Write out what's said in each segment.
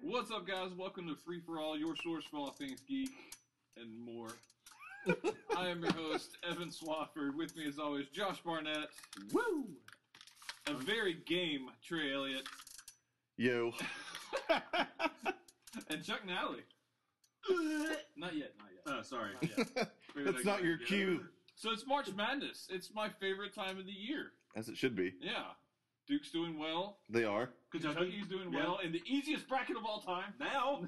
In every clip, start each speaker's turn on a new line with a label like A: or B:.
A: what's up, guys? Welcome to Free for All, your source for all things geek and more. I am your host, Evan Swafford. With me, as always, Josh Barnett.
B: Woo!
A: A very game Trey Elliott
C: Yo,
A: and Chuck Nally. Not yet, not yet.
B: Uh, sorry.
A: Maybe
C: that's
A: they
C: not
A: go
C: your
A: together.
C: cue,
A: So it's March Madness. It's my favorite time of the year.
C: as it should be.
A: Yeah, Duke's doing well.
C: They are.
A: Kentucky's doing well in the easiest bracket of all time now.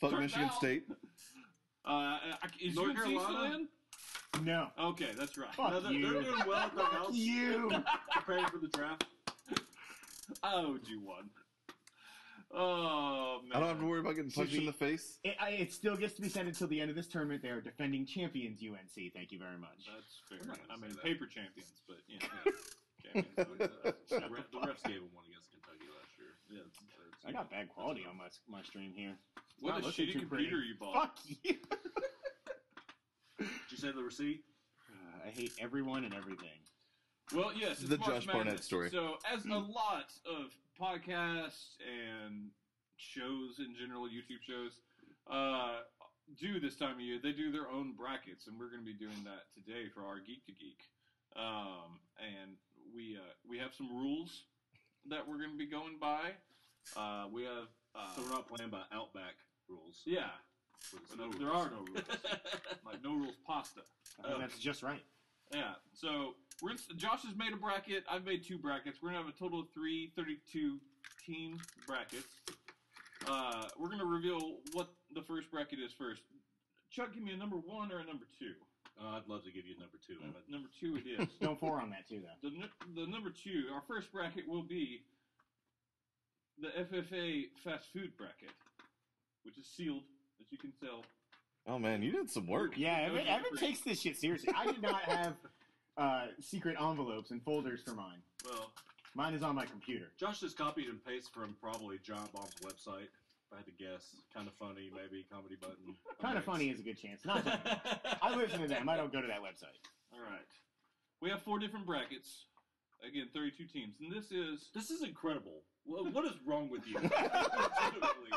C: Fuck
A: Turns
C: Michigan
A: out-
C: State.
A: Uh, I- is
B: North
A: UNC still
B: Carolina?
A: in?
D: No.
A: Okay, that's right.
D: Fuck
B: No, they're,
D: you.
B: they're doing well at the house.
D: you.
B: Preparing for the draft.
A: I owed you one. Oh man!
C: I don't have to worry about getting punched
D: Sushi.
C: in the face.
D: It, I, it still gets to be said until the end of this tournament. They are defending champions, UNC. Thank you very much.
A: That's fair.
B: We're not gonna
A: I mean,
B: say that.
A: paper champions, but you know, uh,
B: Champions. the, ref, the refs gave him one against Kentucky last year.
A: yeah, it's-
D: I got bad quality on my my stream here.
A: what
D: Wow,
A: a
D: that's
A: shitty
D: too
A: computer
D: pretty.
A: you bought.
D: Fuck you.
B: Did you say the receipt?
D: Uh, I hate everyone and everything.
A: Well, yes, it's
C: The
A: March
C: Josh Barnett
A: Madness.
C: story. Hmm.
A: So, as a lot of podcasts and shows in general, YouTube shows, uh, do this time of year, they do their own brackets, and we're going to be doing that today for our Geek to Geek. Um, and we uh, we have some rules that we're going to be going by. Uh, we have uh,
B: So we're not playing by Outback rules.
A: yeah,
B: There's
A: But
B: no
A: there, there
B: rules.
A: are no rules. like no rules pasta.
D: I
B: Oh.
D: think that's just right.
A: Yeah. So we're in, Josh has made a bracket. I've made two brackets. We're gonna have a total of three 32 team brackets. Uh, we're gonna reveal what the first bracket is first. Chuck, give me a number one or a number two.
B: Uh, I'd love to give you number two, Evan.
A: Number two it is.
D: Don't four on that too, though.
A: the, nu- the number two, our first bracket will be the FFA fast food bracket, which is sealed, as you can tell.
C: Oh man, you did some work.
D: Yeah,
A: Those
D: Evan,
A: are
D: Evan
A: free.
D: takes this shit seriously. I did not have uh, secret envelopes and folders for mine.
A: Well,
D: Mine is on my computer.
B: Josh just copied and pasted from probably John Bomb's website. If I had to guess, kind of funny, maybe comedy button.
D: Kind of funny is a good chance. Not that- I listen to them. I don't go to that website.
A: All right. We have four different brackets. Again, 32 teams. And this is.
B: This is incredible. Wha- What is wrong with you? Legitimately.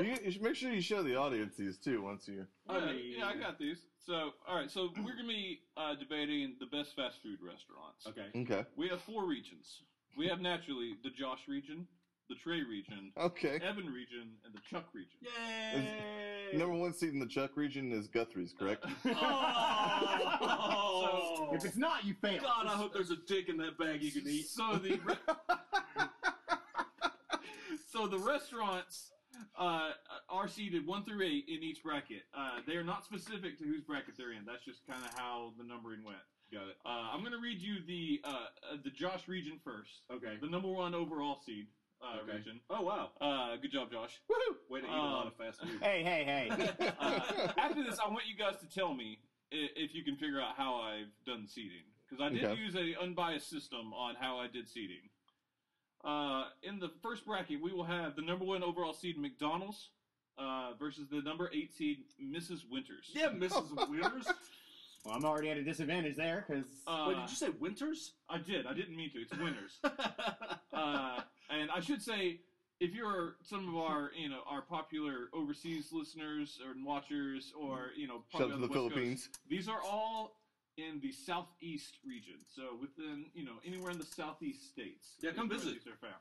C: You, you should make sure you show the audience these too once you.
B: I
A: yeah,
B: mean-
A: yeah, I got these. So, all right. So, we're going to be uh, debating the best fast food restaurants.
B: okay.
C: Okay.
A: We have four regions. We have naturally the Josh region, the Trey region,
C: Okay.
A: Evan region, and the Chuck region.
B: Yay!
C: Number one seed in the Chuck region is Guthrie's, correct?
B: Oh!
D: If it's not, you fail.
B: God, I hope there's a dick in that bag you can eat.
A: So the re- so the restaurants uh, are seated one through eight in each bracket. Uh, they are not specific to whose bracket they're in. That's just kind of how the numbering went.
B: Got it.
A: Uh, I'm going to read you the uh, uh, the Josh region first.
B: Okay.
A: The number one overall seed uh,
B: Okay.
A: region.
B: Oh wow!
A: Uh, good job, Josh.
B: Way to eat a
A: Um,
B: lot of fast food.
D: Hey, hey, hey.
A: Uh, after this, I want you guys to tell me i- if you can figure out how I've done seating because I did
C: Okay.
A: use a unbiased system on how I did seating. Uh, in the first bracket, we will have the number one overall seed McDonald's uh, versus the number eight seed Mrs. Winters.
B: Yeah, Mrs. Winters.
D: Well, I'm already at a disadvantage there because
A: Uh,
B: Wait, did you say Winters?
A: I did. I didn't mean to. It's winners. uh, and I should say, if you're some of our, you know, our popular overseas listeners or watchers, or you know,
C: Shout
A: probably
C: out to
A: on
C: the
A: West Coast,
C: Philippines.
A: these are all in the southeast region. So within, you know, anywhere in the southeast states.
B: Yeah, come
A: is where
B: visit.
A: These are found.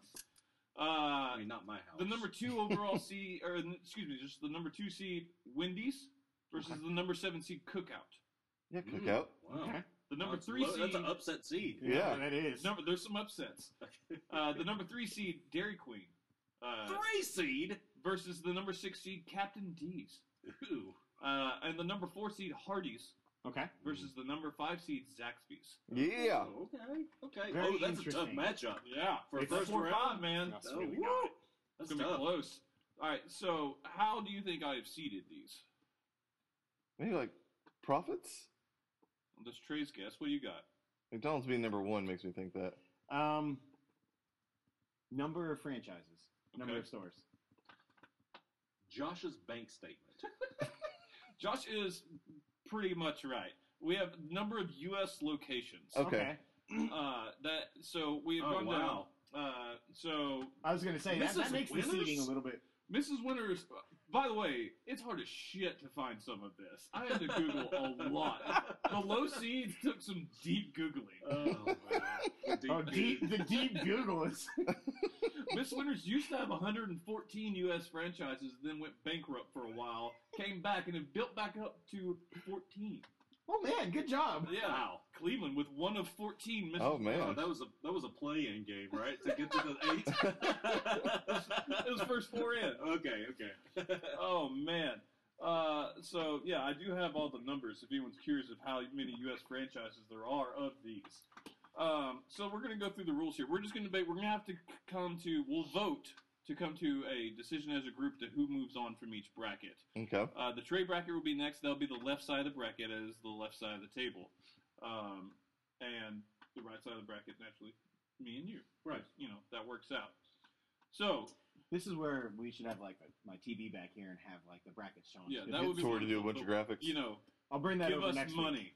B: I
A: Uh,
B: mean, not my house.
A: the number two overall seed, or excuse me, just the number two seed, Wendy's, versus the number seven seed, Cookout.
C: Yeah,
B: Mm,
C: cookout.
B: Wow.
A: The number
B: That's
A: three
B: low-
A: seed.
B: That's an upset seed.
C: Yeah.
D: that is.
A: Number, there's some upsets. Uh, the number three seed Dairy Queen uh,
B: Three seed.
A: versus the number six seed Captain D's,
B: Ooh.
A: uh, and the number four seed Hardee's
D: Okay.
A: versus the number five seed Zaxby's.
C: Yeah.
B: Oh, okay. Okay.
D: Very
B: oh, that's a tough
D: interesting.
B: matchup.
A: Yeah, for
D: It's
A: first
D: four
A: round, man,
D: Yes,
A: it's
B: Oh,
D: really
B: woo.
D: got it.
B: That's
A: gonna be
B: tough.
A: close. All right, so how do you think I have seeded these?
C: Maybe like profits.
A: This Trey's guess. What do you got?
C: McDonald's being number one makes me think that.
D: Um, number of franchises, number
A: Okay.
D: of stores.
B: Josh's bank statement.
A: Josh is pretty much right. We have number of U.S. locations.
C: Okay.
A: Uh, that so we have
B: Oh,
A: gone
B: wow.
A: down. Uh, so
D: I was going to say that,
B: Mrs.
D: that makes the
B: Winners?
D: seating a little bit
A: Mrs. Winters. By the way, it's hard as shit to find some of this. I had to Google a lot. The low seeds took some deep googling.
B: Oh, man. The deep
D: Oh,
B: deep.
D: deep, the deep Google is.
A: Miss Winters used to have 114 U.S. franchises, then went bankrupt for a while, came back, and then built back up to 14.
D: Oh man, good job.
A: Yeah,
B: Wow.
A: Cleveland with one of 14. Mrs.
C: Oh, man.
B: Oh, that was a that was a play-in game, right? To get to the
A: It was first four in.
B: eight. okay, okay.
A: Oh man. Uh, so yeah, I do have all the numbers. If anyone's curious of how many U.S. franchises there are of these, um, so we're gonna go through the rules here. We're just gonna debate. We're gonna have to c- come to. We'll vote to come to a decision as a group to who moves on from each bracket.
C: Okay.
A: Uh, the trade bracket will be next. That'll be the left side of the bracket as the left side of the table, um, and the right side of the bracket naturally me and you.
B: Right.
A: You know that works out. So
D: This is where we should have like a, my TV back here and have like the brackets shown.
A: Yeah,
D: If
A: that
D: it-
A: would be
C: So we're to do a bunch of graphics.
A: you know
D: I'll bring that
A: give
D: over
A: us
D: next week.
A: money.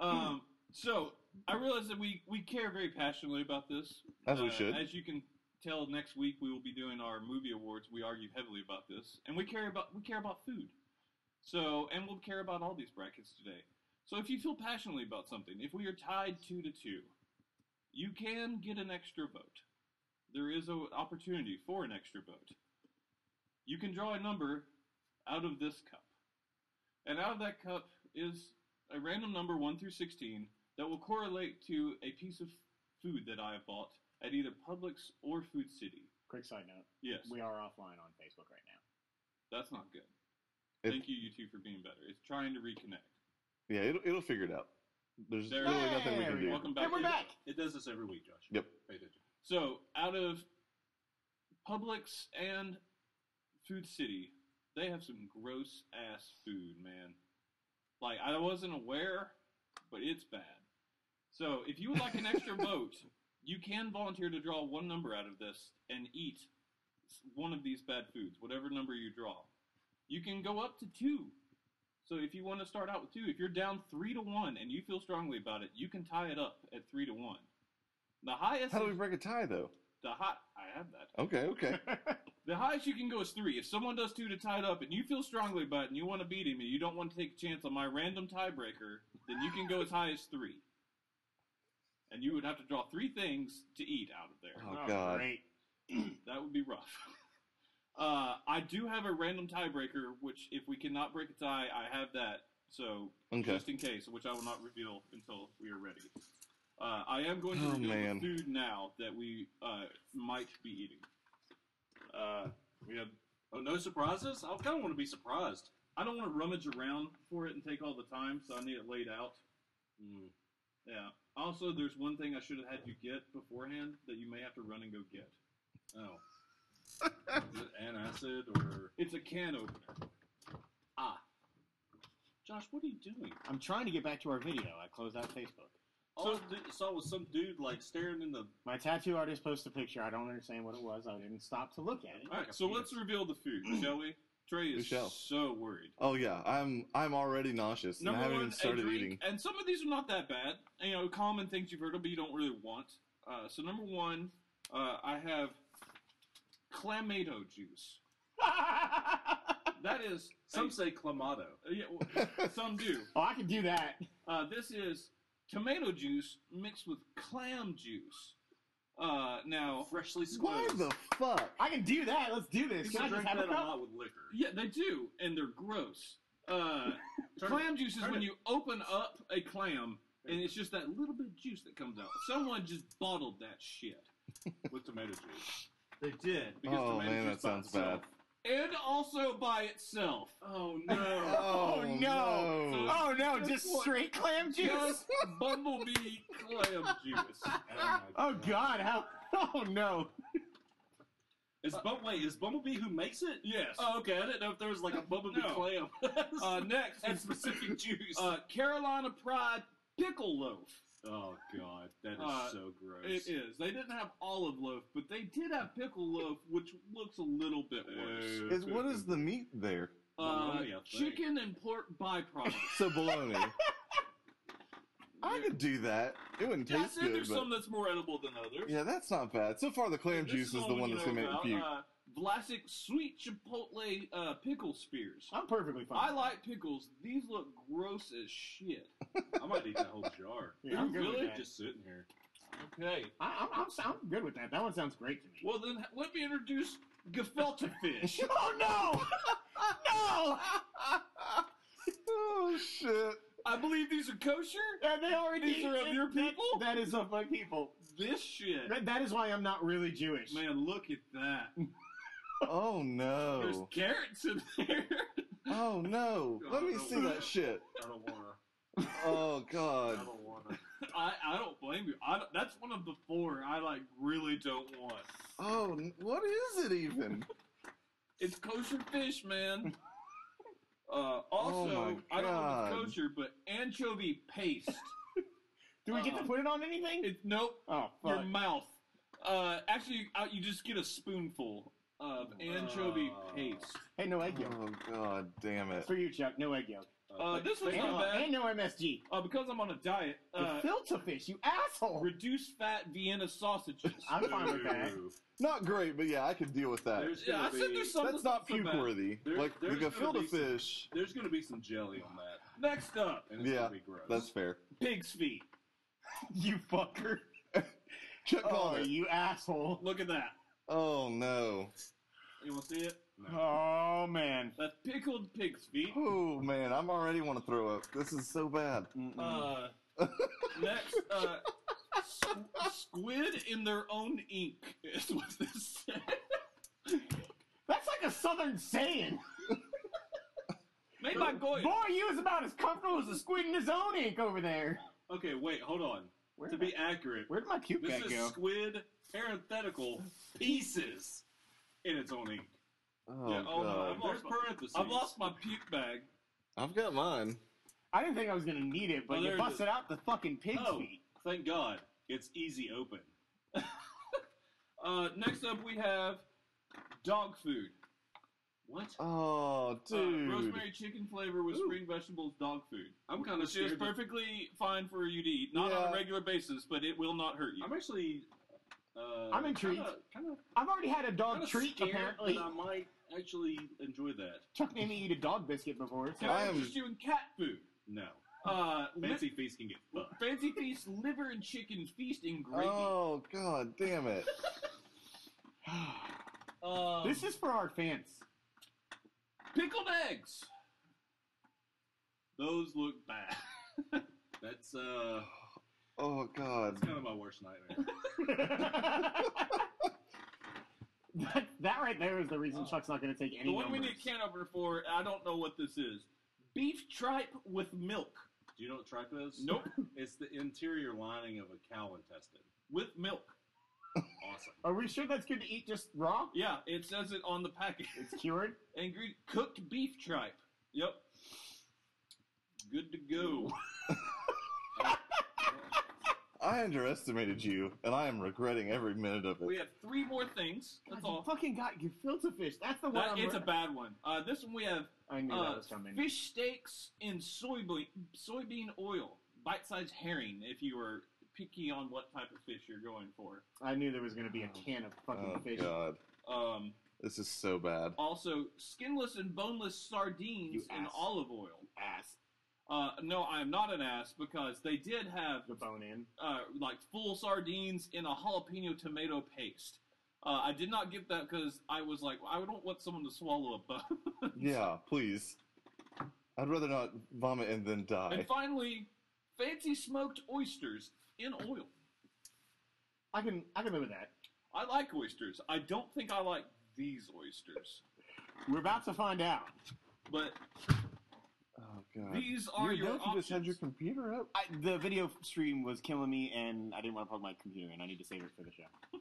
A: um, so I realize that we we care very passionately about this.
C: As we
A: Uh,
C: should.
A: As you can tell, next week we will be doing our movie awards. We argue heavily about this, and we care about we care about food. So, and we'll care about all these brackets today. So, if you feel passionately about something, if we are tied two to two, you can get an extra vote. There is an opportunity for an extra vote. You can draw a number out of this cup, and out of that cup is a random number one through sixteen that will correlate to a piece of food that I have bought at either Publix or Food City.
D: Quick side note:
A: Yes,
D: we are offline on Facebook right now.
A: that's not good.
C: It-
A: Thank you, you two, for being better. It's trying to reconnect.
C: yeah, it'll, it'll figure it out. There's
A: There-
C: really nothing we
D: There
C: can
D: we
C: do.
A: Welcome back.
D: and we're
A: in.
D: back.
B: It does this every week, Josh.
C: Yep.
B: Pay attention.
A: So, out of Publix and Food City, they have some gross ass food, man. Like, I wasn't aware, but it's bad. So, if you would like an extra vote, you can volunteer to draw one number out of this and eat one of these bad foods, whatever number you draw. You can go up to two. So, if you want to start out with two, if you're down three to one and you feel strongly about it, you can tie it up at three to one. The highest
C: How do we
A: is-
C: break a tie, though?
A: the hot, I have that.
C: Okay, okay.
A: The highest you can go is three. If someone does two to tie it up, and you feel strongly about it, and you want to beat him, and you don't want to take a chance on my random tiebreaker, then you can go as high as three. And you would have to draw three things to eat out of there.
C: Oh, God.
D: Great.
A: That would be rough. Uh, I do have a random tiebreaker, which if we cannot break a tie, I have that. So
C: Okay.
A: just in case, which I will not reveal until we are ready. Uh, I am going to
C: Oh,
A: reveal
C: man.
A: the food now that we uh, might be eating. Uh, we have.
B: Oh, no surprises? I kind of want to be surprised.
A: I don't want to rummage around for it and take all the time, so I need it laid out. Hmm.
B: Mm.
A: Yeah. Also, there's one thing I should have had you get beforehand that you may have to run and go get.
B: Oh. Is it antacid or
A: It's a can opener.
B: ah? Josh, what are you doing?
D: I'm trying to get back to our video. I closed out Facebook.
B: All I d- saw was some dude like staring in the.
D: My tattoo artist posted a picture. I don't understand what it was. I didn't stop to look at it.
A: All right, so let's reveal the food, shall we? Trey
C: We
A: is
C: shall.
A: so worried.
C: Oh yeah, I'm I'm already nauseous and I
A: Number
C: haven't
A: one,
C: even started
A: a drink,
C: eating.
A: and some of these are not that bad. You know, common things you've heard of, but you don't really want. Uh, so number one, uh, I have clamato juice. That is
B: Some
A: a-
B: say clamato.
A: uh, yeah, well, some do.
D: oh, I could do that.
A: Uh, this is tomato juice mixed with clam juice. Uh, now,
B: Freshly
C: Why
B: squeezed.
C: the fuck?
D: I can do that. Let's do
B: You
D: this. Can I
B: can
D: just
B: drink
D: have
B: that
D: a
B: a
D: cup?
B: lot with liquor.
A: yeah, they do, and they're gross. Uh,
B: Turn it-
A: clam juice is
B: turn
A: when
B: it.
A: you open up a clam, and it's just that little bit of juice that comes out. Someone just bottled that shit.
B: with tomato juice.
A: They did. Because
C: Oh
A: tomato
C: man,
A: juice
C: that
A: by
C: sounds
A: itself.
C: bad.
A: And also by itself.
B: Oh no!
D: Oh, no.
C: no.
D: Oh no,
A: Just
D: just
A: one.
D: straight clam juice.
A: Just bumblebee clam juice.
D: Oh god, how? Oh no.
B: Is but wait, is Bumblebee who makes it?
A: Yes.
B: Oh, okay. I didn't know if there was like a Bumblebee
A: No.
B: clam.
A: Uh, next
B: and
A: is
B: specific juice.
A: uh, Carolina Pride pickle loaf.
B: oh god, that is
A: uh,
B: so gross.
A: It is. They didn't have olive loaf, but they did have pickle loaf, which looks a little bit worse.
C: Is, what is the meat there?
A: Uh,
B: Bologna, I think.
A: chicken and pork byproducts.
C: So bologna. I could do that. It wouldn't
A: Yeah, I
C: taste
A: said
C: good,
A: there's
C: but
A: some that's more edible than others.
C: yeah, that's not bad. So far, the clam
A: This
C: juice is the
A: we
C: one
A: know
C: that's gonna make me
A: about.
C: puke.
A: Uh, Vlasic sweet chipotle uh, pickle spears.
D: I'm perfectly fine.
A: I like pickles. These look gross as shit.
B: I might eat that whole jar.
D: Yeah, I'm good with
A: Really?
D: that.
B: Just sitting here.
A: Okay.
D: I, I'm, I'm, sound- I'm good with that. That one sounds great to me.
A: Well, then let me introduce gefilte fish.
D: Oh no!
C: oh shit!
A: I believe these are kosher.
D: no! And they already
A: These are of your people?
D: That is of my people.
A: This shit.
D: That, that is why I'm not really Jewish.
A: Man, look at that.
C: Oh
A: There's
C: no!
A: carrots in there.
C: Oh no! Let me see that shit.
B: I don't wanna.
C: Oh
B: I
C: god!
B: don't wanna.
A: I, I don't blame you. I don't- that's one of the four I like really don't want.
C: Oh, n- what is it even?
A: It's kosher fish, man. Uh,
C: Oh
A: also,
C: my
A: I don't know if
C: God.
A: it's kosher, but anchovy paste.
D: Do we get to
A: Uh-uh.
D: put it on anything?
A: It, nope,
D: oh
A: your
D: fuck!
A: mouth. Uh, actually, uh, you just get a spoonful of anchovy
B: Uh.
A: paste.
D: Hey, no egg yolk.
C: Oh god, damn it!
D: For you, Chuck. No egg yolk.
A: Uh,
B: thank-
A: this was
B: thank
A: not
D: And,
A: bad.
B: God.
D: and no MSG.
A: Uh, because I'm on a diet, uh,
D: the filter fish, you asshole.
A: reduce fat Vienna sausages.
D: I'm fine with that.
B: Ooh.
C: Not great, but yeah, I could deal with that.
B: There's
A: yeah, I
B: gonna
A: said
B: be-
A: there's something
C: That's not
A: for
C: puke
A: that.
C: worthy.
B: There-
C: like the
B: there's gonna
C: gefilte
B: be some-
C: fish,
B: There's gonna be some jelly on that,
A: Next up,
B: and it's
C: Yeah,
B: gonna be gross.
C: that's fair.
A: pig's feet.
D: you fucker.
C: Chuck
D: Oh,
C: called it.
D: you asshole.
A: Look at that.
C: Oh no!
A: You want to see it?
B: No.
D: Oh man.
A: That's pickled pig's feet.
C: Oh man, I'm already want to throw up. This is so bad.
A: Uh, next, uh, squ- squid in their own ink is what this said.
D: That's like a southern saying.
A: Made by Goya.
D: Boy, you was about as comfortable as a squid in his own ink over there.
B: Okay, wait, hold on.
D: Where
B: To
D: did,
B: be accurate,
D: where did my puke
B: this
D: guy
B: is
D: go?
B: squid parenthetical pieces in its own ink.
C: Oh
A: Yeah, oh, no, I'm
C: god,
A: all-
B: There's
A: lost my-
B: parentheses.
A: I've lost my puke bag.
C: I've got mine.
D: I didn't think I was gonna need it, but
B: Oh, there
D: you
B: it
D: busted
B: is.
D: out the fucking pig's
B: Oh.
D: feet.
B: Thank God, it's easy open.
A: Uh, next up, we have dog food.
B: What?
C: Oh
A: Uh,
C: dude.
A: rosemary chicken flavor with
B: Ooh.
A: spring vegetables, dog food.
B: I'm kind of
A: Which is
B: scared. that-
A: perfectly fine for you to eat, not on
C: Yeah.
A: a regular basis, but it will not hurt you.
B: I'm actually. Uh,
D: I'm intrigued.
B: Kind of
D: I've already had a dog
B: kind of
D: treat apparently.
B: I might actually enjoy that.
D: Chuck made me eat a dog biscuit before.
A: Can
D: So.
A: I,
C: I am-
A: interest you in cat food?
B: No,
A: Uh,
B: fancy feast can get
A: li-
B: fucked.
A: fancy feast liver and chicken feast in gravy.
C: Oh god, damn it.
A: Um,
D: Oh. this is for our fans.
A: pickled eggs. Those look bad.
B: That's uh,
C: Oh god.
B: that's kind of my worst nightmare.
D: that, that right there is the reason Chuck's not gonna take any.
A: the one we need
D: numbers.
A: a can opener for. I don't know what this is. Beef tripe with milk.
B: Do you know what tripe is?
A: Nope.
B: It's the interior lining of a cow intestine.
A: with milk.
B: Awesome.
D: Are we sure that's good to eat just raw?
A: Yeah, it says it on the package.
D: It's cured.
A: Angry cooked beef tripe. Yep. Good to go.
C: I underestimated you, and I am regretting every minute of
A: We
C: it.
A: have three more things. That's
D: God, you
A: all.
D: fucking got your filter fish. That's the one.
A: That,
D: I'm
A: it's a bad one. Uh, this one we have
D: I knew
A: uh,
D: that was coming.
A: fish steaks in soybean soybean oil, bite-sized herring. If you are picky on what type of fish you're going for.
D: I knew there was gonna be a
C: Oh.
D: can of fucking
C: Oh
D: fish.
C: god.
A: Um,
C: This is so bad.
A: also, skinless and boneless sardines
D: You
A: in
D: ass.
A: olive oil.
D: Ass
A: Uh, no, I am not an ass because they did have
D: the bone in.
A: uh, like full sardines in a jalapeno tomato paste. Uh, I did not get that because I was like, I don't want someone to swallow a bone.
C: Yeah, please. I'd rather not vomit and then die.
A: and finally, fancy smoked oysters in oil.
D: I can I can live with that.
A: I like oysters. I don't think I like these oysters,
D: We're about to find out.
A: but
C: Oh god.
A: these are
C: You're
A: your
C: deaf, you just had your
A: options.
C: computer up.
D: I, the video stream was killing me, and I didn't want to plug my computer in. I need to save it for the show.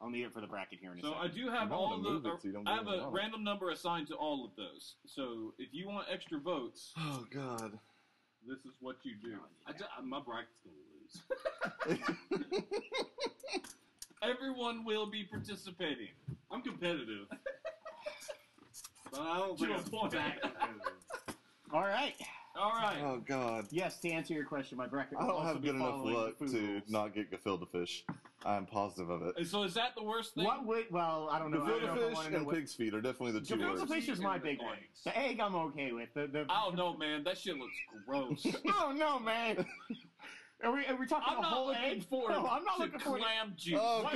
D: I'll need it for the bracket here in a
A: So I
D: second.
A: do have
C: I'm
A: all
C: gonna
A: the.
C: move it so you don't
A: I
C: get
A: have
C: any
A: a
C: wrong.
A: random number assigned to all of those. So if you want extra votes,
C: Oh god.
A: this is what you do.
B: I ju- I- my bracket's gonna lose.
A: Everyone will be participating.
B: I'm competitive, but I don't
A: To
B: think
A: a
B: I'm
A: point.
B: that competitive.
D: All right.
A: All right.
C: Oh god.
D: Yes, to answer your question, my bracket.
C: I
D: will
C: don't
D: also
C: have
D: be
C: good enough
D: following the
C: luck
D: food
C: to
D: rules.
C: not get gefilte fish. I'm positive of it.
A: And so is that the worst thing?
D: What would? Well, I don't know. I don't
C: Gefilte
D: know if I
C: fish
D: wanna know
C: and
D: what-
C: pig's feet are definitely the two
D: Gefilte
C: worst.
D: fish is my
A: And the
D: big one.
A: eggs.
D: The egg I'm okay with. The, the,
B: Oh.
A: I don't know, man. That shit looks gross.
D: oh no, man. Are we, are we talking
A: I'm
D: a
A: not
D: whole
A: looking
D: egg?
A: forward
D: No, I'm not
A: to
D: looking forward.
A: clam juice.
C: Oh
A: Why-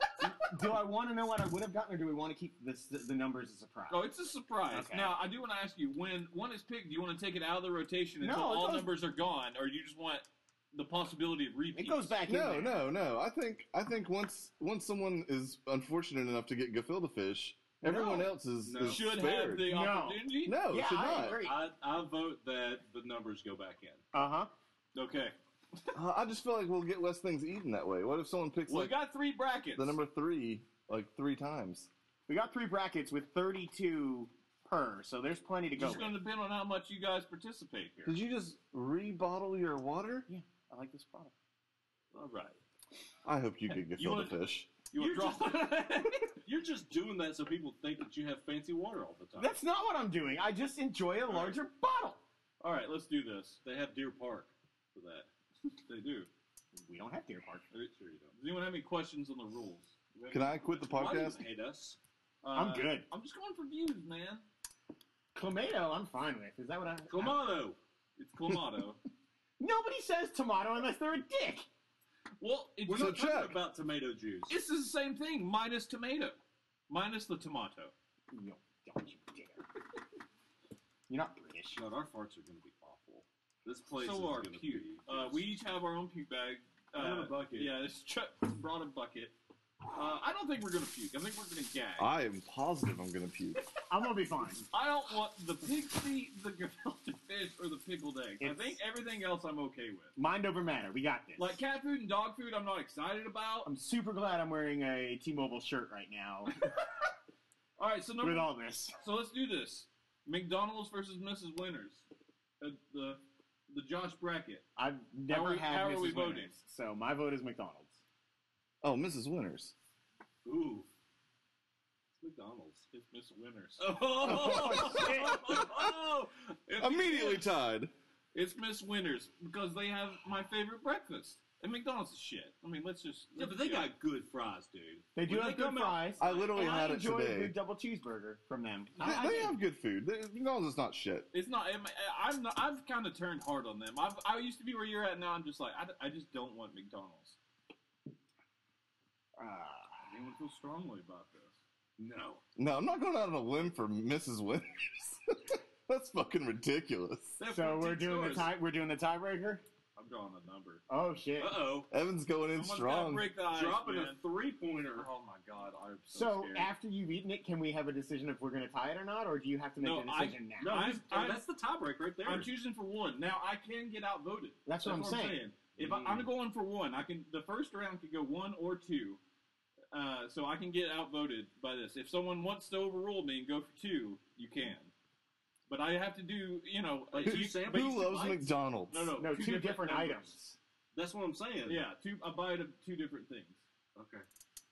C: god,
D: Do I want to know what I would have gotten, or do we want to keep this the, the numbers a surprise?
A: Oh, it's a surprise.
D: Okay.
A: Now, I do want to ask you when one is picked, do you want to take it out of the rotation until
D: No, it
A: all
D: goes-
A: numbers are gone, or you just want the possibility of repeat?
D: it goes back in.
C: no,
D: there.
C: no, no. I think I think once once someone is unfortunate enough to get gefilte fish, everyone
D: No.
C: else is,
B: No.
C: is
A: Should have
C: spared.
A: the
D: No.
A: opportunity.
C: No,
D: Yeah,
C: should
D: I
C: not.
D: agree.
B: I, I vote that the numbers go back in.
D: Uh huh.
A: Okay.
C: Uh, I just feel like we'll get less things eaten that way. What if someone picks
A: Well, we
C: like
A: got three brackets.
C: the number three like three times?
D: We got three brackets with 32 per, so there's plenty to
A: It's
D: go.
A: just
D: with.
A: going to depend on how much you guys participate here.
C: Did you just rebottle your water?
D: I like this product.
B: All right.
C: I hope you get gefilte
A: You want-
C: fish.
A: You
B: You're
A: withdraw.
B: You're just doing that so people think that you have fancy water all the time.
D: That's not what I'm doing. I just enjoy a
B: Oh. right.
D: larger bottle.
B: all right. Let's do this. They have Deer Park for that. they do.
D: We don't have Deer Park.
B: I'm sure you don't.
A: Does anyone have any questions on the rules? Do we have
C: Can
A: any-
C: I quit the
B: Why do you
C: podcast?
B: hate us?
A: Uh,
D: I'm good.
A: I'm just going for views, man.
D: Tomato, I'm fine with. Is that what I?
B: Clamato.
A: It's Clamato.
D: Nobody says tomato unless they're a dick.
A: well, it,
B: We're
C: So
B: not talking
C: check.
B: about tomato juice.
A: this is the same thing, minus tomato, minus the tomato.
D: No, don't you dare. You're not British.
B: God, our farts are going to be awful. This place is
A: so are
B: going to
A: puke.
B: be.
A: Uh, we each have our own puke bag. Uh,
B: I'm in a bucket.
A: Yeah, this Chuck brought a bucket. Uh, I don't think we're gonna puke. I think we're gonna gag. I,
C: I am positive I'm gonna puke.
D: I'm gonna be fine.
A: don't want the pig feet, the gefilte fish, or the pickled eggs. I
D: It's-
A: think everything else I'm okay with.
D: Mind over matter. We got this.
A: Like cat food and dog food, I'm not excited about.
D: I'm super glad I'm wearing a T-Mobile shirt right now
A: All right, so number.
D: with all this.
A: so let's do this: McDonald's versus Mrs. Winners. Uh, the the Josh bracket.
D: I've
A: How
D: never
A: are-
D: had
A: how are
D: Mrs.
A: we voting?
D: Winners, so my vote is McDonald's.
C: Oh, Mrs. Winters.
B: Ooh. It's McDonald's.
A: It's Miss Winners. Oh,
B: Oh,
A: It's-
C: Immediately tied.
A: It's Miss Winners because they have my favorite breakfast. And McDonald's is shit. I mean, let's just.
B: yeah, but they got good fries, dude.
D: They do
B: When
D: have
B: they
D: good
B: come out-
D: fries.
C: I literally
D: and I
C: had it
D: enjoy a
C: today.
D: good double cheeseburger from them.
C: They,
D: I- I
C: they
D: did.
C: have good food. They- McDonald's is not shit.
A: It's not. I'm, I'm not. I've kind of turned hard on them. I've, I used to be where you're at now. I'm just like I, d- I just don't want McDonald's.
D: Ah.
A: Anyone feel strongly about this?
B: No.
C: No, I'm not going out on a limb for Mrs. Winters. That's fucking ridiculous.
A: They have
D: so we're
A: 14
D: doing the
A: stores.
D: tie. We're doing the tiebreaker.
A: I'm drawing a number.
D: Oh shit!
B: Uh oh.
C: Evan's going in
A: Someone's gotta
C: strong.
A: Break the ice,
B: Dropping
A: man.
B: a three pointer.
A: Oh my god, I'm so,
D: So
A: scared.
D: after you've eaten it, can we have a decision if we're going to tie it or not, or do you have to make
A: No,
D: a
A: I-
D: decision now?
B: No,
A: I'm-
B: he's-
A: I'm-
B: that's the tiebreak right there.
A: I'm choosing for one. Now I can get outvoted.
D: That's what I'm saying. Mm.
A: If I, I'm going for one, I can. The first round could go one or two, uh, so I can get outvoted by this. If someone wants to overrule me and go for two, you can. But I have to do, you know,
B: Like
A: uh,
B: two
A: you-
B: samples?
A: but you-
C: Who loves
B: bites?
C: McDonald's?
A: No, no,
D: No, two, different,
A: numbers.
D: items.
B: that's what I'm saying.
A: Yeah, two a bite of two different things.
B: Okay.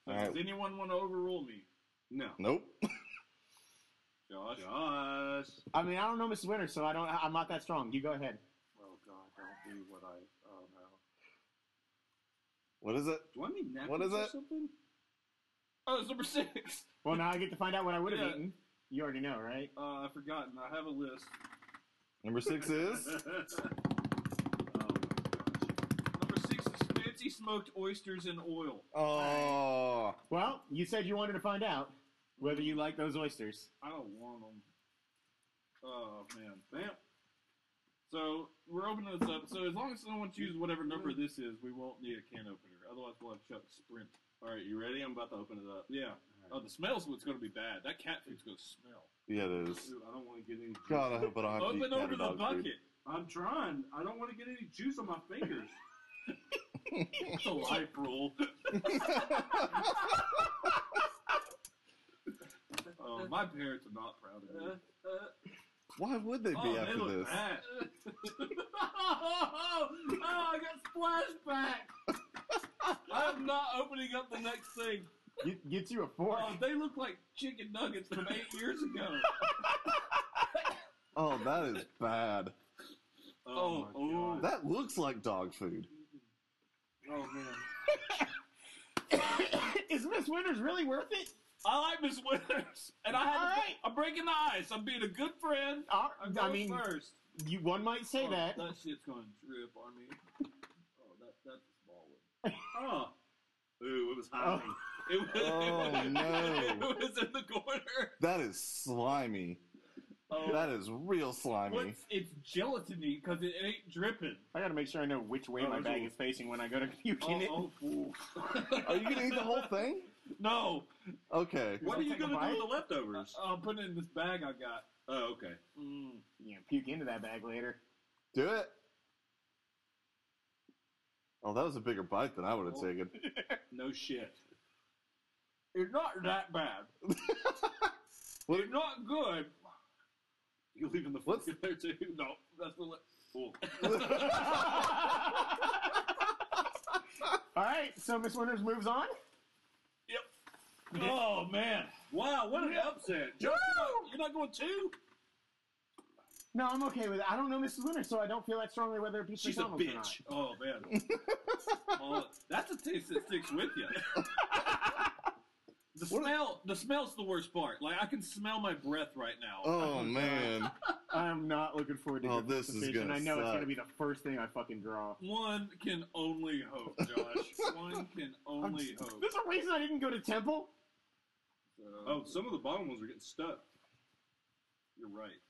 A: So
C: All right.
A: Does anyone want to overrule me,
B: No.
C: Nope.
A: Josh?
B: Josh.
D: I mean, I don't know Mrs. Winter, so I don't. I- I'm not that strong. You go ahead.
A: Oh God, don't do what I. Oh no.
C: What is it?
B: Do I need napkins
C: What is
B: or
C: it?
B: something?
A: Oh, it's number six.
D: Well, now I get to find out what I would have
A: Yeah.
D: eaten. You already know, right?
A: Uh, I've forgotten. I have a list.
C: Number six is?
A: Number six is fancy smoked oysters in oil.
C: Oh.
D: Well, you said you wanted to find out whether you like those oysters.
A: I don't want them. Oh man, damn. So we're opening this up. So as long as someone chooses whatever number this is, we won't need a can opener. Otherwise, we'll have Chuck sprint.
B: All right, you ready? I'm about to open it up.
A: Yeah. Oh, the smell's what's going to be bad. That cat food's going to smell.
C: Yeah, it is.
B: Dude, I don't want to get any juice.
C: God, I hope I don't have to eat
A: Open
C: cat
A: over
C: and
A: the
C: dog food.
A: bucket.
B: I'm trying. I don't want to get any juice on my fingers.
A: It's a life rule. Oh, my parents are not proud of
B: Uh,
A: me.
C: Why would they be
A: Oh, they
C: after
A: look
C: this?
A: bad. oh, I got splashback. I'm not opening up the next thing.
D: Get, gets you a fork.
A: Oh, they look like chicken nuggets from eight years ago.
C: Oh, that is bad.
A: Oh,
B: my God.
C: That looks like dog food.
A: Oh man.
D: Is Miss Winters really worth it?
A: I like Miss Winters, and I had
D: All right.
A: I'm breaking the ice. I'm being a good friend.
D: Uh,
A: I'm going
D: I mean,
A: first.
D: you, one might say
A: oh,
D: that.
A: That shit's going to drip on me. Oh, that that's balling.
B: Oh. Ooh, it was hot.
A: Oh. It was,
C: Oh,
A: it was,
C: no.
A: It was in the corner.
C: That is slimy.
A: Oh,
C: That is real slimy.
A: what's- it's gelatiny because it ain't dripping.
D: I gotta make sure I know which way
B: Oh,
D: my
B: there's
D: bag
B: a-
D: is facing when I go to puke in it.
A: Oh, oh, oh.
C: Are you gonna eat the whole thing?
A: No.
C: Okay.
B: What are you
D: Take a
B: going to do
D: bite?
B: with the leftovers?
A: I'll put it in this bag I got.
B: Oh, okay.
A: Mm.
D: Yeah, puke into that bag later.
C: Do it. Oh, that was a bigger bite than I would have
A: Oh.
C: taken.
B: No shit.
A: It's not that bad.
C: What-
A: It's not good.
B: You leaving the fork
C: What's-
B: in there too?
A: No, that's what.
B: Cool.
D: All right, so Miss Winters moves on.
A: Oh man!
B: Wow, what an upset. Joe, you're not going two?
D: No, I'm okay with it. I don't know Mrs. Winters, so I don't feel that strongly whether it beats
B: She's a
D: McDonald's or
B: bitch.
D: not.
A: Oh man! Oh, that's a taste that sticks with you. The
C: What a-
A: smell, the smell's the worst part. Like I can smell my breath right now.
C: Oh man.
D: I'm not looking forward to
C: Oh,
D: your
C: this is
D: participation.
C: gonna
D: I know it's
C: suck.
D: gonna be the first thing I fucking draw.
A: One can only hope, Josh. One can only hope.
D: There's a reason I didn't go to Temple.
A: So,
B: Oh, some of the bottom ones are getting stuck.
A: you're right.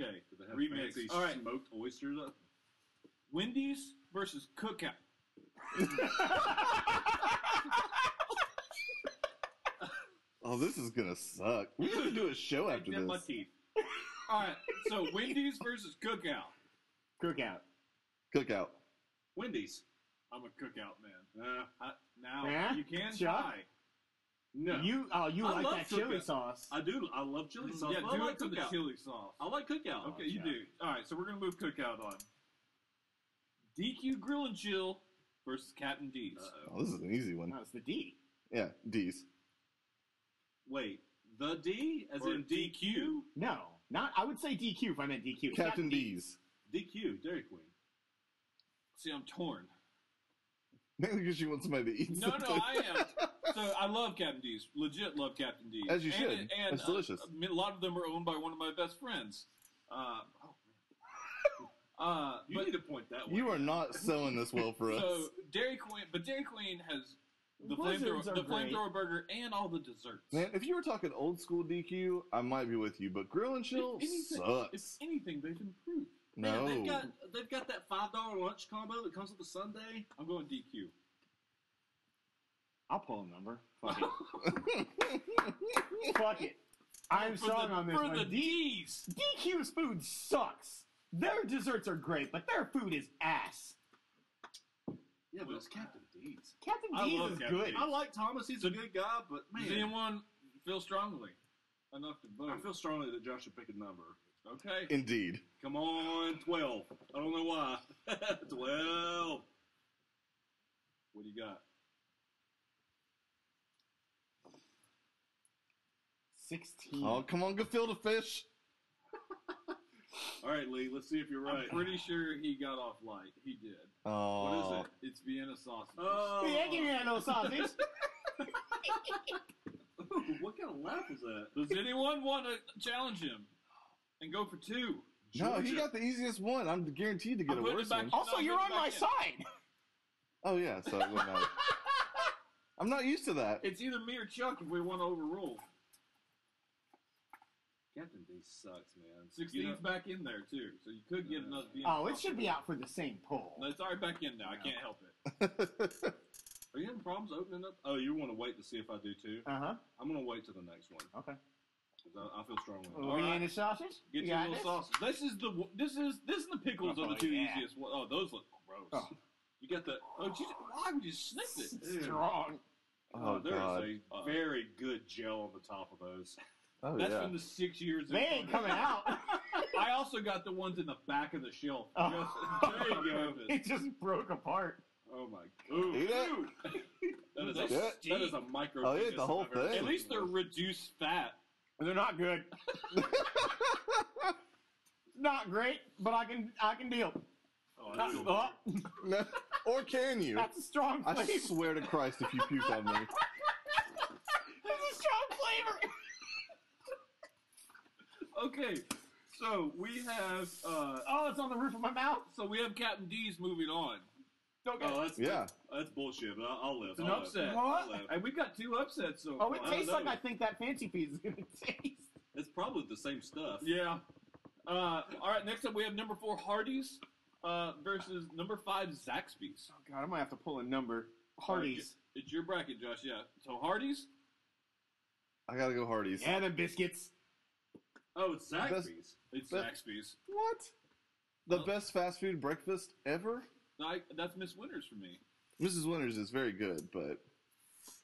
B: Okay. Do they have
A: Remix.
B: fancy
A: All right.
B: smoked oysters up?
A: Wendy's versus Cookout.
C: Oh, this is gonna suck. We have to do a show
B: I
C: after
B: did my
C: this.
B: teeth.
A: All right, so Wendy's versus Cookout.
D: Cookout.
C: Cookout.
B: Wendy's.
A: I'm a Cookout man.
B: Uh,
A: I, now
D: Yeah?
A: you can
D: Chuck?
A: try.
B: no.
D: You oh you
B: I
D: like
B: love
D: that chili
B: cookout.
D: sauce.
B: I do. I love chili sauce.
A: Yeah,
B: but I
A: do
B: like
A: it to the
B: cookout.
A: chili sauce.
B: I like cookout.
A: okay, you
D: yeah.
A: do. All right, so we're gonna move Cookout on. DQ Grill and Chill versus Captain D's.
B: Uh-oh.
C: Oh, this is an easy one.
D: no, it's the D.
C: Yeah, D's.
B: Wait, the D as
A: Or
B: in DQ?
D: No, not. I would say DQ if I meant DQ.
C: Captain D's.
B: DQ, Dairy Queen.
A: See, I'm torn.
C: Mainly because you want somebody to eat
A: No,
C: something.
A: no, I am. So I love Captain D's. Legit love Captain D's.
C: As you should.
A: And, and
C: It's delicious.
A: uh, A lot of them are owned by one of my best friends. Uh, oh, man. uh,
B: You
A: but
B: need to point that one.
C: You are not selling this well for us.
A: So Dairy Queen, but Dairy Queen has the flamethrower,
D: Blizzards are
A: the
D: great.
A: flamethrower burger, and all the desserts.
C: Man, if you were talking old school DQ, I might be with you, but Grill and
A: If
C: Chill
A: anything- If
C: sucks.
A: anything, they've improved.
C: No.
B: Man, they've got they've got that five dollar lunch combo that comes with a Sunday.
A: I'm going DQ.
D: I'll pull a number. Fuck it. Fuck it. I'm
A: For
D: strong
A: the,
D: on this
A: for
D: one.
A: the D's.
D: DQ's food sucks. Their desserts are great, but their food is ass.
B: Yeah,
A: Well,
B: but it's Captain D's.
D: Captain
A: I
D: D's
A: love
D: is
A: Captain
D: good.
A: D's.
B: I like Thomas. He's a good guy, but
A: Does
B: man,
A: anyone feel strongly enough to vote?
B: I feel strongly that Josh should pick a number.
A: okay.
C: Indeed.
B: Come on, twelve. I don't know why. twelve.
A: what do you got?
D: 16.
C: Oh, come on, go field a fish.
B: All right, Lee. Let's see if you're right.
A: I'm pretty sure he got off light. He did.
C: Oh,
A: What is it? It's Vienna sausage.
B: Oh.
D: The egg and no sausage.
B: Ooh, what kind of laugh was that?
A: Does anyone want to challenge him and go for two?
C: No, he
B: Georgia.
C: got the easiest one. I'm guaranteed to get
A: I'm
C: a
A: putting it
C: worse
A: back-
C: one.
D: also,
A: No,
D: you're
A: put it
D: on
A: back
D: my
A: in.
D: side.
C: Oh yeah, so it wouldn't matter. I'm not used to that.
A: It's either me or Chuck if we want to overrule.
B: Captain D sucks, man.
A: 16's
B: You know-
A: back in there too, so you could get another Vienna.
D: Oh, it
A: sausage.
D: should be out for the same
A: No,
D: poll.
A: it's already back in now. I can't help it.
B: are you having problems opening up? Oh, you want to wait to see if I do too?
D: Uh huh.
B: I'm gonna wait to the next one.
D: Okay. Oh.
B: 'cause I, I feel strongly.
A: All right.
D: Vienna sausage.
A: Get
D: you
A: your
D: got
A: little
D: this?
A: sausage. This is the this is this and the pickles are
D: Oh,
A: the two
D: yeah.
A: easiest. One. Oh, those look gross.
D: Oh.
B: You got the.
A: Oh, geez, why would you sniff it?
B: Ew.
D: Strong.
C: Oh
B: there is
C: god.
B: a
A: Uh-oh.
B: very good gel on the top of those.
C: Oh
A: That's
C: yeah.
A: from the six years.
D: They ain't coming out.
A: I also got the ones in the back of the shelf.
D: Oh.
A: Just- there you go.
D: it just broke apart.
B: Oh my god.
C: Eat it.
B: That is,
A: They
B: a, that is a micro.
C: Oh, yeah,
B: penis
C: the whole
B: I've ever
C: thing.
A: At least they're
B: seen.
A: reduced fat.
D: They're not good. not great, but I can I can deal.
B: Oh,
D: Not-
B: ew.
D: oh,
C: No. Or can you?
D: That's a strong flavor.
C: I swear to Christ, if you puke on me,
D: That's a strong flavor.
A: Okay, so we have uh,
D: Oh, it's on the roof of my mouth.
A: so we have Captain D's moving on,
D: Okay.
B: Oh, that's
C: yeah.
B: that's bullshit. But I'll, I'll live.
A: It's an
B: I'll live.
A: upset.
B: I'll
D: What?
B: live.
A: and we've got two upsets so
D: oh, it
A: far.
B: I don't
D: tastes like
B: know.
D: I Oh, think that fancy piece is gonna taste.
B: It's probably the same stuff.
A: Yeah. Uh, all right. Next up, we have number four Hardee's uh, versus number five Zaxby's.
D: Oh god, I'm gonna have to pull a number. Hardee's.
A: It's your bracket, Josh. Yeah. So Hardee's.
C: I gotta go Hardee's.
D: Yeah, the biscuits.
B: Oh, it's
C: That's-
B: Zaxby's.
A: It's
C: But-
A: Zaxby's.
C: What? The
A: Oh.
C: best fast food breakfast ever?
A: I, that's Miss Winners for me.
C: Mrs. Winters is very good, but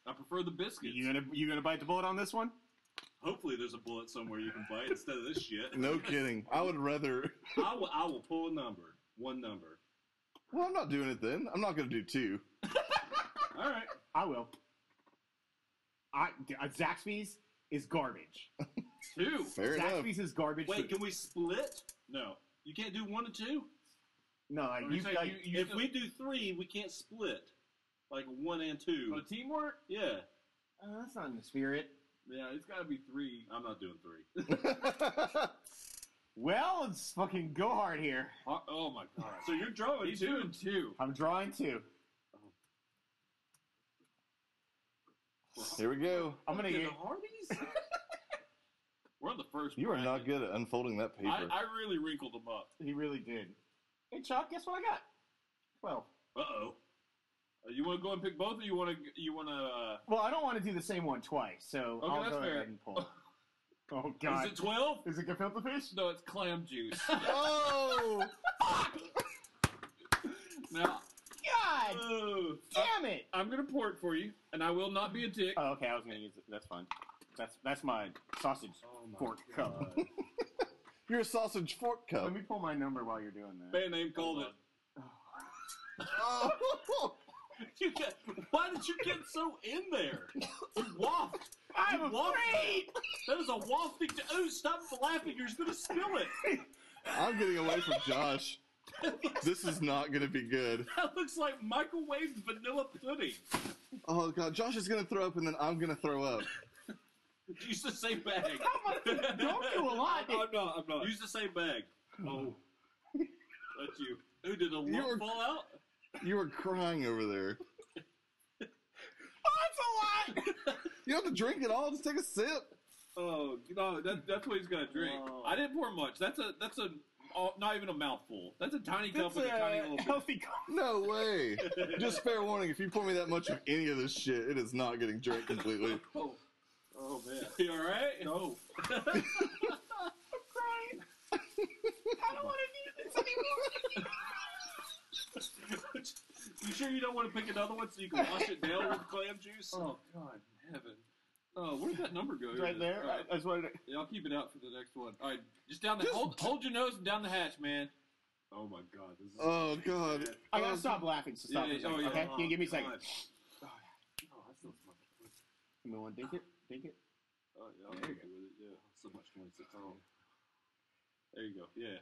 A: I prefer the biscuits.
D: You gonna you gonna bite the bullet on this one?
B: Hopefully, there's a bullet somewhere you can bite instead of this shit.
C: no kidding. I would rather.
B: I will. I will pull a number. One number.
C: Well, I'm not doing it then. I'm not gonna do two.
A: All right.
D: I will. I uh, Zaxby's is garbage.
A: Two.
C: Fair enough.
D: Zaxby's is garbage.
B: Wait,
D: food.
B: can we split?
A: No.
B: You can't do one and two.
D: no, like,
A: Or
D: you,
A: you say
D: like,
A: you-
B: if we do three, we can't split. Like one and two.
A: Oh, teamwork.
B: yeah,
D: Oh, that's not in the spirit.
A: Yeah, it's got to be three.
B: I'm not doing three.
D: Well, let's fucking go hard here.
A: Har- oh my god.
B: So you're drawing
A: He's
B: two.
A: doing two.
D: I'm drawing two.
C: Here we go.
D: I'm gonna
B: Fucking
D: get.
B: Hardee's.
A: We're on the first.
C: You are not
A: bracket.
C: good at unfolding that paper.
A: I, I really wrinkled them up.
D: He really did. Hey, Chuck, guess what I got? Well,
B: uh oh.
A: Uh, you want to go and pick both, or you want to? You want to? Uh,
D: well, I don't want to do the same one twice, so
A: Okay,
D: I'll
A: that's
D: go
A: fair.
D: ahead and pull. Oh
B: Is
D: God,
B: it twelve?
D: is it gefilte fish?
A: no, it's clam juice.
C: oh!
A: now
D: God
B: Oh,
D: damn it!
A: I'm gonna pour it for you, and I will not be a dick.
D: Oh, okay, I was gonna use it. That's fine. That's that's my sausage.
B: oh my
D: Fork cup.
B: God.
C: You're a sausage fork cup.
D: Let me pull my number while you're doing that.
A: Band name called it.
C: Oh.
B: You get- why did you get so in there? You waft.
D: I'm
B: You waft.
D: afraid.
B: That is a wafting. To, oh, stop laughing! You're just gonna spill it.
C: I'm getting away from Josh. This is not going to be good.
B: That looks like microwaved vanilla pudding.
C: Oh god, Josh is going to throw up, and then I'm going to throw up.
B: Use the same bag.
D: Don't do a lot.
A: I'm not. I'm not.
B: Use the same bag. Oh, that's you. Who did a lump
C: You're-
B: fall out?
C: You are crying over there.
D: Oh, that's a lot.
C: You don't have to drink it all. Just take a sip.
A: Oh no, that, that's what he's gonna drink.
D: Oh.
A: I didn't pour much. That's
B: Oh.
A: a that's a all, not even a mouthful. That's a tiny cup with a, tiny little. Bit.
D: healthy cup.
C: No way. Just fair warning: if you pour me that much of any of this shit, it is not getting drank completely.
A: Oh, oh man. You all right? No.
D: I'm crying. I don't want to do this anymore.
B: You sure you don't want to pick another one so you can wash it down with clam juice?
A: Oh God, in heaven. Oh, where'd that number go?
D: Right there.
A: All right.
D: I, I just wanted
A: Yeah, I'll keep it out for the next one. All right, just down the
C: Just-
A: hold, hold your nose and down the hatch, man.
B: Oh my god, this is.
C: Oh god.
D: I gotta stop laughing. So stop.
A: Yeah,
D: for a second,
A: oh, yeah.
D: okay, Can you give me a second.
B: God.
A: Oh, that smells much.
D: Give me one. Dink it. Dink it.
A: Oh yeah,
D: There
A: I'm
D: you
A: okay
D: go.
A: with it. Yeah.
B: So much more than six.
A: Oh. There you go. Yeah.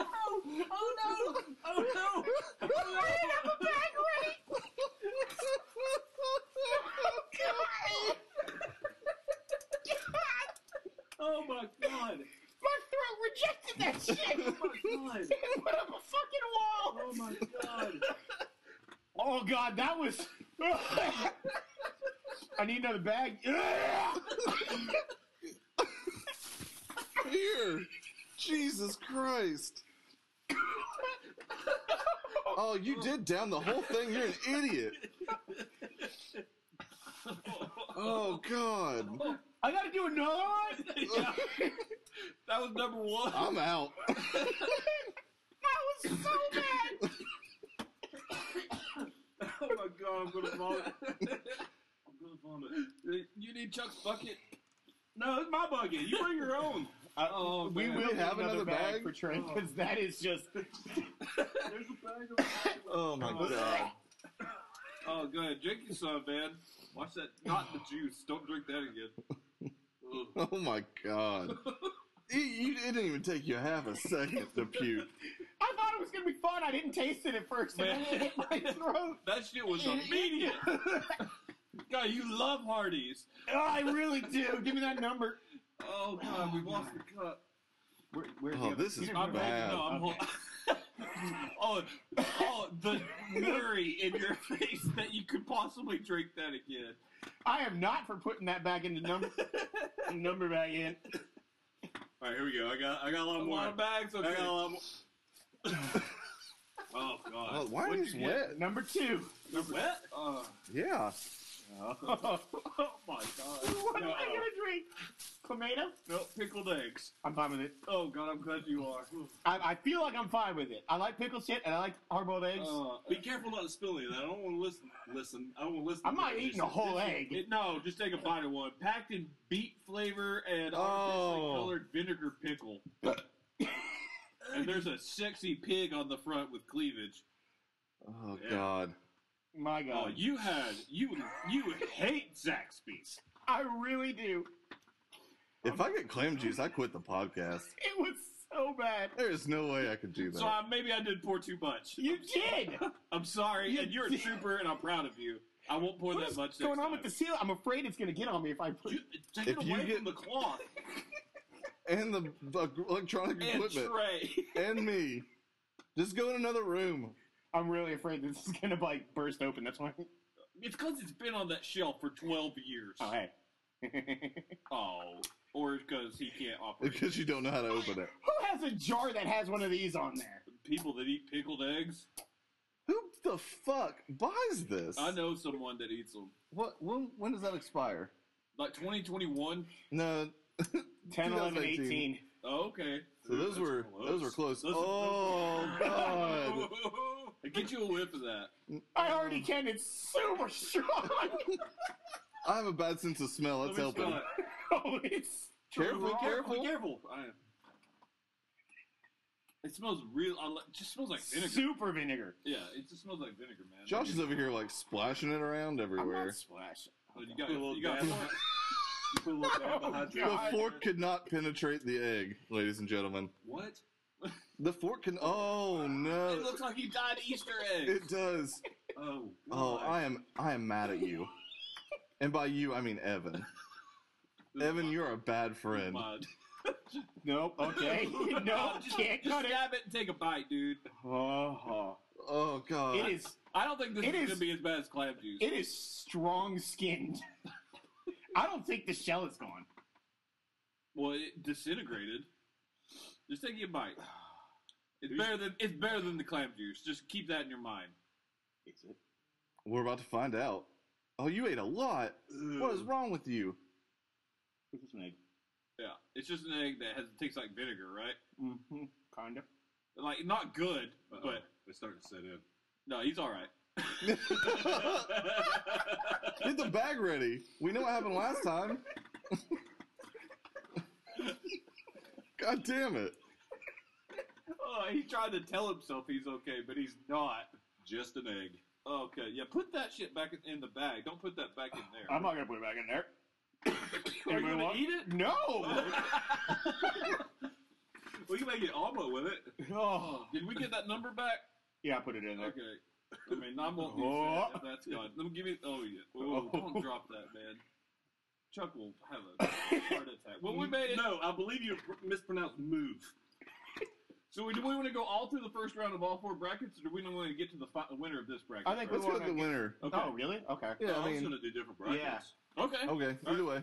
B: Oh no! Oh no! Oh no! Oh my god!
D: My throat rejected that shit.
B: Oh my god!
D: It went up a fucking wall.
B: Oh my god!
D: Oh god, that was. I need another bag.
A: Oh,
C: Here. Jesus Christ. Oh, you did down the whole thing. You're an idiot. Oh god.
D: I gotta do another one.
A: Yeah. that was number one.
C: I'm out.
D: That was so bad.
B: Oh my god! I'm gonna vomit! I'm gonna vomit!
A: You need Chuck's bucket.
B: No, it's my bucket. You bring your own.
A: Oh,
D: we
A: man.
D: will
C: We have
D: need
C: another bag?
D: for Trent
A: Oh.
D: because that is just.
B: There's a bag of.
C: Oh my god.
A: Oh, go ahead. Drink your son, man. Watch that. Not the juice. Don't drink that again. Ugh.
C: Oh my god. It, you, it didn't even take you half a second to puke.
D: I thought it was gonna be fun. I didn't taste it at first, and then it hit my throat.
A: That shit was immediate. God, you love Hardee's.
D: Oh, I really do. Give me that number.
A: Oh god, we lost the cup.
D: Where, where's
C: Oh,
D: the
C: this
D: you
C: is
D: didn't
A: I'm
D: remember that?
C: bad.
A: no, I'm
D: Okay.
A: hol- oh, oh, the worry in your face that you could possibly drink that again.
D: I am not for putting that back into number number back in.
B: All right, here we go. I got I got a lot
A: A
B: more.
A: lot of bags.
B: I got a
A: Okay.
B: lot more. oh god.
C: Oh, why are
B: What'd
C: these
B: you get?
C: wet?
D: Number two.
A: You're wet? Uh,
C: Yeah.
D: what
A: oh my god.
D: am I gonna drink? Clamato?
A: No, pickled eggs.
D: I'm fine with it.
A: Oh god, I'm glad you are.
D: I, I feel like I'm fine with it. I like pickle shit and I like hard-boiled eggs.
A: Uh,
B: Be careful not to spill any of that. I don't want to listen. Listen, I don't want to listen.
D: I'm
B: to
D: not
B: that.
D: eating a whole egg.
A: it- no, just take a bite of one. Packed in beet flavor and artificially
C: Oh.
A: colored vinegar pickle. and there's a sexy pig on the front with cleavage.
C: Oh
B: Yeah.
C: god.
D: My
A: Oh,
D: God,
A: you had you you hate Zaxby's.
D: I really do.
C: If I get clam juice, I quit the podcast.
D: It was so bad.
C: There is no way I could do
A: So
C: that.
A: I, maybe I did pour too much.
D: You did.
A: I'm sorry,
D: You
A: and you're a
D: did.
A: trooper, and I'm proud of you. I won't pour
D: What
A: that
D: is
A: much.
D: going
A: next
D: on with
A: time.
D: the seal? I'm afraid it's gonna get on me if I put.
A: You, take
C: If
A: it
C: you
A: away
C: get-
A: from the cloth
C: And the bu- electronic
A: and
C: equipment
A: tray.
C: and me. Just go in another room.
D: I'm really afraid this is gonna like burst open. That's why.
A: It's because it's been on that shelf for 12 years.
D: Oh hey.
A: Oh, or because he can't operate.
C: Because you don't know how to open it.
D: Who has a jar that has one of these on there?
A: People that eat pickled eggs.
C: Who the fuck buys this?
A: I know someone that eats them.
C: What? When, when does that expire?
A: Like 2021.
C: No.
D: 10, 11,
C: 2018.
D: 18.
A: Oh, okay.
C: So those
B: That's
C: were those were close.
A: Those are-
C: oh god.
A: Get you a whiff of that.
D: I already can. It's super strong.
C: I have a bad sense of smell. That's
A: Let me
C: helping.
A: smell it.
D: oh, it's
C: Careful,
A: Be
C: careful.
A: careful. I- It smells real. I like, it just
D: Oh
A: smells like vinegar.
D: super vinegar.
A: Yeah, it just smells like vinegar, man.
C: Josh is over here like splashing it around
D: I'm
C: everywhere.
D: not splashing.
A: But you
B: You
A: got,
B: put a little
A: you got
B: dab- you put a little dab of
D: Oh,
B: hydrate.
C: The
D: God.
C: fork could not penetrate the egg, ladies and gentlemen.
A: what?
C: The fork can. Oh
A: It
C: no!
A: looks like you died Easter eggs.
C: It does.
B: Oh,
C: Oh,
B: God.
C: I am. I am mad at you. And by you, I mean Evan.
A: This is
C: Evan,
A: my-
C: you're a bad friend.
A: mine.
D: Nope. Okay. no,
A: just,
D: can't
A: just
D: cut it.
A: stab it and take a bite, dude.
D: Oh,
C: Oh god.
D: it is.
A: I don't think this
D: It
A: is,
D: is-
A: gonna be as bad as clam juice.
D: It is strong skinned. I don't think the shell is gone.
A: well, it disintegrated. Just take a bite. It's better than it's better than the clam juice. Just keep that in your mind.
D: Is it?
C: We're about to find out. Oh, you ate a lot. What is wrong with you?
D: This is made.
A: Yeah, it's just an egg that has tastes like vinegar, right?
D: Mm-hmm. Kinda.
A: Like not good,
B: Uh-oh.
A: but
B: it's starting to set in.
A: no, he's all right.
C: Get the bag ready. We know what happened last time. God damn it.
A: Oh, he tried to tell himself he's okay, but he's not.
B: Just an egg.
A: Okay, yeah, put that shit back in- in the bag. Don't put that back in there.
D: I'm not gonna put it back in there.
A: Are you
D: Everyone-
A: gonna eat it?
D: No.
A: we can make it omelet with it.
D: oh.
A: Did we get that number back?
D: Yeah, I put it in there.
A: Okay. I mean, I won't use that. if That's gone. Let me give you. Oh yeah. Oh, don't drop that, man. Chuck will have a heart attack. Well, we made it.
B: No, I believe you pr- mispronounced move.
A: So we- do we want to go all through the first round of all four brackets, or do we want to get to the fi- winner of this bracket?
D: I think
C: Let's
A: first?
C: go with the winner.
A: Okay.
D: Oh, really? Okay.
C: Yeah,
B: I,
C: I
B: was
C: mean,
B: going to do different brackets.
D: Yeah.
A: okay.
C: okay, either way.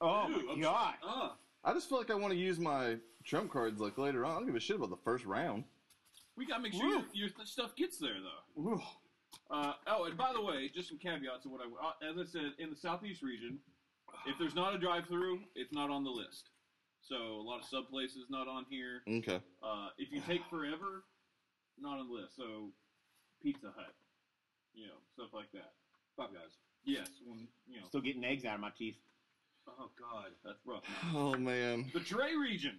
D: Oh
A: Ooh,
D: my
A: I'm
D: god.
A: Ah,
C: I just feel like I want to use my trump cards like later on. I don't give a shit about the first round.
A: we gotta make sure your, your stuff gets there though.
D: Ooh.
A: Uh, oh, and by the way, just some caveats of what I, uh, as I said, in the southeast region, if there's not a drive-through, it's not on the list. So a lot of sub places not on here.
C: Okay.
A: Uh, if you take forever, not on the list. So Pizza Hut, you know, stuff like that.
B: Five guys.
A: Yes, when, you know,
D: Still getting eggs out of my teeth.
B: Oh God.
A: that's rough.
C: Oh man.
A: The Trey region,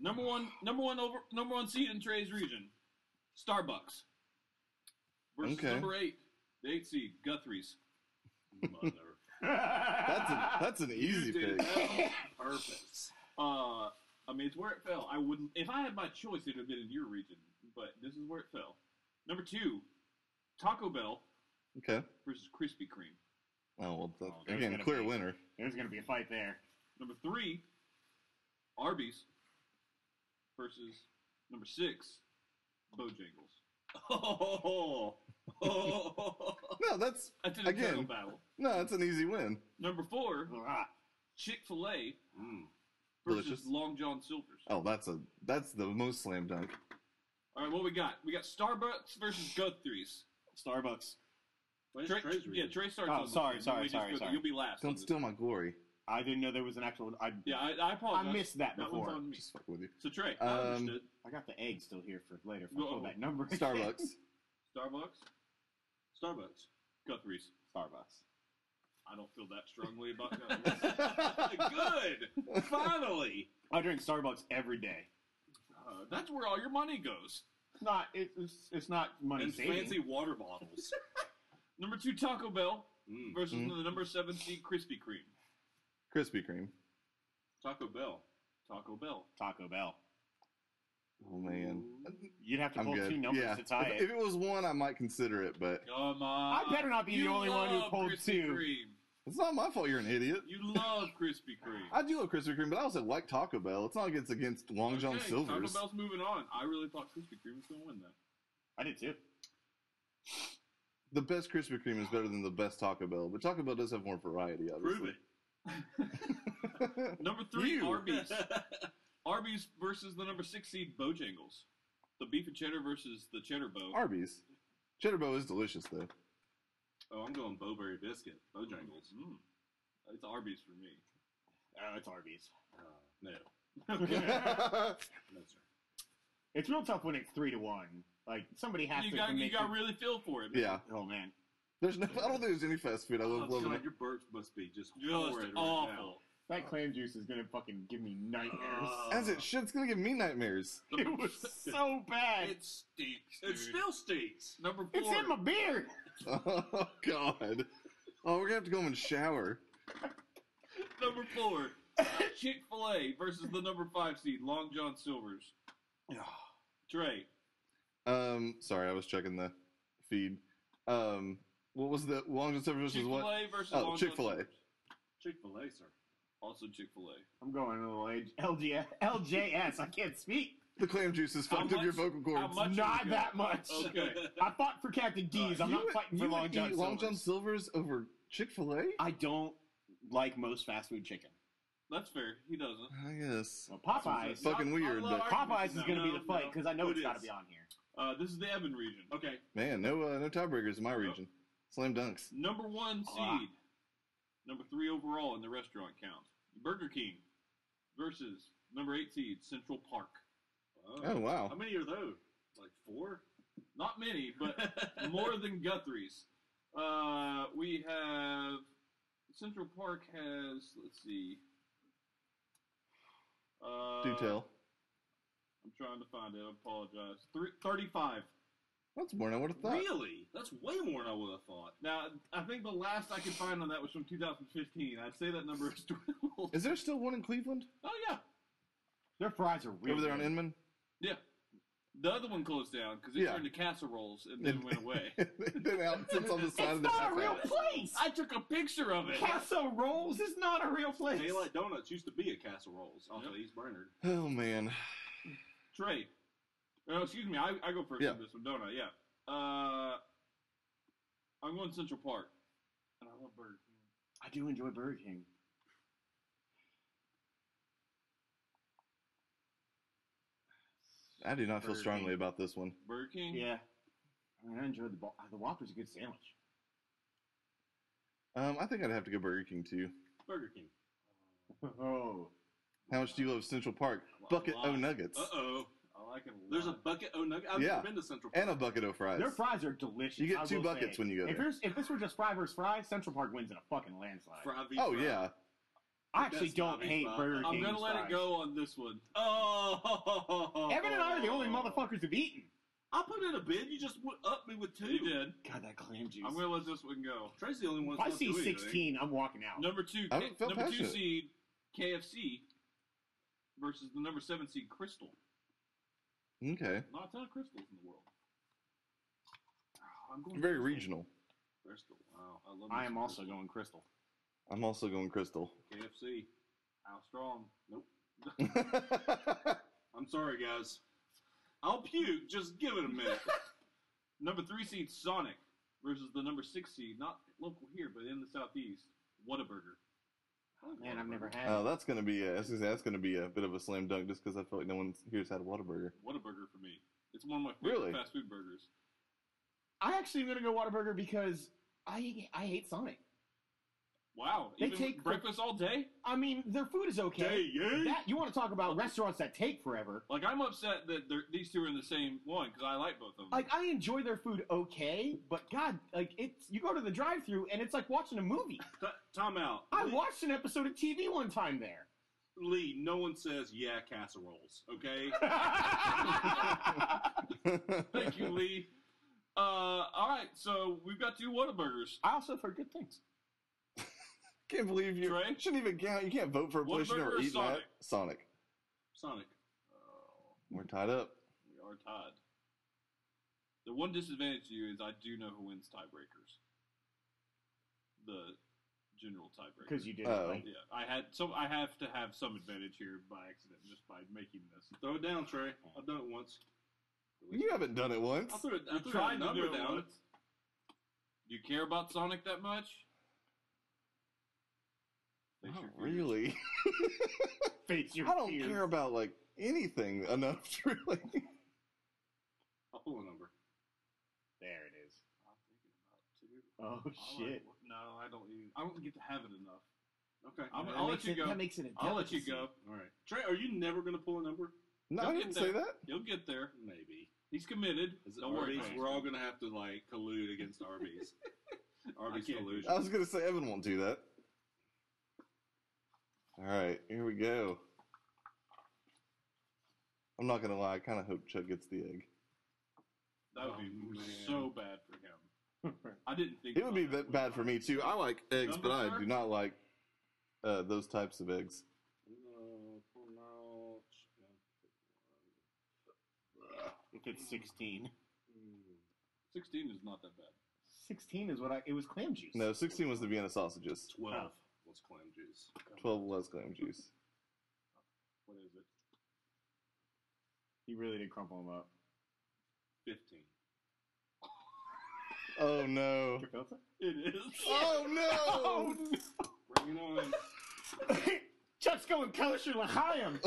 A: number one, number one over, number one seed in Trey's region, Starbucks versus
C: Okay.
A: number eight, the eight seed Guthrie's.
B: Mother.
C: That's a, that's an easy
A: You did
C: pick.
A: well. Perfect. Uh, I mean, it's where it fell. I wouldn't, if I had my choice, it'd have been in your region, but this is where it fell. Number two, Taco Bell
C: Okay.
A: versus Krispy Kreme.
C: Oh well, that,
D: Oh, there's
C: again,
D: gonna
C: clear
D: be-
C: winner.
D: There's gonna be a fight there.
A: Number three, Arby's versus number six, Bojangles.
B: Oh,
C: No, that's
A: That's an internal
C: Again.
A: battle.
C: no, that's an easy win.
A: Number four,
D: Ah,
A: Chick Fil A
B: Mm.
A: versus
C: Delicious.
A: Long John Silver's.
C: Oh, that's a that's the most slam dunk.
A: All right, what we got? We got Starbucks versus Guthrie's.
D: Starbucks.
B: Wait,
A: Trey,
B: Trey's
A: yeah,
B: reading.
A: Trey starts.
D: Oh,
A: on this
D: sorry,
A: one,
D: sorry,
A: we just
D: sorry,
A: go-
D: sorry.
A: You'll be last. on
C: Don't
A: this.
C: steal my glory.
D: I didn't know there was an actual. I,
A: Yeah, I, I
D: I
A: apologize.
D: missed that
A: Oh, That one's
D: before.
A: on me.
C: Just fuck with you.
A: So Trey, I
C: Um,
A: understood.
D: I got the egg still here for later. If I
A: Whoa.
D: pull that number. again.
C: Starbucks.
A: Starbucks,
B: Starbucks.
A: Guthrie's.
D: Starbucks.
A: I don't feel that strongly about Guthrie's.
B: Good. Finally.
D: I drink Starbucks every day.
A: uh, that's where all your money goes.
D: It's not. It, it's it's not money
B: and
D: saving.
B: fancy water bottles.
A: Number two, Taco Bell
D: Mm-hmm.
B: Mm.
A: versus
C: Mhm.
A: the number seven seed Krispy Kreme.
C: Krispy Kreme.
B: Taco Bell.
A: Taco Bell.
D: Taco Bell.
C: Oh man,
D: You'd have to
C: I'm
D: pull
C: good.
D: two numbers
C: yeah,
D: to
C: if,
D: tie it.
C: if it was one, I might consider it, but
A: Come on.
D: I better not be the
A: You
D: only one who
A: love
D: pulled
A: Krispy
D: two.
A: Kreme.
C: it's not my fault. You're an idiot.
A: You love Krispy Kreme.
C: I do love Krispy Kreme, but I also like Taco Bell. It's not like it's against Long John
A: Okay,
C: Silver's.
A: Taco Bell's moving on. I really thought Krispy Kreme was going to win that.
D: I did too.
C: The best Krispy Kreme is better than the best Taco Bell, but Taco Bell does have more variety. Obviously.
B: Prove it.
A: Number three,
C: You.
A: Arby's. Arby's versus the number six seed Bojangles. The beef and cheddar versus the cheddar bow.
C: Arby's. Cheddar Bow is delicious though.
B: Oh, I'm going Bowberry Biscuit. Bojangles.
A: Mm. It's Arby's for me.
D: Oh, it's Arby's.
B: Uh, no. No, sir.
D: It's real tough when it's three to one. Like somebody has
A: You
D: to
A: got you
D: make
A: got
D: it-
A: really feel for it. man.
C: yeah,
D: Oh man,
C: there's no. I don't think there's any fast food I
B: Oh,
C: love loving.
B: God, your burps must be just,
A: Just
B: horrid
A: awful.
B: right now.
D: that clam juice is gonna fucking give me nightmares.
B: Oh.
C: As it should, it's gonna give me nightmares.
D: it was so bad.
A: It stinks.
B: It
A: dude.
B: still stinks.
A: number four.
D: It's in my beard.
C: Oh God. Oh, we're gonna have to go home and shower.
A: number four. Chick Fil A versus the number five seed Long John Silver's. Trey,
C: Um, sorry, I was checking the feed. Um, what was the Long John Silver's
A: Chick
C: versus
A: Fil
C: what?
A: A versus
C: Oh,
A: Long
C: Chick-fil-A.
A: John Silver's.
B: Chick fil A, sir.
A: Also Chick Fil A.
D: I'm going to the LG, LJS. I can't speak.
C: The clam juice has
A: How
C: fucked up your
A: much-
C: vocal
A: how
C: cords.
A: much is
D: not
A: it?
D: that much.
A: Okay. Uh,
D: I fought for Captain D's. I'm
C: You
D: not
C: would-
D: fighting
C: you
D: for
C: would
D: Long John.
C: eat Long John
D: Silver's.
C: Silver's over Chick Fil A?
D: I don't like most fast food chicken.
A: That's fair. He doesn't.
C: I guess.
D: Well,
C: It's
D: Popeyes.
C: fucking
A: I- I
C: weird,
A: love
C: but
D: Popeyes is
A: No,
D: going to be
A: no,
D: the fight
A: no.
D: because I know
B: It
D: it's got to
B: is.
D: be on here.
A: Uh, this is the Evan region.
B: Okay.
C: man, no, uh, no tiebreakers in my region. Slam dunks.
A: Number one seed,
D: Ah.
A: number three overall in the restaurant count. Burger King versus number eight seed Central Park.
C: Oh
B: How
C: wow.
B: many are those? Like four?
A: Not many, but more than Guthrie's. Uh, we have Central Park has let's see. Uh,
C: Do tell.
A: I'm trying to find it. I apologize. Three, 35.
C: That's more than I would have thought.
B: Really? That's way more than I would have thought.
A: Now, I think the last I could find on that was from 2015. I'd say that number is 12.
C: Is there still one in Cleveland?
A: oh yeah,
D: Their fries are real.
C: Over there on
D: good.
C: Inman?
A: Yeah. The other one closed down because it
C: Yeah.
A: turned to casseroles and then went away.
C: Then out sits on the side of the
D: It's not a
C: half
D: real
C: hour.
D: place.
A: I took a picture of it.
D: Queso rolls is not a real place.
B: Daylight Donuts used to be at Castle Rolls off of
A: Yep.
B: East Bernard.
C: Oh man.
A: Trey. Oh, excuse me. I, I go first
C: Yeah.
A: on this one, don't I? Yeah. Uh, I'm going Central Park. And I love Burger King.
D: I do enjoy Burger King.
C: I do not feel
D: Burger
C: strongly
D: King.
C: about this one.
A: Burger King?
D: Yeah. I, mean, I enjoy the bo- the Whopper's a good sandwich.
C: Um, I think I'd have to go Burger King too.
B: Burger King.
D: Oh,
C: How much do you love Central Park? Bucket
A: A lot.
C: o' nuggets
B: Uh oh.
A: I like it a lot.
B: There's a bucket o' nugget. I've
C: Yeah.
B: never been to Central Park.
C: and a bucket o' fries.
D: their fries are delicious.
C: You get
D: I
C: two
D: will
C: buckets
D: say.
C: when you go
D: If,
C: there.
D: there's, if this were just fry versus fry, Central Park wins in a fucking landslide.
B: Fry v
C: Oh
B: fry.
C: yeah,
D: I actually
B: That's
D: don't
B: not
D: hate
B: fry.
D: Burger King.
A: I'm going to let
D: fries.
A: it go on this one.
B: Oh.
A: Oh.
D: Evan and I are the only motherfuckers who've eaten.
B: I put in a bid. You just went up me with two.
A: You did.
D: God, that clam juice.
A: I'm going to let this one go.
B: Trey's the only one.
D: if I
B: that's
D: see
B: not doing anything.
D: 16, I'm walking out.
A: Number two,
C: I don't feel
A: number two
C: passionate.
A: seed KFC versus the number seven seed Crystal.
C: Okay.
A: Not a ton of crystals in the world. Ah, I'm going
C: Very
A: Crystal.
C: regional.
B: Crystal. Wow, I love.
D: I
B: this
D: am also
B: Crystal.
D: going crystal.
C: I'm also going crystal.
B: KFC.
A: How strong?
B: Nope.
C: okay.
B: I'm sorry, guys. I'll puke. Just give it a minute.
A: Number three seed Sonic versus the number six seed, not local here, but in the southeast, Whataburger.
D: Man, I've never had.
C: Oh, that's gonna be a, I was gonna say, that's gonna be a bit of a slam dunk just because I feel like no one here's had a Whataburger.
A: Whataburger for me. It's one of my favorite
C: Really?
A: fast food burgers.
D: I actually am gonna go Whataburger because I I hate Sonic.
A: Wow.
D: They
A: even
D: take the-
A: breakfast all day?
D: I mean, their food is okay.
B: Hey, yeah.
D: That you want to talk about restaurants that take forever?
A: Like, I'm upset that they're- these two are in the same one because I like both of them.
D: Like I enjoy their food okay, but God, like it's you go to the drive-through and it's like watching a movie.
B: T- time out.
D: I
B: Lee,
D: watched an episode of TV one time there.
B: Lee, no one says yeah casseroles. Okay.
D: I
A: Thank you, Lee. Uh, all right, so we've got two Whataburgers.
D: also have heard good things.
C: Can't believe you
A: Trey?
C: shouldn't even count. You can't vote for a place you
A: Whataburger
C: never
A: or
C: eaten
A: Sonic?
C: at. Sonic.
B: Sonic.
A: Oh,
C: We're tied up.
A: we are tied. The one disadvantage to you is I do know who wins tiebreakers. The general tiebreaker.
D: Because you did.
C: Oh.
D: Like,
A: Yeah, I had some. I have to have some advantage here by accident, just by making this. Oh.
B: Throw it down, Trey. I've done it once.
C: You haven't done it once.
B: I threw it. I
A: You
B: threw a
A: tried to
B: number
A: do it
B: down.
A: once. Do you care about Sonic that much? Fix
C: Not
A: your fears.
C: really.
D: face your
C: I don't
D: fears.
C: care about like anything enough to really.
B: I'll pull a number.
D: There it is.
A: I'm thinking about two.
D: Oh
A: All right,
D: shit.
A: well, No, I don't. Even, I don't get to have it enough.
B: Okay.
A: I'm- I'll
B: All
A: let
D: That makes
A: you
D: it-
A: go.
D: That makes it. a
A: I'll let you
D: delicacy.
A: go.
B: right. Trey, are you never going to pull a number?
C: No,
A: Don't
C: I
A: get
C: didn't say that.
A: You'll get there.
B: Maybe.
A: He's committed.
B: Is it
A: Don't worry.
B: Arby's?
A: about it.
B: We're all going to have to like collude against Arby's. Arby's
A: I can't do
B: collusion.
C: I was gonna say Evan won't do that. All right, here we go. I'm not gonna lie. I kind of hope Chuck gets the egg.
A: That would be
B: Oh, man.
A: so bad for him. I didn't think
C: It would
A: about
C: be
A: that
C: ba-
A: one.
C: bad for me too. I like eggs, but I
A: Number?
C: do not like uh, those types of eggs.
B: No, pull now.
D: If it's sixteen.
B: Mm.
A: Sixteen is not that bad.
D: 16 is what I. It was clam juice.
C: No, 16 was the Vienna sausages.
B: 12 was clam juice.
C: 12 was clam juice.
A: What is it?
D: You really did crumple them up.
B: 15.
C: Oh no.
A: It is.
C: Oh no!
B: Bring it on.
D: Chuck's going kosher l'chaim.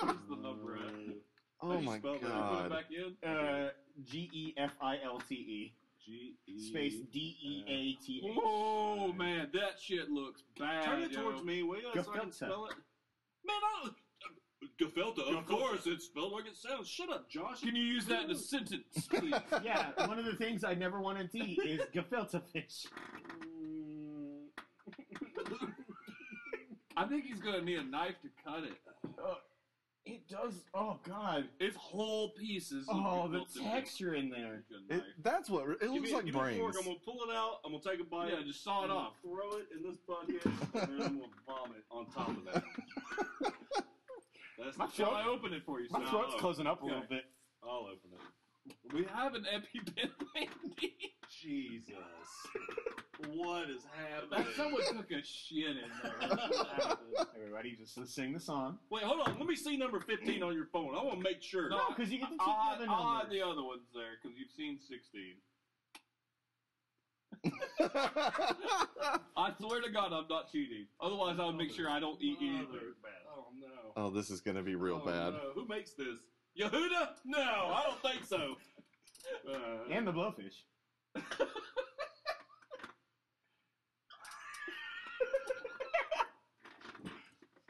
A: Where's the number at?
B: How
C: Oh
B: do you
C: my
B: spell that?
A: Put it
C: god.
A: back in.
D: Uh, G E F I L T E
B: G E.
D: space D E A T H.
A: Oh man, that shit looks bad.
B: Turn it
A: yo.
B: towards me, will you? So I can
D: Gefilte.
B: spell it. Man, I. Gefelta, of course. It's spelled like it sounds. Shut up, Josh.
A: Can you use that in a sentence, please?
D: Yeah, one of the things I never wanted to eat is gefilte fish.
B: Mm.
A: I think he's gonna need a knife to cut it.
D: It does. Oh God.
A: It's whole pieces. of
D: Oh, the
A: gefilte fish.
D: texture in there.
A: Take a
C: It,
A: knife.
C: that's what it
B: Give
C: looks
B: me-
C: like
B: give me a fork,
C: brains.
B: I'm gonna pull it out. I'm gonna take a bite.
A: yeah, just saw
B: I'm
A: it
B: gonna
A: off.
B: Throw it in this bucket, and then I'm gonna vomit on top of that. That's
D: My
B: the-
A: Shall I open it for you?
D: My
A: sir?
D: throat's closing up a
A: okay.
D: little bit.
B: I'll open it.
A: We have an EpiPen lady.
B: Jesus, what is happening?
A: That someone took a shit in there.
D: Everybody just let's sing the song.
B: Wait, hold on. Let me see number 15 on your phone. I want to make sure.
A: No,
D: No, ah, because you get to keep
A: I'll,
D: the
A: add-
D: other
A: I'll add
D: numbers.
A: the other ones there because you've seen 16. I swear to God, I'm not cheating. Otherwise, I'll make sure I don't eat anything.
B: Mother- Oh, no.
C: oh, this is gonna be real
B: Oh,
C: bad.
B: no. Who makes this? Yehuda? No, I don't think so. Uh,
D: And the blowfish.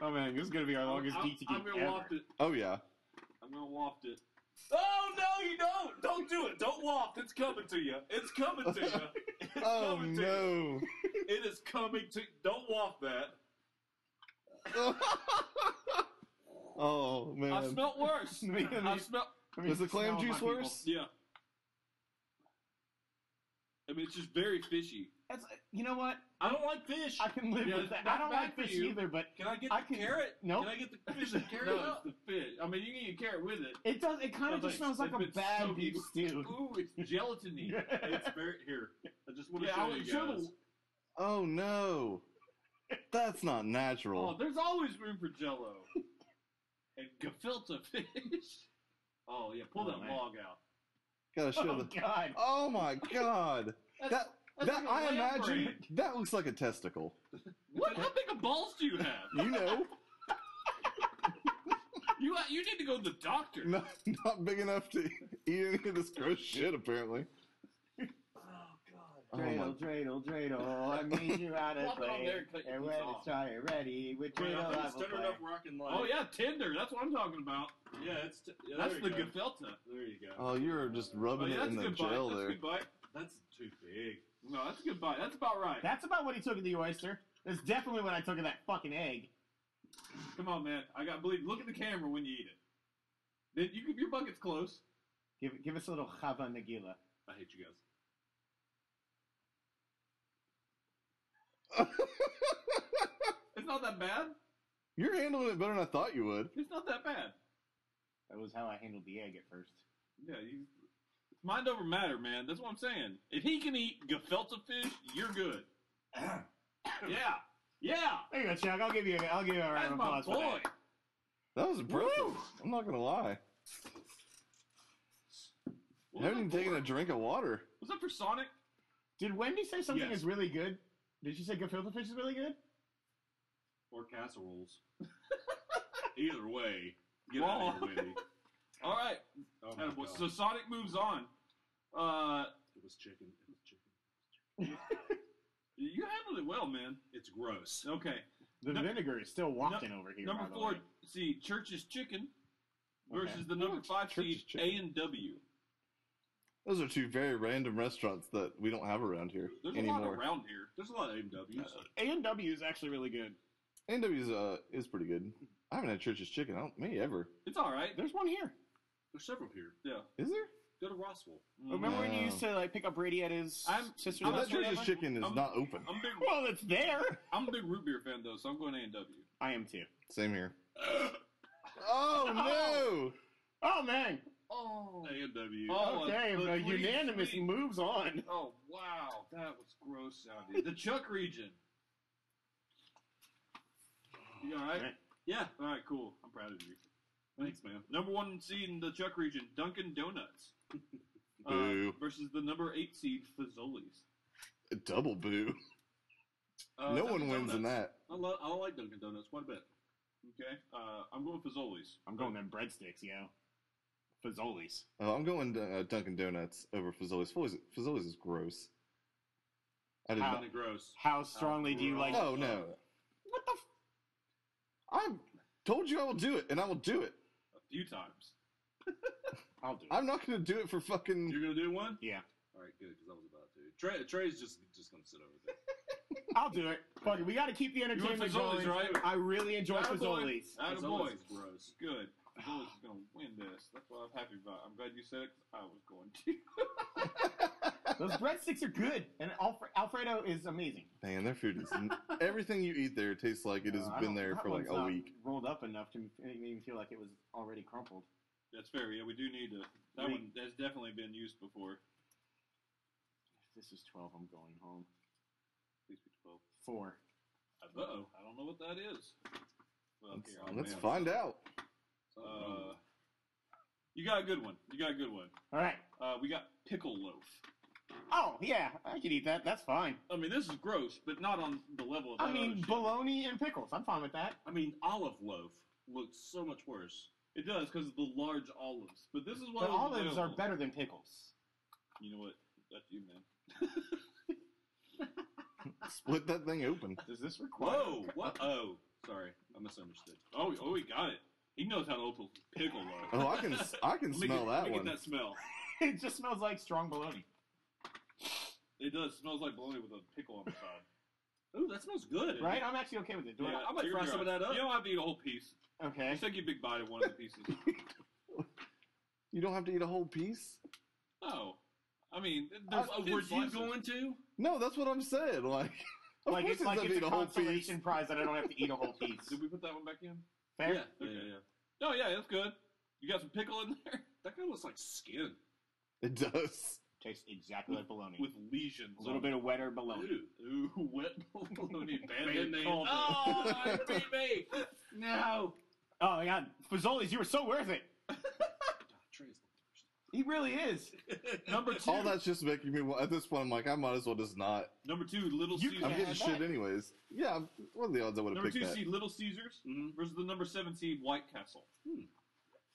D: oh man, this is gonna be our longest
A: I'm,
D: DTD
A: I'm gonna
D: ever.
A: waft it.
C: Oh yeah.
A: I'm gonna waft it.
B: oh, no, you don't. Don't do it. Don't waft. It's coming to you. It's coming to you. It's
C: Oh
B: coming to you.
C: no.
B: It is coming to Don't waft that.
C: oh
A: I
C: man.
A: smelt worse.
D: Me and
A: I
D: Um, me.
A: smelt.
D: I mean,
C: Is Oh, the clam
D: smell my
C: juice
D: people.
C: worse?
A: Yeah. I mean, it's just very fishy.
D: That's you know what?
B: I don't like fish.
D: I can live
A: Yeah,
D: with that.
A: not
D: I don't
A: bad
D: like
A: for
D: fish
A: you.
D: either, but
A: Can I get
D: I
A: the
D: can-
A: carrot?
D: nope.
A: Can I get the fish and carrot?
B: No,
A: no, it's the fish. I mean, you can eat carrot with it.
D: It does. It kind
A: No,
D: of just
A: thanks.
D: smells like
A: It's
D: a
A: been
D: bad
A: so
D: beef
A: good.
D: stew.
A: Ooh, it's gelatiny.
B: it's very here. I just want to
A: Yeah, I
B: show
A: would
B: you
A: show
B: guys.
A: the-
C: Oh no, that's not
A: Oh,
C: natural.
A: there's always room for jello. and gefilte fish. Oh, yeah, pull
D: Oh,
A: that
D: man.
A: log out.
C: Gotta show
D: Oh
C: the.
D: God!
C: Oh my god, that
A: That's like
C: that
A: a
C: I
A: lamb
C: imagine
A: brain.
C: that looks like a testicle.
A: What? How big of balls do you have?
C: You know,
A: You uh, you need to go to the doctor.
C: not not big enough to eat any of this gross shit. Apparently.
A: Oh god.
C: Oh,
D: Dreidel,
C: my-
D: dreidel, dreidel. I made you out of
A: Walk on
D: clay.
A: there and cut your
D: And
A: piece
D: when
A: off.
D: it's dry and ready, with
B: Wait,
D: dreidel
B: I
D: I
B: thought
D: will
B: Stunner
D: play.
B: Up Rock and Light.
A: Oh yeah, Tinder. That's what I'm talking about.
B: yeah, it's t- yeah,
A: That's
B: there
A: the
B: you go.
A: gefilte.
B: There you go.
C: Oh, you were just
A: Oh,
C: rubbing
A: yeah,
C: it
A: that's
C: in
A: a
C: the
A: good bite.
C: gel
A: That's a
C: there.
A: good bite.
B: That's too big.
A: No, that's a good bite. That's about right.
D: That's about what he took of the oyster. That's definitely when I took of that fucking egg.
A: Come on, man. I got to believe. Look at the camera when you eat it. Then you, your bucket's close.
D: Give give us a little chava nagila.
B: I hate you guys.
A: It's not that bad.
C: You're handling it better than I thought you would.
A: It's not that bad.
D: That was how I handled the egg at first.
A: Yeah, you, it's mind over matter, man. That's what I'm saying. If he can eat gefilte fish, you're good. yeah, yeah.
D: There you go, Chuck. I'll give you. A, I'll give you a round
A: That's
D: of
A: my
D: applause for
A: boy.
D: that.
C: That was impressive.
A: Woo!
C: I'm not gonna lie.
A: What was
C: I haven't even
A: that
C: taken
A: for?
C: a drink of water.
A: Was that for Sonic?
D: Did Wendy say something
A: Yes.
D: is really good? Did she say gefilte fish is really good?
B: Or casseroles. Either way, get out of
A: Wrong.
B: here, Wendy.
A: All right.
B: Oh my
A: Attaboy.
B: God.
A: so Sonic moves on. Uh,
B: it was chicken. It was chicken.
A: you handled it well, man.
B: It's gross.
A: Okay.
D: The
A: No-
D: vinegar is still walking over here.
A: number
D: by the
A: four
D: way.
A: seed Church's Chicken versus
D: Okay.
A: the number five seed
C: Church's
A: A
C: Chicken.
A: and W.
C: Those are two very random restaurants that we don't have around here
A: There's a lot
C: anymore.
A: around here.
B: There's a lot of AMWs.
D: A and W is actually really good.
C: A&W's uh, is pretty good. I haven't had Church's Chicken. I don't me ever.
A: It's all right.
D: There's one here.
B: There's several here.
C: Is there?
B: Go to Rossville.
D: Remember when you
C: No.
D: used to like pick up Brady at his
A: I'm-
D: sister's
A: I'm
C: Yeah,
A: not
D: house?
C: that
D: or
C: Church's
D: whatever?
C: Chicken is
A: I'm-
C: not open.
A: I'm a big.
D: Well, it's there.
A: I'm a big root beer fan though, so I'm going A and W.
D: I am too.
C: Same here. Oh no!
D: Oh man.
A: Oh.
B: AMW.
A: Oh,
D: okay,
A: the
D: the
A: green
D: unanimous
A: sweet.
D: moves on.
A: Oh wow, that was gross sounding. the Chuck region. You all right? Yeah. All right. Cool. I'm proud of you.
B: Thanks, man.
A: Number one seed in the Chuck region, Dunkin' Donuts. Uh,
C: Boo.
A: versus the number eight seed, Fazoli's.
C: Double boo.
A: Uh,
C: no
A: Dunkin'
C: one wins in
A: Donuts.
C: that.
B: I, lo- I like Dunkin' Donuts quite a bit.
A: Okay. Uh, I'm going Fazoli's.
D: I'm going them breadsticks, yo. Fazoli's.
C: Oh, I'm going uh, Dunkin' Donuts over Fazoli's. Fazoli's. Fazoli's is gross. I did
D: How-
C: not.
B: Kind of gross.
D: How strongly do you like?
C: Oh no!
D: What the? F-
C: I told you I will do it, and I will do it.
A: A few times.
D: I'll do it.
C: I'm not going to do it for fucking.
B: You're gonna do one?
D: yeah,
B: All right, good, because I was about to. Trey, Trey's just just gonna sit over there.
D: I'll do it. Fuck it, we got to keep the
A: You want
D: entertainment
A: Fazoli's,
D: going.
A: right?
D: I really enjoy
A: Attaboy.
D: Fazoli's.
A: Atta boy.
B: Fazoli's is gross.
A: Good. Fazoli's is going to win this. That's what I'm happy about. I'm glad you said it 'cause I was going to.
D: Those breadsticks are good, and Alfre- Alfredo is amazing.
C: Man, their food is everything you eat there tastes like it has
D: Uh, I
C: been
D: don't-
C: there
D: that
C: for like
D: one's
C: a
D: not
C: week.
D: Rolled up enough to make me feel like it was already crumpled.
A: That's fair. Yeah, we do need to. That
D: We-
A: one has definitely been used before.
D: If this is twelve, I'm going home.
A: Please be 12.
D: Four.
A: Uh oh. I don't know what that is. Well,
C: Let's,
A: here, I'll
C: let's
A: man.
C: find out.
A: Uh, you got a good one. You got a good one.
D: All right.
A: Uh, we got pickle loaf.
D: Oh yeah, I could eat that. That's fine.
A: I mean, this is gross, but not on the level of.
D: I
A: that other
D: mean,
A: shit.
D: bologna and pickles. I'm fine with that.
B: I mean, olive loaf looks so much worse.
A: It does because of the large olives, but this is what
D: But
A: was
D: olives are
A: available.
D: better than pickles.
A: You know what? That's you, man.
C: Split that thing open.
D: Does this require?
B: Whoa! What? Oh, sorry, I misunderstood.
A: Oh, oh, he got it. He knows how to open pickle loaf.
C: Oh, I can I can
A: Let me
C: smell
A: get, let
C: that
A: me
C: one.
A: Get that smell.
D: it just smells like strong bologna.
A: It does. Smells like bologna with a pickle on the side.
B: Ooh, that smells good.
D: Right? I'm actually okay with it. Do
A: Yeah,
B: I might
A: you're
B: fry
A: good.
B: some of that up.
A: You don't have to eat a whole piece.
D: I? Okay.
A: Just take a big bite of one of the pieces.
C: You You don't have to eat a whole piece.
A: Oh, I mean,
E: Uh,
A: there's
B: Oh,
E: were
A: kid
E: you
A: slices.
E: going to?
C: No, that's what I'm saying. Like, of
D: like
C: course
D: it's like
C: not
D: it's
C: eat
D: a
C: a whole piece.
D: consolation prize that I don't have to eat a whole piece.
A: Did we put that one back in?
D: Fair?
B: Yeah, yeah, yeah.
A: No, yeah, that's good. You got some pickle in there
B: That guy looks like skin.
C: It does.
D: Tastes exactly like bologna.
A: with lesions.
D: a
A: on
D: little
A: it.
D: bit of wetter bologna.
B: Dude,
A: Ooh, wet bologna band
B: Band-Aid.
A: Oh, I beat me.
B: no.
D: Oh my god, Fazoli's, you were so worth it. He really is.
A: Number two.
C: All that's just making me. At this point, I'm like, I might as well just not.
A: Number two, Little
D: You
A: Caesars.
D: Yeah,
C: I'm getting
D: I
C: shit
D: bet.
C: anyways. Yeah, I'm- what are the odds I would have
A: number
C: picked
A: two
C: that?
A: seed, Little Caesars
B: Mhm.
A: versus the number seven seed, White Castle.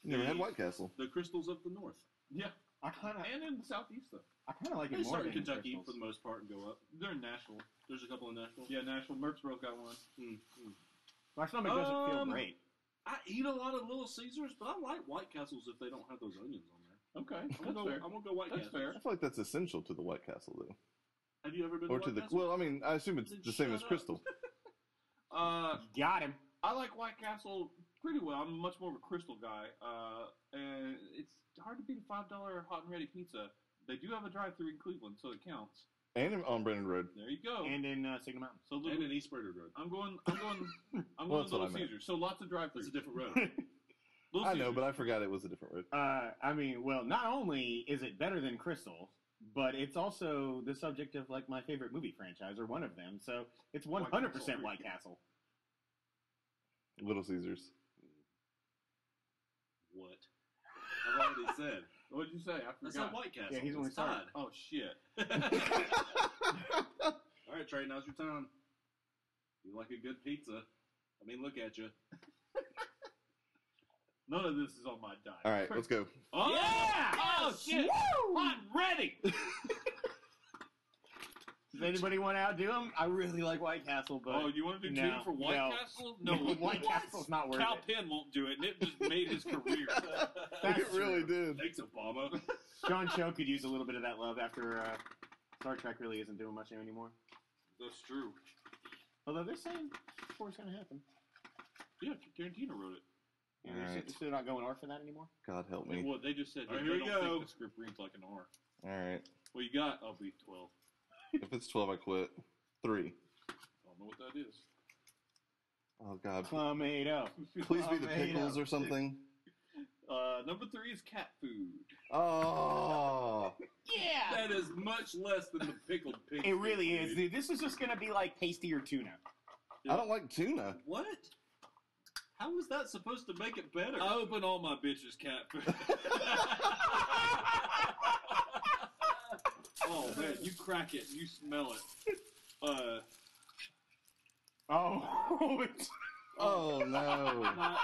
C: Never had White Castle.
B: The crystals of the north.
A: Yeah,
D: I kind of,
A: and in the Southeast though,
D: I kind of like
B: They
D: it more.
B: start in
D: Than
B: Kentucky
D: Kentucky
B: for the most part and go up.
A: they're in Nashville.
B: There's a couple Hmm. in Nashville.
A: Yeah, Nashville. Murfreesboro got one.
D: My stomach doesn't feel
B: Um,
D: great.
B: I eat a lot of Little Caesars, but I like White Castles if they don't have those onions on there.
A: Okay,
B: I'm
A: that's
B: gonna go,
A: fair.
B: I'm gonna go White
A: That's
B: Castles.
A: fair.
C: I feel like that's essential to the White Castle, though,
B: Have you ever been
C: or
B: to
C: to
B: White
C: the.
B: Castle?
C: Well, I mean, I assume it's
B: Then
C: the same
B: shut
C: as
B: up.
C: Crystal.
A: Uh,
D: Got him.
A: I like White Castle pretty well. I'm much more of a Crystal guy, uh, and it's hard to beat a five dollar hot and ready pizza. They do have a drive through in Cleveland, so it counts.
C: And on Brandon Road.
A: There you
B: oh.
A: go.
D: And in uh, Signal Mountain.
A: so
B: and
A: little,
B: in East Brainerd Road.
A: I'm going. I'm going. I'm going to
C: Well, that's what
A: Little
C: I meant.
A: Caesars. So lots of drive
B: That's
A: throughs.
B: a different road.
A: Little
C: I know,
A: Caesars.
C: but I forgot it was a different road.
D: Uh, I mean, well, not only is it better than Crystal, but it's also the subject of like my favorite movie franchise or one of them. So it's one hundred percent White Castle.
C: Little Caesars.
B: what? I've already said.
A: what did you say? I
B: That's
A: forgot.
B: not White Castle.
D: Yeah, he's the one
B: it's
D: who started.
B: Todd.
A: oh shit.
B: All right, Trey, now's your time. You like a good pizza? I mean, look at you.
A: None of this is on my diet.
C: All right, let's go.
A: Oh,
D: Yeah!
A: Oh shit! Hot and ready.
D: Does anybody want to outdo him? I really like White Castle, but
A: oh, you want to do
D: No,
A: two for White
D: no.
A: Castle? No,
D: White
A: what?
D: Castle's not worth
A: Cal
D: it.
A: Penn won't do it, and it just made his career.
D: That's
C: it really
D: true.
C: did.
B: Thanks, Obama.
D: John Cho could use a little bit of that love after uh, Star Trek really isn't doing much anymore.
A: That's true.
D: Although they're saying before it's going to happen.
A: Yeah, Tarantino wrote it.
D: Yeah, they're
C: Alright.
D: still- they're not going R for that anymore.
C: God help
A: They-
C: me.
A: Well, they just said
B: All right,
A: they
B: here we
A: don't
B: go.
A: think the script reads like an R.
C: All right.
A: Well, you got. I'll be twelve.
C: If it's 12, I quit. Three.
A: I don't know what that is.
C: Oh, God.
D: Tomato.
C: Please be the
D: Tomato.
C: pickles or something.
A: Uh, number three is cat food.
C: Oh.
D: Yeah.
B: that is much less than the pickled pig.
D: It really is,
B: dude.
D: dude. This is just going to be like pasty or tuna.
C: I don't like tuna.
B: What? How was that supposed to make it better?
A: I open all my bitches cat food. oh man, you crack it, you smell it. Uh,
D: Oh, it's-
C: Oh, no.
A: no,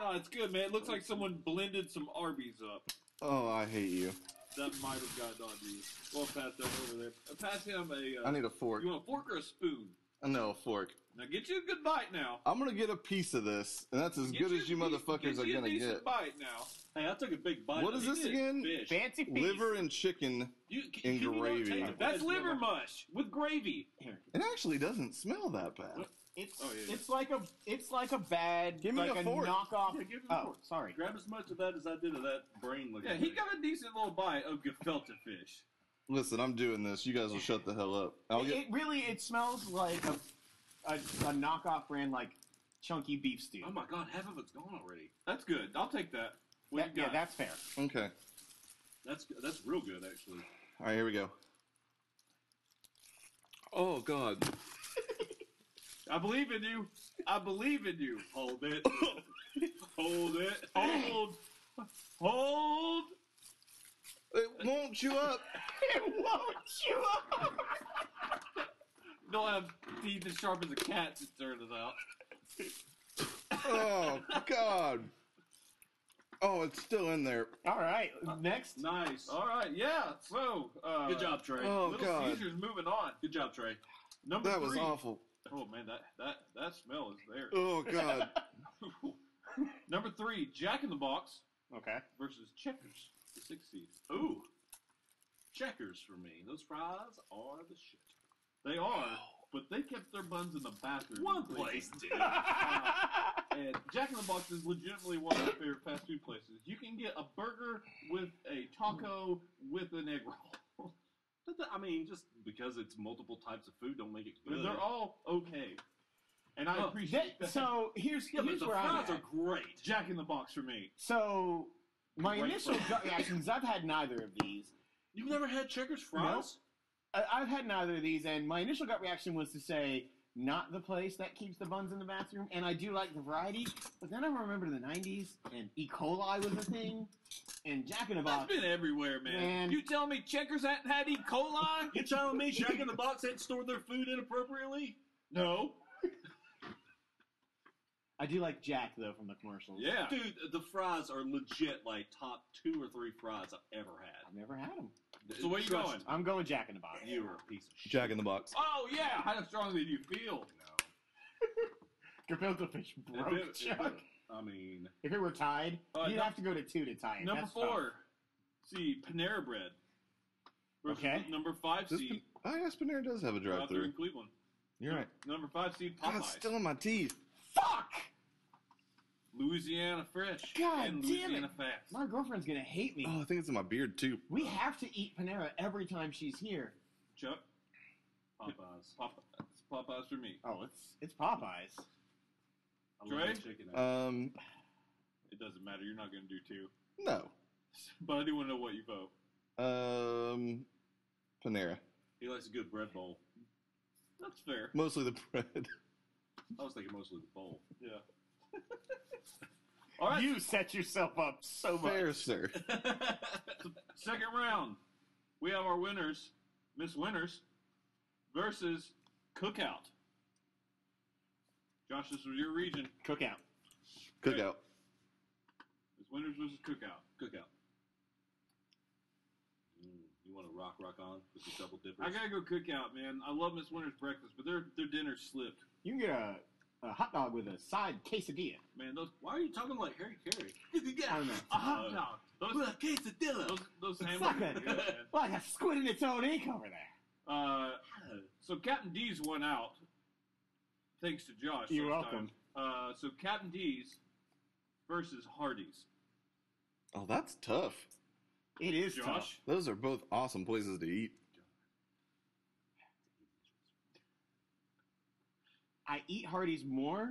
A: no, it's good, man. It looks like someone blended some Arby's uh, up.
C: Oh, I hate you.
A: That might have gotten on you. Well, pass that over there. Uh, Pass him a.
C: I
A: Uh,
C: need a fork.
A: you want a fork or a spoon?
C: I know, a fork.
A: Now get you a good bite now.
C: I'm going to get a piece of this, and that's as
A: Get
C: good as you
A: a de-
C: motherfuckers
A: get
C: are
A: you a
C: going to
A: decent
C: get.
A: Bite now.
B: hey, I took a big bite.
C: What
B: of
C: is
B: it.
C: this again?
B: Fish.
D: fancy piece.
C: Liver and chicken.
A: You,
C: And
A: you not
C: gravy.
A: take it? That's liver mush with gravy.
D: Here.
C: It actually doesn't smell that bad.
D: It's
A: Oh, yeah, yeah.
D: it's like a it's like a bad
C: Give me
D: like
C: a
D: a
C: fork.
D: knockoff.
B: Yeah, give him a
D: oh,
B: fork.
D: sorry.
B: Grab as much of that as I did of that brain looking.
A: Yeah, he
B: thing.
A: got a decent little bite of gefilte fish.
C: Listen, I'm doing this. You guys will shut the hell up. I'll
D: It,
C: get.
D: it really it smells like a, a a knockoff brand like chunky beef stew.
B: Oh my god, half of it's gone already.
A: That's good. I'll take that. What
D: That-
A: you
D: yeah,
A: got?
D: that's fair.
C: Okay.
B: That's that's real good actually.
C: All right, here we go. Oh God!
A: I believe in you. I believe in you.
B: Hold it. Hold it.
A: Hold. Hold.
C: It won't chew up.
D: it won't chew up.
A: Don't have teeth as sharp as a cat's, it turns out.
C: Oh God! Oh, it's still in there.
D: All right, next.
B: Nice.
A: All right, yeah. So, uh,
B: Good job, Trey.
C: Oh
A: Little
C: God!
A: Caesars moving on.
B: Good job, Trey.
A: Number
C: That was
A: three.
C: awful.
A: Oh man, that that that smell is there.
C: Oh God!
A: Number three, Jack in the Box
D: Okay.
A: versus Checkers, the six seed.
B: Ooh. Checkers for me. Those fries are the shit.
A: They are, but they kept their buns in the bathroom.
B: One place, dude.
A: Uh, And Jack in the Box is legitimately one of my favorite fast food places. You can get a burger with a taco with an egg roll.
B: But the- I mean, just because it's multiple types of food, don't make it good.
A: They're all okay, and I
B: Oh,
A: appreciate that.
D: so here's
B: yeah, but
D: here's
B: the
D: where I'm
B: fries
D: at.
B: are great.
A: Jack in the Box for me.
D: So my
B: Right
D: initial
B: foot.
D: gut reaction, because I've had neither of these.
B: You've never had checkers
D: No.
B: fries?
D: I, I've had neither of these, and my initial gut reaction was to say not the place that keeps the buns in the bathroom, and I do like the variety. But then I remember the '90s and E. coli was a thing, and Jack in the
A: That's
D: Box.
A: been everywhere, man.
D: Man.
A: You tell me Checkers hadn't had E. coli?
B: You telling me Jack in the Box had stored their food inappropriately?
A: No.
D: I do like Jack though from the commercials.
A: Yeah.
B: Dude, the fries are legit like top two or three fries I've ever had.
D: I've never had them.
A: So where you
B: Trust
A: going?
B: me,
D: I'm going Jack in the Box.
B: You are a piece of shit.
C: Jack in the Box.
A: Oh yeah. How strongly do you feel?
D: Gefilte fish broke.
B: If it-
D: Chuck.
B: if it- I mean,
D: If it were tied,
A: Uh,
D: you'd
A: num-
D: have to go to two to tie it.
A: number
D: That's tough.
A: four. See Panera Bread. Versus
D: Okay.
A: Number five
C: This
A: seed.
C: Pan- I guess Panera does have a drive
A: Drive-through in
C: through.
A: Cleveland.
C: You're right.
A: Number five seed
C: God,
A: Popeyes.
C: it's still in my teeth.
D: Fuck!
A: Louisiana fresh.
D: God
A: and
D: damn it.
A: Louisiana fast.
D: My girlfriend's gonna hate me.
C: Oh, I think it's in my beard too.
D: We have to eat Panera every time she's here.
A: Chuck.
B: Popeyes.
A: Popeyes. Popeyes for me.
D: Oh, it's it's Popeyes.
B: I love
A: Dre?
B: the chicken.
C: Um,
A: It doesn't matter. You're not going to do two.
C: no.
A: But I do want to know what you vote.
C: Um, Panera.
B: he likes a good bread bowl.
A: That's fair.
C: Mostly the bread.
B: I was thinking mostly the bowl.
A: Yeah. All right.
D: You set yourself up so much.
C: Fair, sir.
A: Second round, we have our winners, Miss Winners, versus Cookout. Josh, this was your region.
D: Cookout.
C: Cookout.
A: Miss Winners versus Cookout.
B: Cookout. Mm, you want to rock, rock on with the double dippers?
A: I gotta go Cookout, man. I love Miss Winners' breakfast, but their their dinner slipped.
D: You can get a, a hot dog with a side quesadilla.
A: Man, those
B: Why are you talking like Harry Carey?
D: I
B: yeah.
D: don't know.
A: a hot
B: Uh,
A: dog, those
B: quesadilla.
A: Uh, those, those
D: Ah, It's
A: sandwiches.
D: like
A: are good, man.
D: Like a squid in its own ink over there.
A: Uh, so Captain D's won out, thanks to Josh.
D: You're
A: this
D: welcome.
A: time. Uh, so Captain D's versus Hardee's.
C: Oh, that's tough.
D: It is
A: Josh.
D: tough.
C: Those are both awesome places to eat.
D: I eat Hardee's more,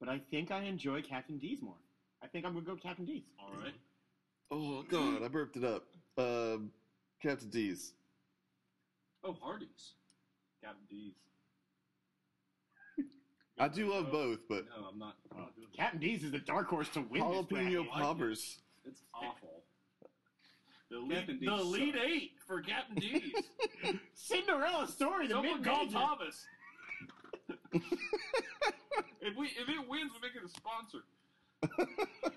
D: but I think I enjoy Captain D's more. I think I'm gonna go Captain D's.
A: All right.
C: Oh God, I burped it up. Um, Captain D's.
A: Oh, Hardee's. Captain D's.
C: I do love both, but
B: No, I'm not. I'm not doing that.
D: Captain D's is the dark horse to win this
C: jalapeno
D: bracket.
C: poppers.
B: It's awful.
A: The lead,
B: Captain D's
A: the lead
B: sucks.
A: eight for Captain D's.
D: Cinderella story. The
A: Someone call
D: mid
A: Thomas. if we if it wins, we make it a sponsor. Uh,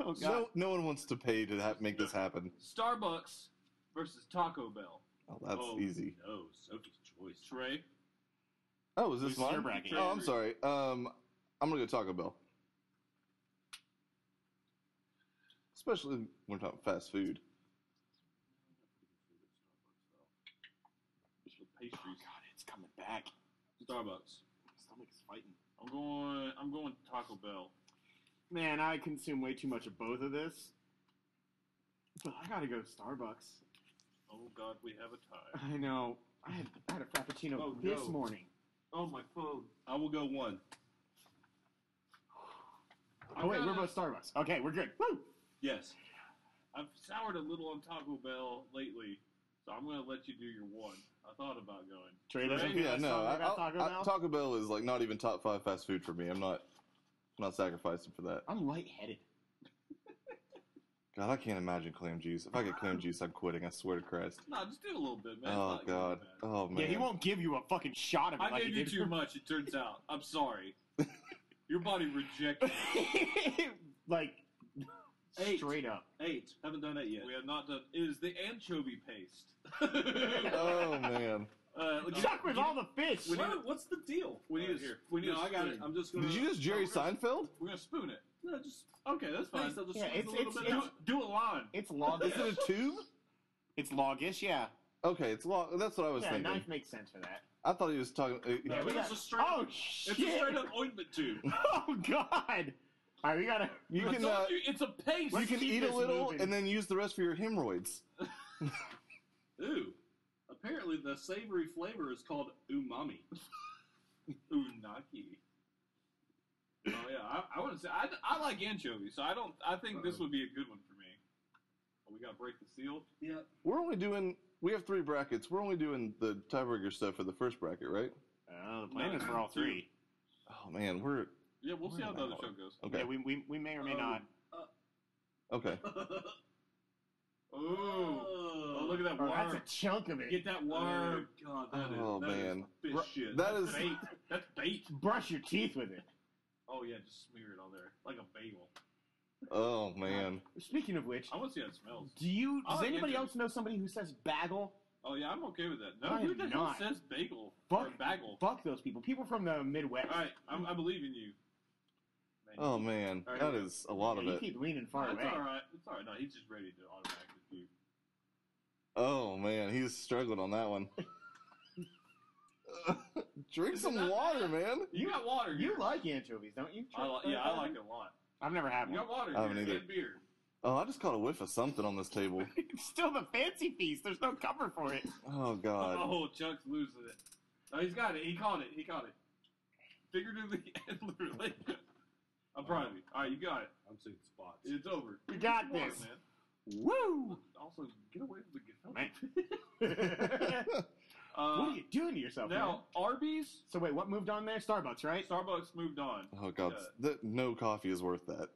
D: Oh, God.
C: No, no one wants to pay to ha- make this happen.
A: Starbucks versus Taco Bell.
C: Oh, that's
B: Oh,
C: easy.
B: No, Sophie's choice.
A: Trey,
C: Oh, is this
D: Who's your
C: mine?
D: bracket?
C: Oh, I'm sorry. Um, I'm gonna go Taco Bell. Especially when we're talking fast food.
A: just with pastries.
D: God, it's coming back.
A: Starbucks.
D: My stomach is fighting.
A: I'm going. I'm going Taco Bell.
D: Man, I consume way too much of both of this. But I gotta go to Starbucks.
A: Oh God, we have a tie.
D: I know. I had, I had a frappuccino
B: Oh,
D: this
B: no.
D: morning.
A: Oh my phone.
B: I will go one.
D: Oh wait, we're
A: gotta-
D: both Starbucks. Okay, we're good. Woo!
B: Yes.
A: I've soured a little on Taco Bell lately, so I'm going to let you do your one. I thought about going.
D: Trey
A: doesn't
D: doesn't
A: feel
C: Yeah, no. I,
D: I,
C: I'll- I,
D: Taco Bell.
C: Taco Bell is like not even top five fast food for me. I'm not, I'm not sacrificing for that.
D: I'm lightheaded.
C: God, I can't imagine clam juice. If I get clam juice, I'm quitting. I swear to Christ.
A: No, just do a little bit, man. It's
C: Oh
A: not gonna
C: God.
A: be bad.
C: Oh man.
D: Yeah, he won't give you a fucking shot of it
A: I
D: like
A: gave
D: he
A: you
D: did
A: too much, it turns out. I'm sorry. Your body rejected it.
D: like
B: Eight.
D: straight up.
B: Eight. Haven't done that yet.
A: We have not done. It is the anchovy paste.
C: Oh man.
A: uh, look,
D: Chuck with
A: you-
D: all the fish.
A: we need-
B: What- what's the deal?
A: We need
B: Right
A: a- we need
B: no,
A: a
B: I got it.
A: spoon.
B: I'm just gonna.
C: Did you just Jerry Seinfeld?
A: We're going to spoon it.
B: No, just
A: Okay, that's fine.
B: Thanks, I'll just
D: Yeah,
B: squeeze
D: it's-
B: a little
D: it's-
B: bit
A: do,
B: out.
A: do a line.
D: It's logish.
C: Is it a tube?
D: it's logish, yeah.
C: Okay, it's long. That's what I was
D: Yeah,
C: thinking.
D: knife makes sense for that.
C: I thought he was talking. uh,
B: No,
D: Yeah, we
B: it's
D: got-
B: a straight
D: oh
B: up, it's a
D: shit!
B: straight up ointment tube.
D: Oh god! All right, we gotta.
C: you
A: I
C: can
A: told
C: uh,
A: you, it's a paste.
C: you can
D: keep
C: eat a
D: this
C: little
D: moving.
C: and then use the rest for your hemorrhoids.
B: Ooh. Apparently, the savory flavor is called umami.
A: Unagi. Oh yeah, I, I want to say I, I like anchovies, so I don't. I think this would be a good one for me. Oh, we got to break the seal.
B: Yep.
C: We're only doing. We have three brackets. We're only doing the tiebreaker stuff for the first bracket, right?
D: Oh, the plan is for all three.
C: Oh man, we're
A: Yeah, we'll see how the other show goes.
C: okay.
D: Yeah, we, we, we may or may
B: Oh.
D: not.
C: okay.
A: Oh, oh look at that
D: Oh, that's
A: worm!
D: a chunk of it.
A: Get that
B: Oh,
A: worm!
B: God, that is
C: Oh,
B: that is
C: man.
B: fish
C: Ru-
B: shit.
C: that
B: That's
C: is-
B: bait.
A: Bait. That's bait.
D: Brush your teeth with it.
A: Oh yeah, just smear it all there like a bagel.
C: Oh man.
D: Speaking of which,
A: I want to see how it smells.
D: do you?
A: I
D: Does
A: like
D: anybody
A: ginger.
D: else know somebody who says bagel?
A: Oh yeah, I'm okay with that.
D: I
A: No,
D: am
A: who the hell
D: not.
A: says bagel or
D: Fuck,
A: bagel?
D: fuck those people. People from the Midwest.
A: All right, I'm, I believe in you. Man,
C: Oh man,
A: All right.
C: that is a lot
D: Yeah,
C: of
D: you
C: it.
D: keep leaning far
A: it's
D: away.
A: all right. It's all right. No, he's just ready to automatically do.
C: Oh man, he's struggling on that one. Drink
A: Is it
C: some
A: that
C: water,
A: bad?
C: man.
A: You got water.
D: You
A: here.
D: like anchovies, don't you?
A: I like. Yeah, I like it a lot.
D: I've never had
A: You
D: one.
A: got water.
C: I haven't
A: here,
C: either.
A: and beer.
C: Oh, I just caught a whiff of something on this table.
D: It's still the fancy feast. There's no cover for it.
C: Oh god.
A: Oh, Chuck's losing it. Oh, he's got it. He caught it. He caught it. Figuratively and literally. I'm proud of you. All right, you got it.
B: I'm seeing spots.
A: It's over.
D: We got
A: Come on,
D: this.
A: man.
D: Woo!
A: Also, get away from the Gestapo.
D: Man. what
A: Uh,
D: are you doing to yourself? man?
A: now, Arby's,
D: So wait, what moved on there? Starbucks, right?
A: Starbucks moved on.
C: Oh god. That no coffee is worth that.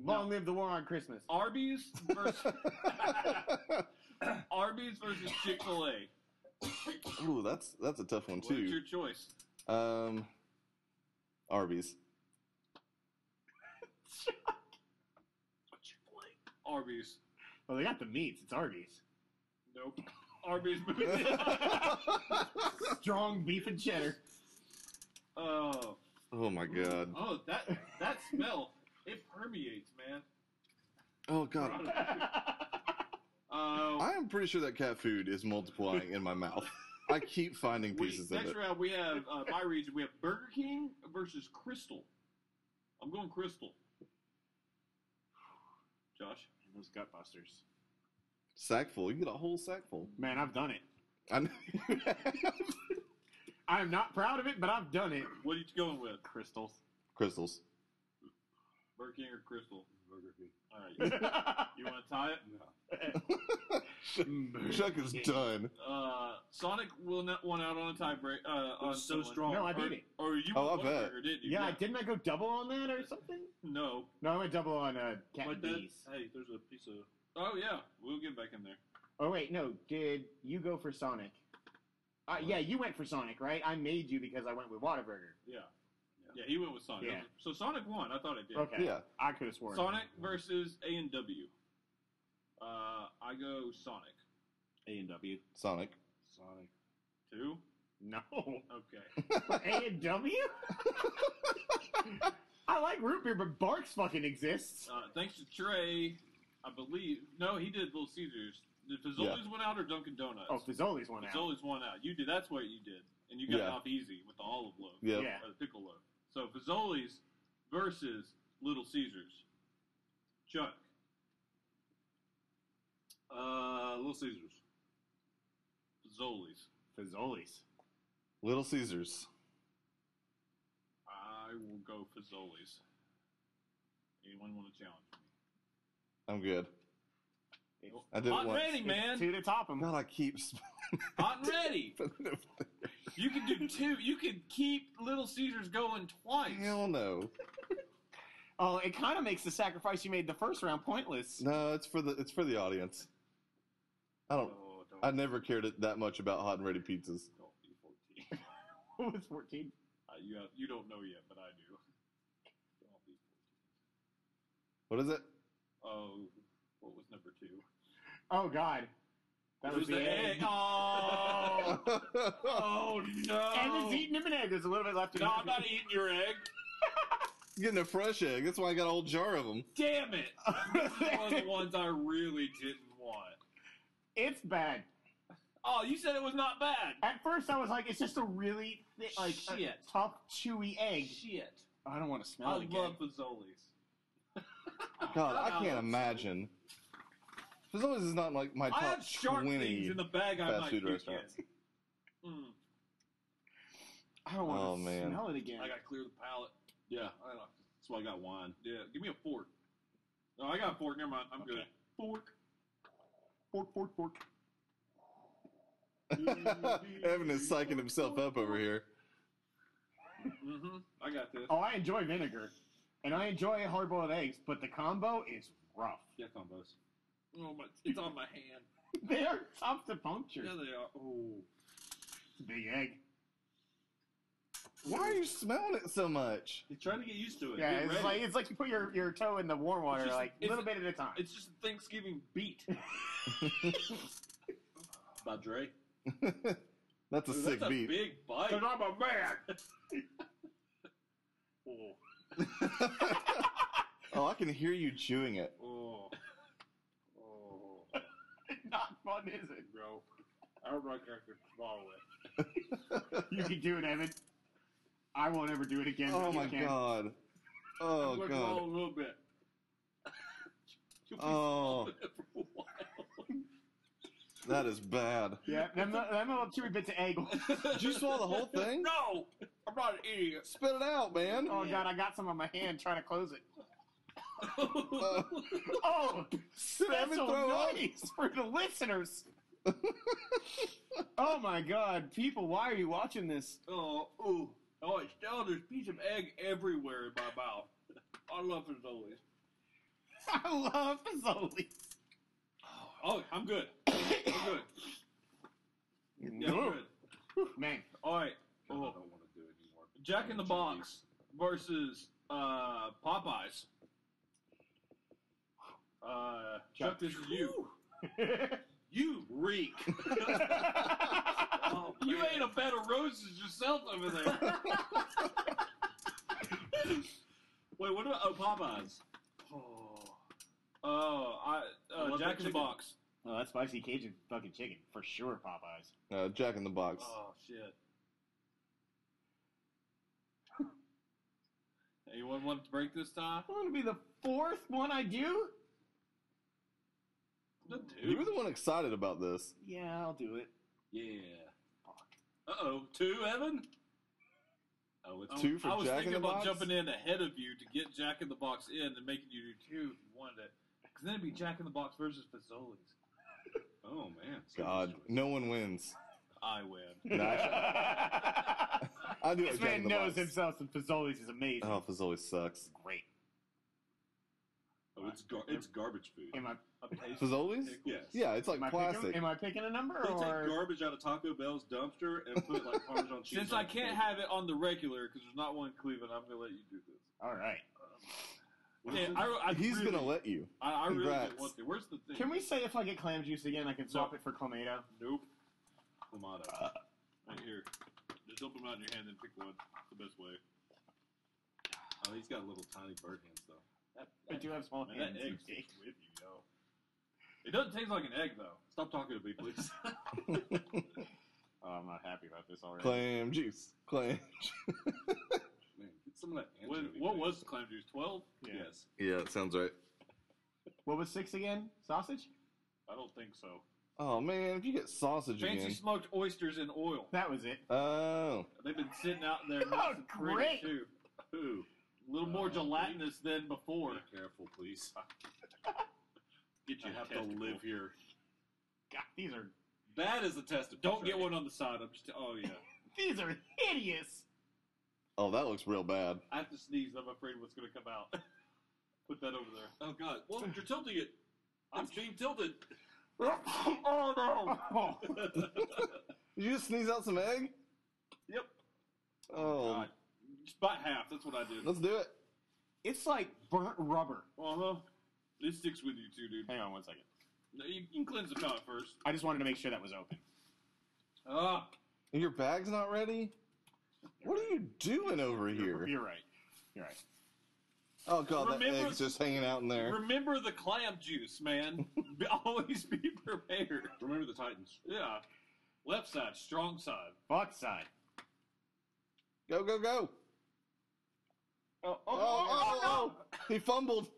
D: Long live the war on Christmas.
A: Arby's versus Arby's versus Chick Fil A.
C: Ooh, that's that's a tough one
A: What's your
C: too.
A: choice?
C: Um, Arby's.
A: Arby's.
D: Well, they got the meats. It's Arby's.
A: Nope. Arby's moved on.
D: Strong beef and cheddar.
A: Oh,
C: oh my god.
A: oh, that that smell it permeates, man.
C: Oh god.
A: Uh,
C: I am pretty sure that cat food is multiplying in my mouth. I keep finding
A: we,
C: pieces of
A: next
C: it.
A: round we have uh, my region. We have Burger King versus Crystal. I'm going Crystal. Josh,
D: Those gutbusters.
C: Sackful. You get a whole sackful.
D: Man, I've done it.
C: I know.
D: I'm not proud of it, but I've done it.
A: what are you going with?
D: Crystals.
C: Crystals.
A: Burger King or Crystal?
B: Burger King.
A: All right, you want to tie it?
B: No.
C: Chuck is done.
A: Uh, Sonic will not one out on a tie break. Uh, on
B: was so
A: someone.
B: strong.
D: Mm. No, I
A: Or-
D: beat it.
A: Or you
C: Oh, I
A: won one
C: bet.
A: burger, didn't you?
D: Yeah, didn't I go double on that or something?
A: No.
D: No, I went double on uh, cat
B: But
D: and
B: that,
D: Bees.
B: hey, there's a piece of.
A: Oh yeah, we'll get back in there.
D: Oh wait, no. Did you go for Sonic? Uh, yeah, you went for Sonic, right? I made you because I went with Whataburger.
A: Yeah. Yeah, he went with Sonic.
D: Yeah.
A: So Sonic won. I thought it did.
D: Okay.
C: Yeah.
D: I could have sworn.
A: Sonic versus A and W. Uh, I go Sonic.
B: A and W.
C: Sonic.
B: Sonic.
A: Two.
D: No.
A: Okay.
D: A and W. I like root beer, but Barks fucking exists.
A: Uh, thanks to Trey, I believe. No, he did Little Caesars. Did Fazoli's one out or Dunkin' Donuts?
D: Oh, Fazoli's one out.
A: Fazoli's one out. You did. That's what you did, and you got
C: Yeah.
A: off easy with the olive loaf.
C: Yeah.
D: Yeah.
A: or the pickle loaf. So Fazoli's versus Little Caesars. Chuck.
B: Uh, Little Caesars.
A: Fazoli's.
D: Fazoli's.
C: Little Caesars.
A: I will go Fazoli's. Anyone want to challenge me?
C: I'm good.
D: It's-
C: I did it
A: Hot and
C: once.
A: ready,
D: it's
A: Oh, man.
D: Two to top him.
C: God, I keep. sp-
A: Hot and ready. You can do two. You can keep Little Caesars going twice.
C: Hell no.
D: Oh, it kind of makes the sacrifice you made the first round pointless.
C: No, it's for the it's for the audience. I don't.
A: Oh, don't, E
C: I never cared it that much about hot and ready pizzas.
A: don't be 14.
D: What was fourteen?
A: Uh, you, have, you don't know yet, but I do. Don't be 14.
C: What is it?
A: Oh, what was number two?
D: Oh God, that
A: It
D: was the egg.
A: Oh, oh no.
D: And it's eating him an egg. There's a little bit left.
A: No, I'm not eating your egg.
C: Getting a fresh egg. That's why I got a whole jar of them.
A: Damn it. This is one of the ones I really didn't want.
D: It's bad.
A: Oh, you said it was not bad.
D: At first, I was like, it's just a really thi- like a
A: Shit.
D: tough, chewy egg.
A: Shit.
D: I don't want to
A: I
D: smell it again.
A: love Fazoli's.
C: God, I
A: Oh.
C: can't imagine. Fazoli's is not like my
A: I
C: top
A: have shark
C: twenty.
A: things in the bag I
C: fast
A: might
C: food
A: puke
C: restaurants.
A: in. Mm,
D: I don't want to
C: Oh, man.
D: smell it again.
A: I gotta clear the palate.
B: Yeah,
A: I don't know.
B: that's why I got wine.
A: Yeah, give me a fork. No, I got a fork. Never mind. I'm good.
D: Okay. Fork. Fork, fork, fork.
C: Evan is psyching himself up over here.
A: Mm-hmm. I got this.
D: Oh, I enjoy vinegar. And I enjoy hard boiled eggs, but the combo is rough.
B: Yeah, combos.
A: Oh my! It's on my hand.
D: They are tough to puncture.
A: Yeah, they are. Oh,
D: It's a big egg.
C: Why are you smelling it so much?
B: He's trying to get used to it.
D: Yeah,
B: Get
D: it's
B: ready.
D: like it's like you put your, your toe in the warm water,
A: just-
D: like a
A: it's-
D: little bit at a time.
A: it's just a Thanksgiving beat.
B: by Dre.
C: That's a
A: Ooh,
C: sick
A: that's
C: beat.
A: a big bite.
D: Cause I'm a man.
A: Oh,
C: oh, I can hear you chewing it.
A: oh, oh,
D: Not fun, is it?
A: bro. I don't like I could swallow it.
D: You can do it, Evan. I won't ever do it again. but
C: Oh
D: you
C: my
D: can.
C: god. Oh
A: I'm gonna
C: god.
A: swallow a little bit. You'll be
C: Oh,
A: for a while.
C: that is bad.
D: Yeah, them, them little chewy bits of egg. Oh,
C: Did you swallow the whole thing?
A: No, I'm not an idiot.
C: Spit it out, man.
D: Oh god, I got some on my hand trying to close it.
C: Uh,
D: Oh,
C: Did Evan
D: special
C: throw up?
D: noise for the listeners. oh my god, people, why are you watching this?
A: oh, ooh. Oh, it's down. There's piece of egg everywhere in my mouth. I love it always.
D: I love Fazoli.
A: Oh, I'm good. I'm good. Yeah, I'm good.
D: Man,
A: All right.
B: God,
A: Oh.
B: I don't want to do it anymore.
A: Jack in the Box versus uh, Popeyes. Uh, Chuck, this is you. You reek.
D: oh,
B: Oh,
A: you
B: man.
A: ate a bed of roses yourself over there. Wait, what about oh, Popeyes? Oh, oh I,
B: I
A: uh,
B: love
A: Jack in the
B: that chicken.
A: Box.
D: that Oh, spicy Cajun fucking chicken for sure, Popeyes.
C: Uh, Jack in the Box.
A: Oh shit. Anyone want to break this time?
D: I'm gonna be the fourth one I do.
C: You were the one excited about this.
D: Yeah, I'll do it.
B: Yeah.
A: Uh oh, two Evan.
B: Oh, it's
A: Oh,
C: Two for
A: I was
C: Jack in
A: thinking
C: the
A: about
C: Box?
A: jumping in ahead of you to get Jack in the Box in and making you do two if you wanted it. Because then it'd be Jack in the Box versus Fazoli's.
B: Oh man.
C: God,
B: Serious choice.
C: no one wins.
A: I win.
C: I do
D: this
C: like Jack in the
D: man knows
C: Box.
D: himself, and Fazoli's is amazing.
C: Oh, Fazoli sucks.
D: Great.
B: Oh, it's gar- it's garbage food.
D: Am I
A: I'm tasting
C: Fazoli's?
A: pickles.
B: Yes.
C: Yeah, it's like
D: am I,
C: plastic.
D: picking, am I picking a number
B: They
D: or
B: take garbage out of Taco Bell's dumpster and put like Parmesan cheese.
A: Since
B: on
A: I
B: it.
A: can't have it on the regular because there's not one in Cleveland, I'm going to let you do this.
D: All right.
B: What
A: Yeah,
B: is it?
A: I, I
C: He's
A: really,
C: gonna let you.
A: I, I really
C: Congrats.
A: didn't want to. Where's the thing?
D: Can we say if I get clam juice again, I can swap
A: No.
D: it for clamato?
A: Nope.
B: Clamato.
A: Right here. Just open them out in your hand and pick one. The best way.
B: Oh, he's got little tiny bird hands though.
A: That,
D: I do have small
A: man, that
D: hands.
A: egg
D: Okay.
A: sticks with you, yo. It doesn't taste like an egg, though.
B: Stop talking to me, please.
D: Oh, I'm not happy about this already.
C: Clam juice. Clam.
B: Man, get some of that.
A: What,
B: anchovy,
A: what
B: please.
A: was the clam juice? 12?
D: Yeah.
B: Yes.
C: Yeah, it sounds right.
D: What was six again? Sausage?
A: I don't think so.
C: Oh man, if you get sausage
A: Fancy
C: again.
A: smoked oysters in oil.
D: That was it.
C: Oh,
A: They've been sitting out there.
D: Oh,
A: nice and pretty,
D: great.
A: Too.
B: Ooh.
A: A little more
B: Uh,
A: gelatinous than before.
B: Be careful, please.
A: Get
B: I
A: your
B: have to
A: testicle.
B: live here.
D: God, these are
B: That is a testicle.
A: Don't
B: trait.
A: get one on the side. I'm just. Oh yeah.
D: these are hideous.
C: oh, that looks real bad.
A: I have to sneeze. I'm afraid what's going to come out. Put that over there.
B: Oh God. Well, you're tilting it. I'm being tilted.
A: oh no!
D: Oh,
C: Did you just sneeze out some egg?
A: Yep.
C: Oh,
A: God. Just about half. That's what I did. Uh
C: let's do it.
D: it's like burnt rubber.
A: huh. It Uh-huh. sticks with you too, dude.
D: Hang on one second.
A: No, You, you can cleanse the palate first.
D: I just wanted to make sure that was open.
A: Ah,
C: Your bag's not ready. What are you doing over
D: You're,
C: here?
D: you're right. You're right.
C: Oh god, that
A: Remember-
C: egg's just hanging out in there.
A: remember the clam juice, man. Be- Always be prepared.
B: Remember the Titans.
A: Yeah. Left side, strong side.
D: Fuck side.
C: Go, go, go.
D: Oh, oh,
C: Oh, oh, He fumbled.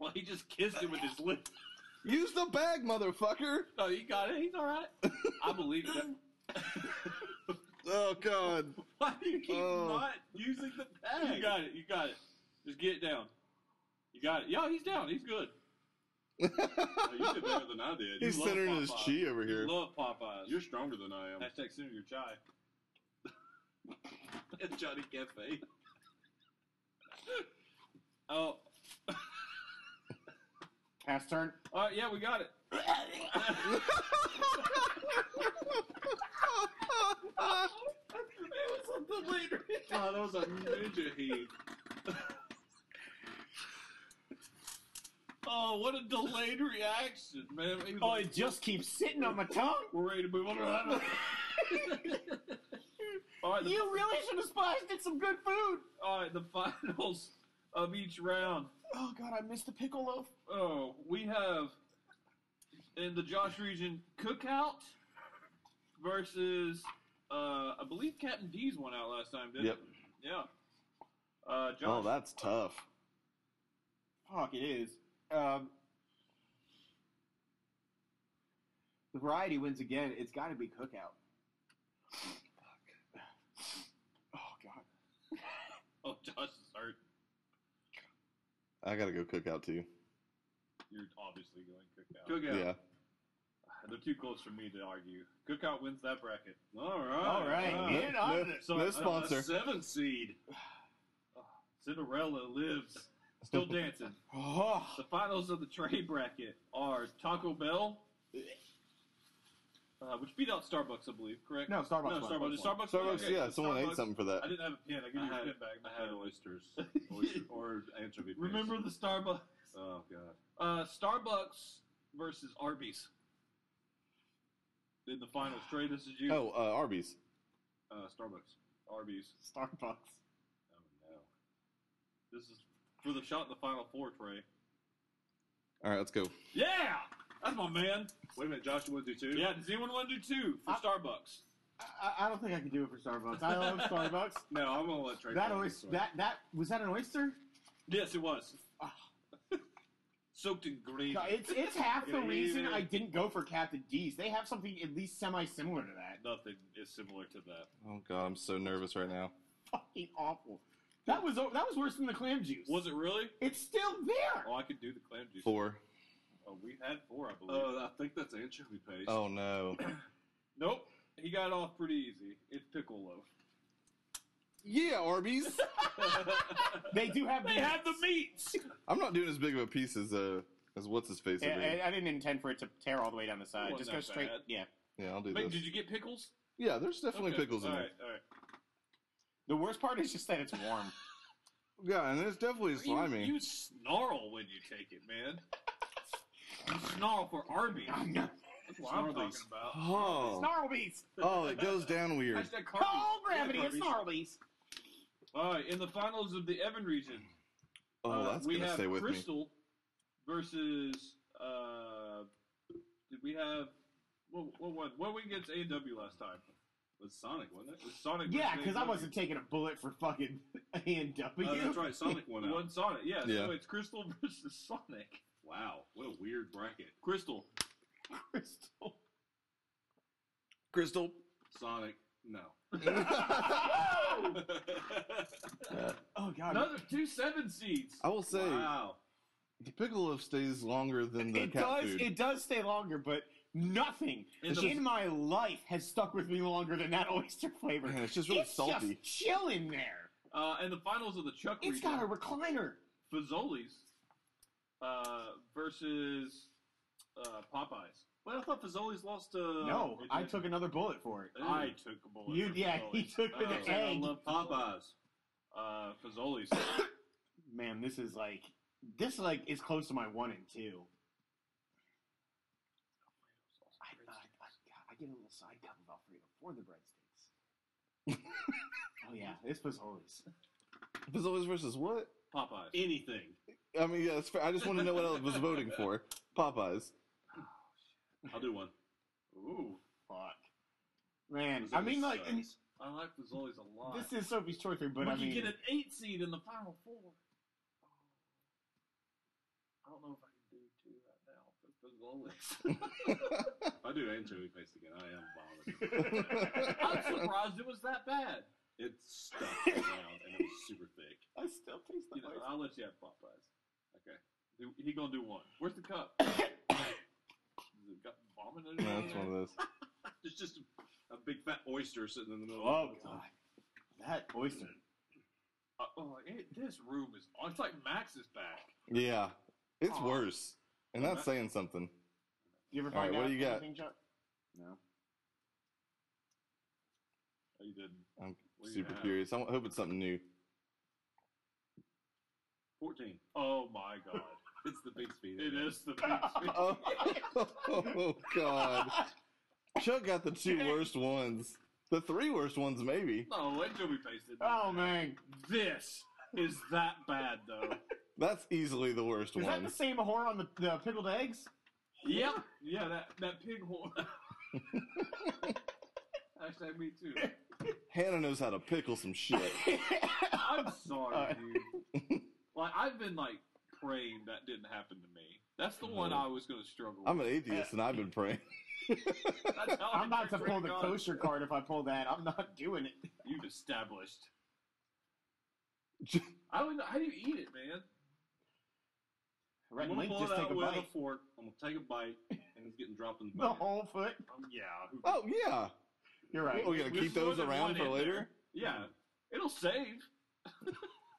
A: Well, he just kissed it with his lips.
C: Use the bag, motherfucker.
A: Oh, you got it. He's all right. I believe that.
C: Oh, God.
A: Why do you keep
C: Oh.
A: not using the pad? You got it. You got it. Just get down. You got it. Yo, he's down. He's good.
B: Hey, you did better than I did.
C: He's
A: You love
C: centering his
A: Popeye.
C: chi over here.
A: Love Popeyes.
B: You're stronger than I am.
A: Hashtag sooner your chai.
B: That's Johnny Cafe.
A: Oh,
D: Pass turn.
A: all right. Yeah, we got it.
B: It was something later. Oh, that was a ninja heat.
A: Oh, what a delayed reaction, man. He was
D: Oh,
A: like,
D: it just keeps sitting on my tongue.
A: we're ready to move on to that one. all right, the,
D: You really should have splashed it some good food.
A: all right, the finals of each round.
D: Oh god, I missed the pickle loaf.
A: Oh, we have in the Josh region cookout versus uh, I believe Captain D's won out last time, didn't
C: Yep.
A: it? Yeah. Uh, Josh,
C: Oh, that's tough.
D: Fuck, it is. Um, the variety wins again. It's got to be cookout. Oh god.
A: oh Josh is hurt.
C: I gotta go cook out too.
B: You're obviously going cookout.
A: Cookout.
C: Yeah.
A: They're too close for me to argue. Cookout wins that bracket.
B: All right.
D: All right,
B: All
D: get
C: no-
D: on
C: no.
D: this.
A: So
C: No
A: uh,
C: sponsor.
B: Seven seed.
A: Cinderella lives, still dancing.
D: Oh,
A: The finals of the tray bracket are Taco Bell, uh, which beat out Starbucks, I believe. Correct?
D: no, Oh, Starbucks.
A: No, Starbucks.
D: won.
A: Did Starbucks. win?
C: Starbucks,
A: Okay,
C: yeah,
A: so
C: someone
A: Starbucks-
C: ate something for that.
A: I didn't have a pen. I give
B: I
A: you a
B: had-
A: pen back.
B: I had oysters. Oyster, or anchovy paste.
A: Remember the Starbucks?
B: Oh, God.
A: Uh, Starbucks versus Arby's in the finals. Trey, this is you.
C: Oh, uh, Arby's.
B: Uh, Starbucks.
A: Arby's.
D: Starbucks.
B: Oh, no.
A: This is for the shot in the final four, Trey.
C: All right, let's go.
A: Yeah, that's my man.
B: Wait a minute, Josh, you want to do two?
A: Yeah, does anyone want to do two for
D: I-
A: Starbucks?
D: I, I don't think I can do it for Starbucks. I love Starbucks.
B: No, I'm going to let Trey
D: That
B: go
D: oyster.
B: this way.
D: That that was that an oyster?
A: Yes, it was.
D: Ah.
A: Soaked in gravy.
D: No, it's it's half the
A: Yeah,
D: reason
A: yeah.
D: I didn't go for Captain D's. They have something at least semi similar to that.
A: Nothing is similar to that.
C: Oh god, I'm so nervous right now.
D: Fucking awful. That was that was worse than the clam juice.
A: Was it really?
D: It's still there.
A: Oh, I could do the clam juice.
C: Four.
A: Oh, we had four, I believe.
B: Oh, I think that's anchovy paste.
C: Oh no.
A: nope. He got off pretty easy. It's pickle loaf.
C: Yeah, Arby's.
D: They do have.
A: they
D: meat.
A: have the meats.
C: I'm not doing as big of a piece as uh as what's his face
D: Yeah,
C: over here.
D: I, I didn't intend for it to tear all the way down the side.
A: It wasn't
D: Just go
A: that
D: straight.
A: bad.
D: Yeah.
C: Yeah, I'll do
A: Wait,
C: this.
A: did you get pickles?
C: Yeah, there's definitely
A: Okay,
C: pickles in
A: all
C: there.
A: right, all right.
D: The worst part is just that it's warm.
C: Yeah, and it's definitely slimy.
A: You, you snarl when you take it, man. you snarl for Arby's. That's what I'm talking
B: Snarlies.
A: about.
C: oh.
D: Snarlbees.
C: oh, it goes down weird.
A: Hashtag Carby's.
D: Oh, gravity
A: Yeah,
D: of
A: Carby's.
D: snarlbees.
A: All right, in the finals of the Evan region,
C: Oh,
A: uh,
C: that's
A: we
C: gonna
A: have
C: stay with me.
A: Crystal versus. Uh, did we have what? What? What? What we against A and W last time?
B: It was Sonic, wasn't it?
A: It was Sonic.
D: Yeah,
A: versus
D: because I
A: A&W.
D: wasn't taking a bullet for fucking A and
B: Uh,
D: W.
B: that's right, Sonic went
A: We
B: out.
A: won Sonic. Yeah,
C: Yeah.
A: So it's Crystal versus Sonic.
B: Wow, what a weird bracket.
A: Crystal.
D: Crystal.
C: Crystal.
B: Sonic, no.
D: Oh god.
A: Another two seven seeds.
C: I will say
B: wow.
C: the pickle loaf stays longer than the
D: it
C: cat
D: does.
C: food.
D: It does stay longer, but nothing
A: In
D: in,
A: the-
D: my life has stuck with me longer than that oyster flavor.
C: Man, it's just really
D: it's
C: salty.
D: just chill in there.
A: Uh, and the finals of the Chuck
D: It's
A: region.
D: got a recliner.
A: Fazoli's uh, versus uh, Popeyes. Well, I thought Fazoli's lost to.
D: no,
A: Uh, it
D: I
A: did.
D: took another bullet for it.
A: I took a bullet.
D: You,
A: for
D: yeah, he
A: Fazoli's.
D: took
A: Oh,
D: an
A: man,
D: egg.
A: I love Popeyes.
B: Popeyes.
A: Uh, Fazoli's.
D: Man, this is like this like is close to my one and two.
A: Oh,
D: I, I, I, God, I get a little side cup of Alfredo for the breadsticks. oh yeah, this was always.
C: Fazoli's versus what?
A: Popeyes.
B: Anything.
C: I mean, yeah, it's fair. I just want to know what I was voting for. Popeyes.
B: I'll do one.
A: Ooh.
D: fuck. Man,
B: Those
D: I
B: always
D: mean, like, and
B: sucks.
A: I like Fazoli's a lot.
D: this is Sophie's choice here, but
A: we
D: I
A: could
D: mean,
A: get an eight seed in the final four. I don't know if I can do two right now, but Fazoli's.
B: I do anchovy paste again. I am vomiting.
A: I'm
C: I
A: surprised it was that bad.
B: it stuck around and it was super thick.
D: I still taste the
A: You know,
D: poison.
A: I'll let you have Popeyes. Okay. Do- He gonna do one. Where's the cup? Has it got vomited? in
C: No, it's
A: there?
C: one of those.
B: It's just a, a big fat oyster sitting in the middle.
D: Oh
B: of the
D: god, that oyster.
A: Uh, oh, it, this room is. Oh, it's like Max's back.
C: Yeah, it's
A: Aw. Uh-huh.
C: worse, and
A: Well,
C: that's saying something.
D: You ever
C: All right,
D: find out
C: what do you got?
D: anything, Chuck? No.
A: Oh, you didn't.
C: I'm
A: What do you
C: super
A: have?
C: curious. I hope it's something new.
B: Fourteen.
A: Oh my god.
B: It's the big speed.
A: it is the big
C: Oh,
A: Oh,
C: god, Chuck got the two worst ones, the three worst ones maybe.
A: No, anchovy paste did
D: Oh man,
A: This is that bad, though.
C: That's easily the worst
D: is that
C: one.
D: the same horror on the, the pickled eggs?
A: yep. Yeah, that, that pig horn. Hashtag me too.
C: Hannah knows how to pickle some shit.
A: I'm sorry,
D: Uh,
A: dude. Like, I've been, like, praying that didn't happen to me. That's the one
C: Mhm.
D: Uh-huh.
A: I was going to struggle
C: I'm an
A: with.
C: atheist, and I've been praying.
A: That's how I
D: I'm about to
A: pray
D: pull the
A: God.
D: kosher card if I pull that. I'm not doing it.
A: You've established.
C: J-
A: I would, how do you eat it, man?
D: Rhett and
B: I'm gonna
D: Link
B: pull
D: just
B: it
D: take
B: out
D: a
B: with
D: bite.
B: a fork. I'm gonna take a bite, and it's getting dropped in the
D: The
B: bag.
D: whole foot.
A: Um, yeah. who-
C: Oh yeah,
D: You're right.
C: we're gonna
A: There's
C: keep
A: more
C: those
A: than one
C: around for
A: in
C: later.
A: there. Yeah. It'll save.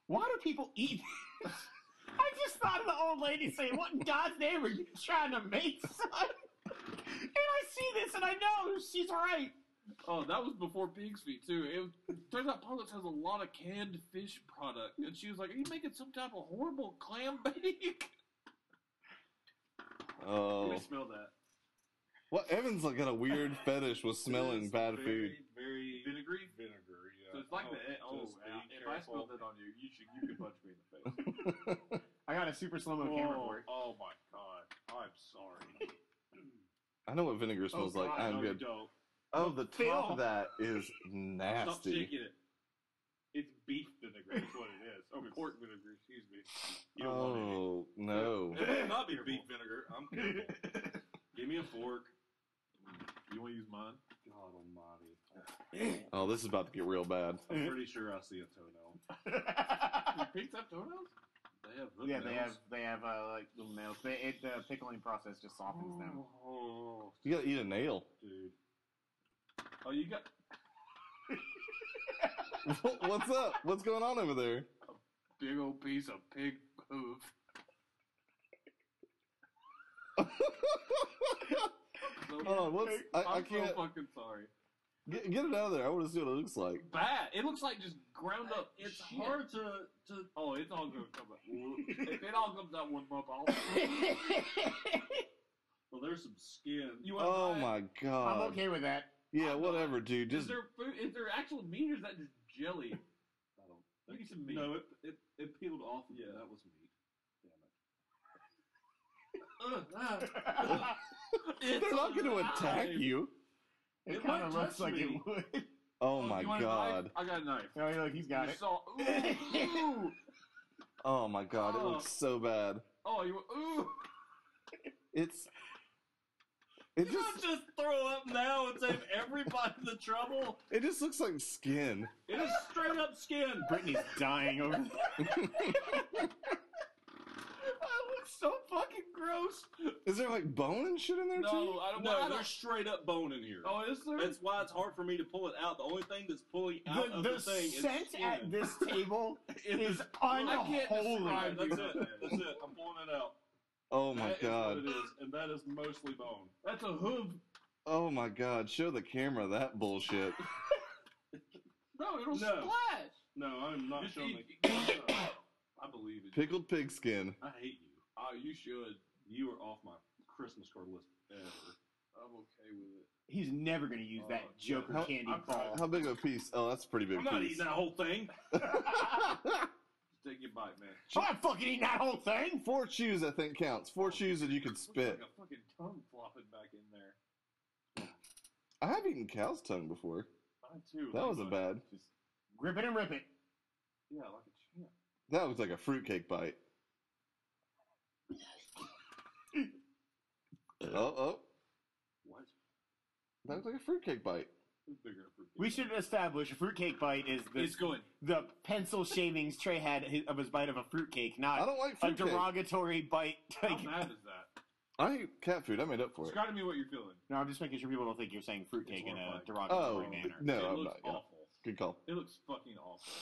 D: Why do people eat? this? I just thought of the old lady saying, "What in God's name are you trying to make, son?" And I see this, and I know she's right.
A: Oh, that was before Pig's Feet too. It was, turns out Publix has a lot of canned fish product, and she was like, "Are you making some type of horrible clam bake?" Let
C: Oh,
A: me smell that.
C: well, Evan's like got a weird fetish with
B: It
C: smelling
B: is
C: bad
B: very,
C: food.
B: Very
A: Vinegary.
B: vinegar. Yeah.
A: So it's like the oh,
B: just be
A: wow. if I
B: careful.
A: spilled that on you, you should you could punch me in the face.
D: I got a super slow mo camera
A: oh,
D: for it.
A: oh my god, I'm sorry.
C: I know what vinegar smells
A: oh,
C: like.
A: God, no,
C: I'm
A: you
C: good.
A: Don't.
C: Oh, the top
A: Phil.
C: of that is
A: Stop
C: nasty.
A: shaking it. It's beef vinegar. That's what it is. Oh, pork vinegar. Excuse me. You don't want
C: Oh no!
A: it.
B: It will not be beef vinegar. I'm careful. Give me a fork.
A: You want to use mine?
B: God Almighty.
C: Oh, this is about to get real bad.
B: I'm pretty sure I see a toenail.
A: You picked up toenails?
B: They have hook
D: yeah, they have
B: nails.
D: they have uh, like little nails. They, it, the pickling process just softens them.
A: Oh,
C: You gotta eat a nail.
B: Dude,
A: oh, you got
C: What's up? What's going on over there?
A: big old piece of pig hoof. So,
C: Hold on, what's Oh, I, I
A: I'm so
C: can't
A: fucking sorry.
C: get, get it out of there. I want to see what it looks like.
A: Bad. It looks like just ground up.
B: it's
A: shit.
B: hard to to.
A: Oh, it's all gonna come up. if it all comes out one lump, I'll.
B: Well, there's some skin.
A: You want
C: Oh my
D: I'm
C: god!
D: okay with that.
C: Yeah, whatever, dude.
A: Is
C: Just
A: there food? Is there actual meat or is that just jelly?
B: I
A: Give
B: don't think
A: me some meat.
B: No, it, it it peeled off. Of
A: Yeah.
B: yeah, that was meat. Damn
A: Ugh, ah.
C: they're not going to attack you.
D: It,
A: It
D: kind
A: might
D: of looks
A: touch
D: like
A: me.
D: it would.
C: Oh
A: you
C: my
A: want a
C: god!
A: knife? I got a knife.
D: Oh, look, he's got
A: you
D: it.
A: saw. Ooh, ooh.
C: Oh my god! It
A: Oh.
C: looks so bad.
A: Oh, you. Ooh.
C: It's it
B: it. You
C: just
B: don't just throw up now and save everybody the trouble.
C: it just looks like skin.
B: It is straight up skin.
D: Brittany's dying over. there.
A: That looks so fucking gross.
C: Is there like bone and shit in there
A: No,
C: too?
A: I don't.
B: No,
A: want I
B: there's
A: don't.
B: straight up bone in here.
A: Oh, is there?
B: That's why it's hard for me to pull it out. The only thing that's pulling out
D: The,
B: of
D: the,
B: the, thing
D: scent
B: is skin.
D: at this table is
A: I can't
D: unholy.
A: describe
B: That's it.
A: you.
B: That's it. I'm pulling it out.
C: Oh my
B: That is
C: god!
B: what it is, and that is mostly bone.
A: That's a hoof.
C: Oh my god! Show the camera that bullshit.
A: No, it'll
B: No.
A: splash.
B: No, I'm not
A: Just
B: showing.
A: eat-
B: the- I believe it.
C: Pickled pig skin.
B: I hate you. Uh, you should. You are off my Christmas card list ever.
A: I'm okay with it.
D: He's never going to use that
B: Oh, yeah.
D: Joker
C: How-
D: candy
B: I'm
D: ball.
C: How big of a piece? Oh, that's a pretty big
B: I'm not
C: piece.
B: eating that whole thing.
A: Just take your bite, man.
D: I'm not fucking eating that whole thing.
C: Four chews, I think, counts. Four chews that you could
A: Looks
C: spit.
A: like a fucking tongue flopping back in there.
C: I have eaten cow's tongue before.
A: Mine too.
C: That
A: like,
C: wasn't
A: like-
C: bad.
A: Just,
D: Grip it and rip it.
A: yeah, like a champ.
C: That was like a fruitcake bite. oh, oh.
A: What?
C: That was like a fruitcake bite.
A: Who's bigger than a fruitcake?
D: We should establish a fruitcake bite is the,
A: It's going.
D: the pencil shavings Trey had hi- of his bite of a fruitcake,
C: I
D: not
C: don't like
D: a
C: Oh, fruitcake.
D: derogatory bite.
A: How
D: Like,
A: bad is that?
C: I eat cat food. I made up for it.
A: Describe to me what you're feeling.
D: no, I'm just making sure people don't think you're saying fruitcake
B: It's
D: in a
B: horrifying.
D: derogatory
C: Oh,
D: manner.
A: it
C: no, I'm
A: looks
C: not. yeah.
A: awful.
C: Good call.
A: It looks fucking awful.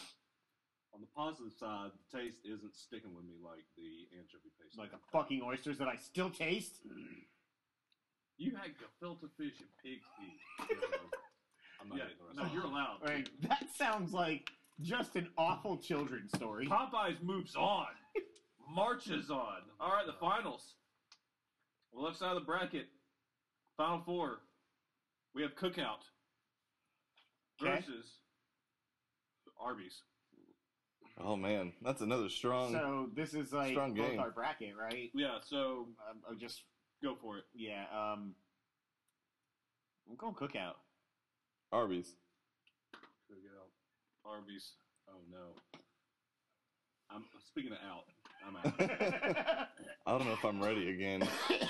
B: On the positive side, the taste isn't sticking with me like the anchovy paste.
D: Like the fucking oysters that I still taste.
A: You had gefilte fish and pig's feet.
B: I'm not
A: yeah,
B: eating the rest
A: no,
B: of it.
A: you're allowed. to.
D: Like, that sounds like just an awful children's story.
A: Popeyes moves on, marches on. All right, the finals. On the left side of the bracket, final four. We have Cookout
D: Okay.
A: versus Arby's.
C: Oh man, that's another strong.
D: So this is like
C: Strong
D: both
C: game.
D: our bracket, right?
A: Yeah, so
D: Um, I'm just
A: go for it.
D: yeah. Um, I'm going cookout.
C: Arby's.
B: Could get out.
A: Arby's.
B: Oh no. I'm speaking of out. I'm out.
D: you
C: I don't know if I'm ready again.
A: I'm going-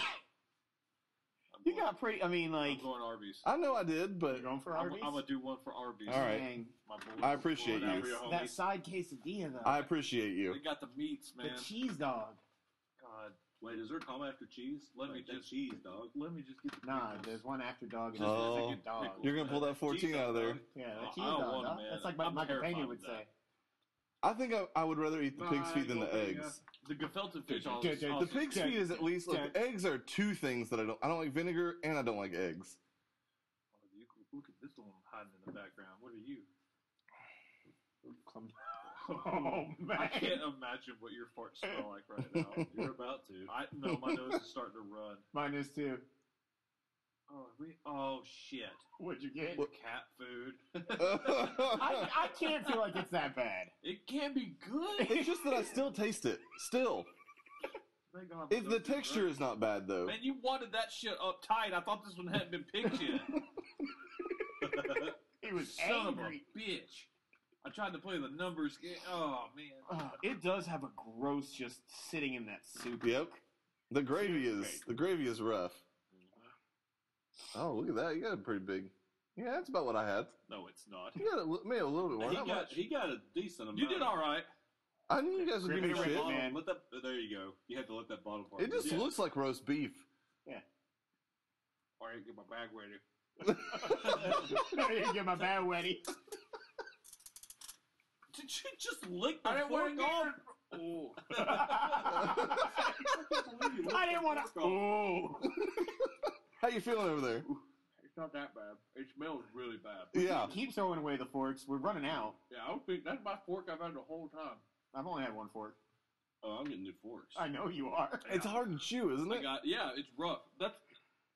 D: got pretty. I mean, like
A: I'm going Arby's.
C: I know I did, but
D: you're going for
A: I'm,
D: Arby's.
A: I'm gonna do one for Arby's.
C: All right.
D: Dang.
A: My boy.
C: I appreciate
A: Going out
C: you.
A: for your homies.
D: That side quesadilla though.
C: I appreciate you.
A: They got the meats,
D: the
A: man.
D: cheese dog.
A: God,
B: Wait, is there a comma after cheese? Let me
A: Like
B: just
A: just-
B: cheese, dog.
A: let me just get the
D: Nah,
A: pickles.
D: there's one after dog. And
C: Oh.
D: there's a good dog.
A: Pickle.
C: You're gonna pull that 14 out of there.
D: Yeah,
A: Oh,
D: the
A: I
D: cheese
A: don't
D: dog.
A: want 'em,
D: huh?
A: man.
D: That's like my
A: I'm
D: Michael
A: terrified
D: Pena
A: of
D: would
A: that.
D: say.
C: I think I, I would rather eat the pig's feet than the eggs.
A: The gefilte fish.
D: Dude,
A: All
D: dude, dude,
C: The
A: all-
C: pig's feet is at least. Look, the eggs are two things that I don't. I don't like vinegar, and I don't like eggs.
A: Oh, you could- Look at this one hiding in the background. What are you?
D: Oh
A: I
D: man,
A: can't imagine what your farts smell like right now.
B: You're about to.
A: I no, my nose is starting to run.
D: mine is too.
A: Oh, we. Oh shit.
D: What'd you get?
C: What-
A: Cat food.
D: I, I can't feel like it's that bad.
A: It can be good.
C: it's just that I still taste it. Still,
A: Thank God my
C: if the
A: nose is
C: texture
A: running.
C: is not bad though.
A: Man, you wanted that shit up tight. I thought this one hadn't been picked yet.
D: It was
A: Son
D: angry.
A: of a bitch. I tried to play the numbers game. Oh man.
D: Ugh, it does have a gross just sitting in that soup.
C: Yep. The gravy is the gravy is rough. Oh, look at that! You got it pretty big. Yeah, that's about what I had.
A: No, it's not.
C: You got it li- maybe a little bit more.
B: he
C: not
B: got
C: much.
B: he got a decent amount.
A: You did all right.
C: I knew you guys would give me
D: Gravy
C: shit.
D: roll. man.
B: man. Let that, there you go. You had to let that bottom part.
C: It just
B: Yeah.
C: looks like roast beef.
A: All right, get my bag ready.
D: Get my bad wetty.
A: Did you just lick the
B: I didn't wanna
A: fork off? Oh.
B: get
D: I didn't want to. Oh,
C: How you feeling over there?
A: It's not that bad. It smells really bad.
C: Yeah.
D: keep throwing away the forks. We're running out.
A: Yeah, I would think that's my fork I've had the whole time.
D: I've only had one fork.
B: Oh, I'm getting new forks. Uh,
D: I know you are.
C: It's hard to chew, isn't
A: I
C: it?
A: got yeah, it's rough. That's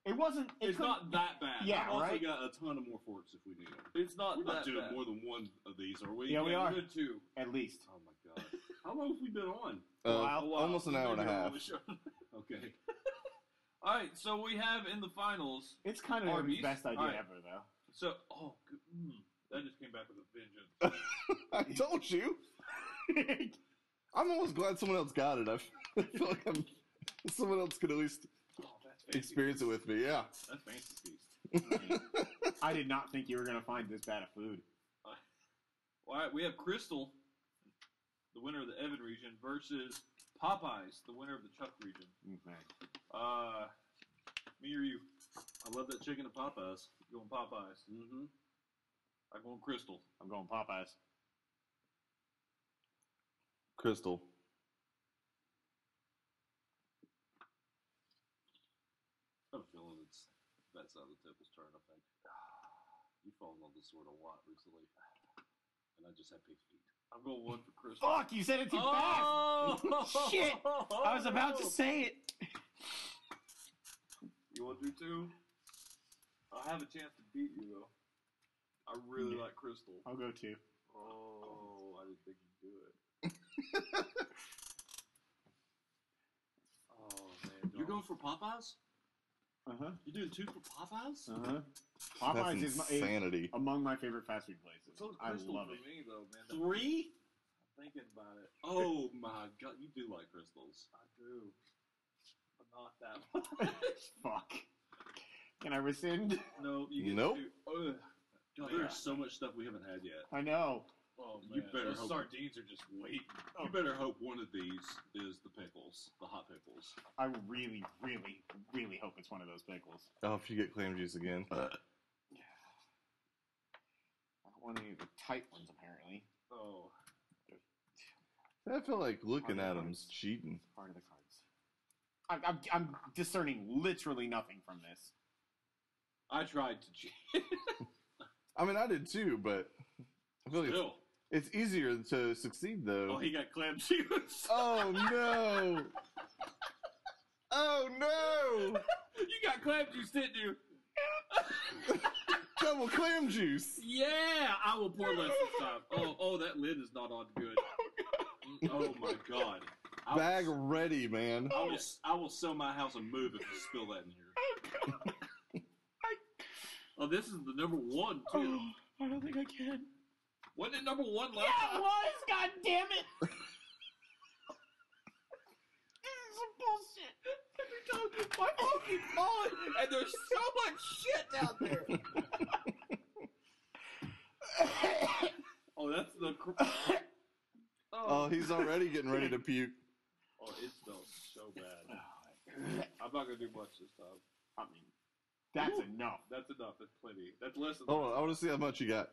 D: It wasn't. It
A: it's not that bad.
D: Yeah,
B: I've also
D: right?
B: got a ton of more forks if we need them.
A: It's not
B: We're
A: that
B: not doing
A: bad.
B: more than one of these, are we?
D: Yeah, we are.
A: We're good too.
D: At least.
A: Uh,
B: Oh my god. How long have we been on?
C: Uh,
D: Wow.
C: Almost an hour and a half.
B: Okay.
A: All right, so we have in the finals.
D: It's kind of
A: Arby's?
D: the best idea
A: Alright.
D: ever, though.
A: So oh, good- mm, that just came back with a vengeance.
C: I told you. I'm almost glad someone else got it. I f- I feel like I'm, someone else could at least
A: Oh, that's fancy.
C: experience it with me. Yeah.
A: That's fancy feast.
D: I did not think you were going to find this bad of food.
A: All right, we have Crystal, the winner of the Evan region, versus Popeyes, the winner of the Chuck region.
D: Mm,
A: Uh, me or you?
B: I love that chicken at Popeyes.
A: Going Popeyes.
B: Mm-hmm.
A: I'm going Crystal.
D: I'm going Popeyes.
C: Crystal.
B: I have a feeling it's that side of the table's turn, I think. You've fallen on the sword a lot recently. And I just had pig's feet. Oh,
A: I'm going one for Crystal.
D: Fuck, you said it too fast.
A: Oh!
D: Shit! I was about to say it.
A: You want to do two? I have a chance to beat you though. I really like Crystal.
D: I'll go too.
A: Oh, I didn't think you'd do it. oh man,
B: You're going for Popeyes?
D: Uh huh.
B: You doing two for Popeyes?
D: Uh huh. Popeyes is, my,
C: That's
D: is
C: insanity.
A: Oh,
D: among my favorite fast food places.
A: So
D: I
A: crystal
D: love
A: for
D: it.
A: me though, man. I'm
B: Three?
A: thinking about it.
B: Oh my god, you do like crystals.
A: I do, but not that much.
D: Fuck. Can I rescind?
A: no, you get
C: Nope.
A: to- ugh.
B: God,
A: Yeah.
B: there's so much stuff we haven't had yet.
D: I know.
A: Oh man,
B: You better
A: those
B: hope-
A: sardines are just waiting.
D: Oh.
B: You better hope one of these is the pickles, the hot pickles.
D: I really, really, really hope it's one of those pickles.
C: Oh, if you get clam juice again.
A: Uh,
D: I don't want any of the tight ones, apparently.
A: Oh,
C: I feel like looking at him's cheating.
D: Part of the cards. I'm, I'm, I'm discerning literally nothing from this.
A: I tried to cheat.
C: I mean, I did too, but I feel like it's,
B: Still.
C: it's easier to succeed though.
A: Oh, he got clam juice.
C: Oh no! Oh no!
A: you got clam juice, didn't you?
C: Double clam juice.
A: Yeah, I will pour less this time. Oh, oh, that lid is not on good.
B: Oh my god. I will-
C: Bag ready, man.
B: I will, I will sell my house and move if you spill that in here.
A: Oh, this is the number one too.
D: Oh, I don't think I can.
A: Wasn't it number one
D: Yeah,
A: last
D: it
A: time?
D: was. God damn it! this is some bullshit. Every time my phone keeps falling, and there's so much shit down there.
A: Oh, that's the. Cr-
C: Oh,
A: oh,
C: he's already getting ready to puke.
A: oh, it smells so bad. I'm not gonna do much this time.
D: I mean, that's enough.
A: That's enough. That's plenty. That's less than.
C: Hold on, I want to see how much you got.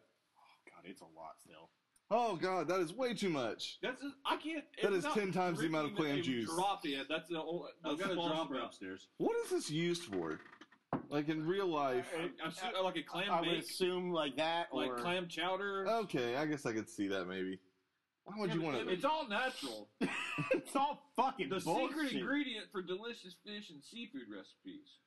D: God, it's a lot still.
C: Oh god, that is way too much.
A: That's just, I can't.
C: That
A: it's
C: is
A: not
C: 10 times the amount of
A: drinking
C: clam
A: that you
C: juice.
A: Drop in. That's the only.
B: I've got a
A: small
B: dropper
A: drop.
B: upstairs.
C: What is this used for? Like in real life?
A: I'm, I'm su- like a clam
D: I would
A: bake,
D: assume like that or
A: like clam chowder.
C: Okay, I guess I could see that maybe. Why would
A: Yeah,
C: Oh, you
A: but
C: want
A: it-
C: to?
A: It's all natural.
D: it's all fucking
A: The
D: bullshit.
A: secret ingredient for delicious fish and seafood recipes.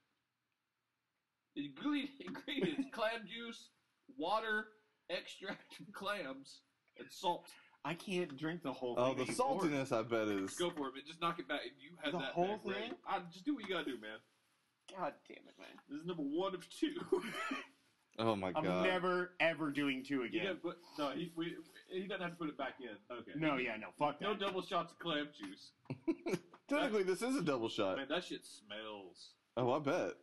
A: Ingre- Ingredients: clam juice, water, extract from clams, and salt.
D: I can't drink the whole.
C: Oh,
D: thing
C: the
D: that you ordered.
C: saltiness, I bet is.
A: Go for it, man. Just knock it back. You had
D: The
A: that
D: whole
A: back, right?
D: thing?
A: I, just do what you gotta do, man.
D: God damn it, man!
A: This is number one of two.
C: Oh my
D: I'm
C: god.
D: never ever doing two
A: You
D: again.
A: gotta put, no, he, we, he doesn't have to put it back in. Okay.
D: No, yeah, no, fuck that.
A: No double shots of clam juice.
C: Technically, this is a double shot.
D: Uh,
A: Man, that shit smells.
C: Oh, I bet.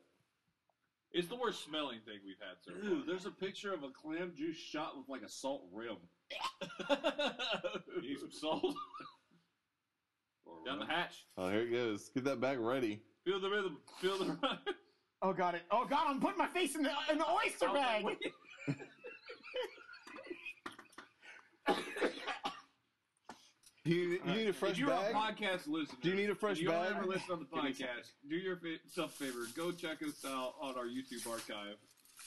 A: It's the worst smelling thing we've had so far.
B: Ooh, there's a picture of a clam juice shot with like a salt rim.
A: Need some salt
B: Or
A: down the
B: rim.
A: hatch.
C: Oh, here it goes. Get that bag ready.
A: Feel the rhythm. Feel the rhythm.
D: Oh god! It. Oh god! I'm putting my face in the in the oyster
A: I was
D: bag.
A: like, wait.
C: You, you
D: Alright.
C: need a fresh
A: if you're
C: bag.
A: a podcast listener,
C: Do you need a fresh
A: if you
C: bag?
A: Don't ever listen on the
D: Give me a
A: podcast. Do yourself a favor. Go check us out on our YouTube archive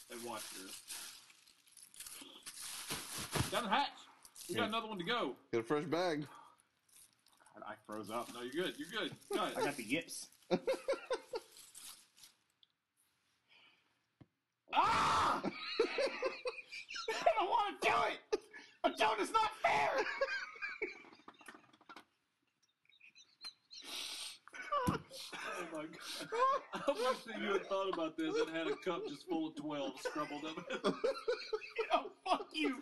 A: and watch this. Down the hatch. We got
C: Yeah.
A: another one to go.
C: Get a fresh bag.
D: God, I froze up.
A: No, you're good. You're good. Got it.
D: I got the yips. ah! I don't want to do it. I don't. It's not fair.
A: Oh my god. I wish that you had thought about this and had a cup just full of 12 scrabbled up. in it.
D: oh fuck you!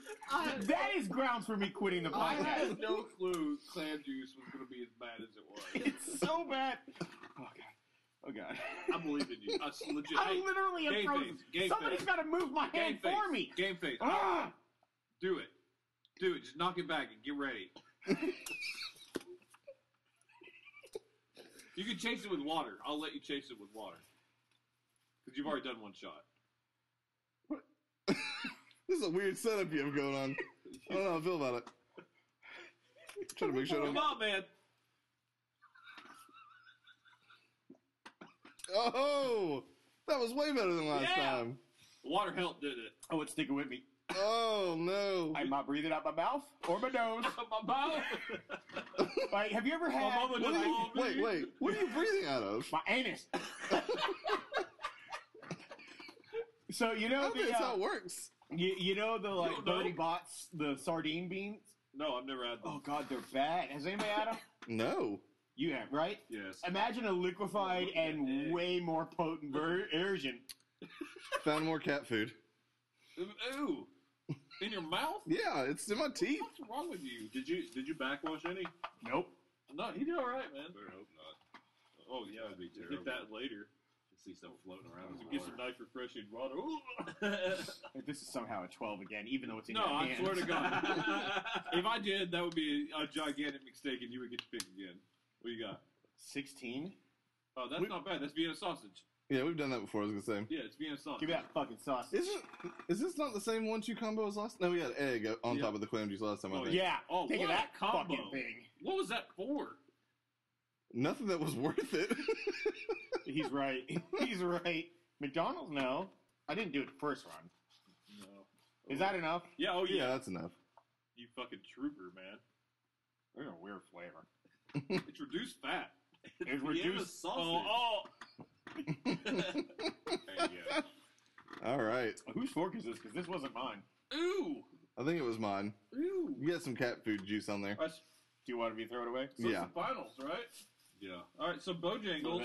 D: that is grounds for me quitting the
A: I
D: podcast.
A: had no clue clam juice was going to be as bad as it was.
D: It's so bad. Oh god. Oh god.
A: I believe in you. I s- legit.
D: I
A: Hey,
D: literally am
A: game
D: frozen.
A: face, game
D: Somebody's
A: face.
D: got to move my hand
A: game face.
D: for me.
A: Game face.
D: Ah!
A: Do it. Do it. Just knock it back and get ready. you can chase it with water. I'll let you chase it with water. Because you've already done one shot.
C: This is a weird setup you have going on. I don't know how I feel about it. Trying to make sure I
A: Come
C: don't.
A: on, man.
C: Oh, that was way better than last
A: Yeah.
C: time.
A: The water helped, did it?
D: Oh, it's sticking with me.
C: Oh no.
D: I'm not breathing out my mouth or my nose.
A: My mouth.
D: Like, have you ever
A: My
D: had
A: mama
C: What
A: doesn't
C: are you,
A: love
C: wait,
A: me.
C: wait. What are you breathing out of?
D: my anus? so you
C: I
D: know
C: don't think
D: the
C: that's how
D: uh,
C: it works.
D: you, you know the like
A: don't know?
D: Bodhi Bots, the sardine beans.
A: No, I've never had them.
D: Oh God, they're bad. Has anybody had them?
C: No.
D: You have, right?
B: Yes.
D: Imagine a liquefied and way more potent ver- version.
C: Found more cat food.
A: Ooh, in your mouth?
C: Yeah, it's in my teeth.
A: What's wrong with you?
B: Did you did you backwash any?
D: Nope.
A: No, you did all right, man.
B: Better hope not.
A: Oh yeah,
B: That'd be
A: get that later.
B: You see stuff floating around. in the
A: Get some
B: water.
A: nice refreshing water. Ooh.
D: This is somehow a 12 again, even though it's in
A: no,
D: your
A: I
D: hand.
A: swear to God, if I did, that would be a gigantic mistake, and you would get to pick again. What you got?
D: 16?
A: Oh, that's
C: We-
A: not bad. That's Vienna sausage.
C: Yeah, we've done that before. I was gonna say.
A: Yeah, it's Vienna sausage.
D: Give me that fucking sausage.
C: Isn't is this not the same one two combo as last? No, we had egg on
A: Yeah.
C: top of the clam juice last time. I
A: Oh,
C: think.
D: Yeah.
A: Oh,
D: Think
A: what
D: of that
A: a combo.
D: fucking thing.
A: What was that for?
C: Nothing that was worth it.
D: He's right. He's right. McDonald's, no. I didn't do it first run.
A: No.
D: Is that enough?
A: Yeah. Oh yeah.
C: yeah, that's enough.
A: You fucking trooper, man.
D: They're a weird flavor.
A: It's reduced fat.
D: It's
B: Vienna
D: reduced.
B: sausage.
A: Oh,
B: There you go.
C: All right,
D: Whose fork is this? Because this wasn't mine.
A: oh, ooh,
C: I think it was mine.
A: ooh.
C: You got some cat food juice on there.
A: That's, so
D: Do you want me to throw it away?
A: it's
C: Yeah.
A: the finals, right?
B: Yeah.
A: All right. So Bojangles.
B: Good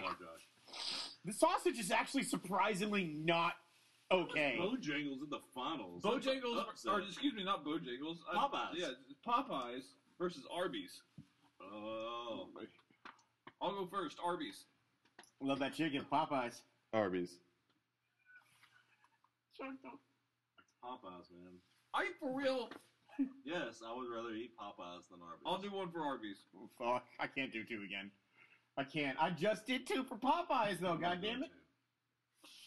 B: job, Josh.
D: Oh, The sausage is actually surprisingly not okay.
B: Bojangles in the finals. That's an
A: Bojangles,
B: upset.
A: or excuse me, not Bojangles. I-
B: Popeyes.
A: yeah, Popeyes versus Arby's.
B: Oh.
A: I'll go first. Arby's.
D: Love that chicken, Popeyes.
C: Arby's.
B: Popeyes, man.
A: Are you for real?
B: Yes, I would rather eat Popeyes than Arby's.
D: Oh,
A: I'll do one for Arby's.
D: Fuck, I can't do two again. I can't. I just did two for Popeyes though. God damn it!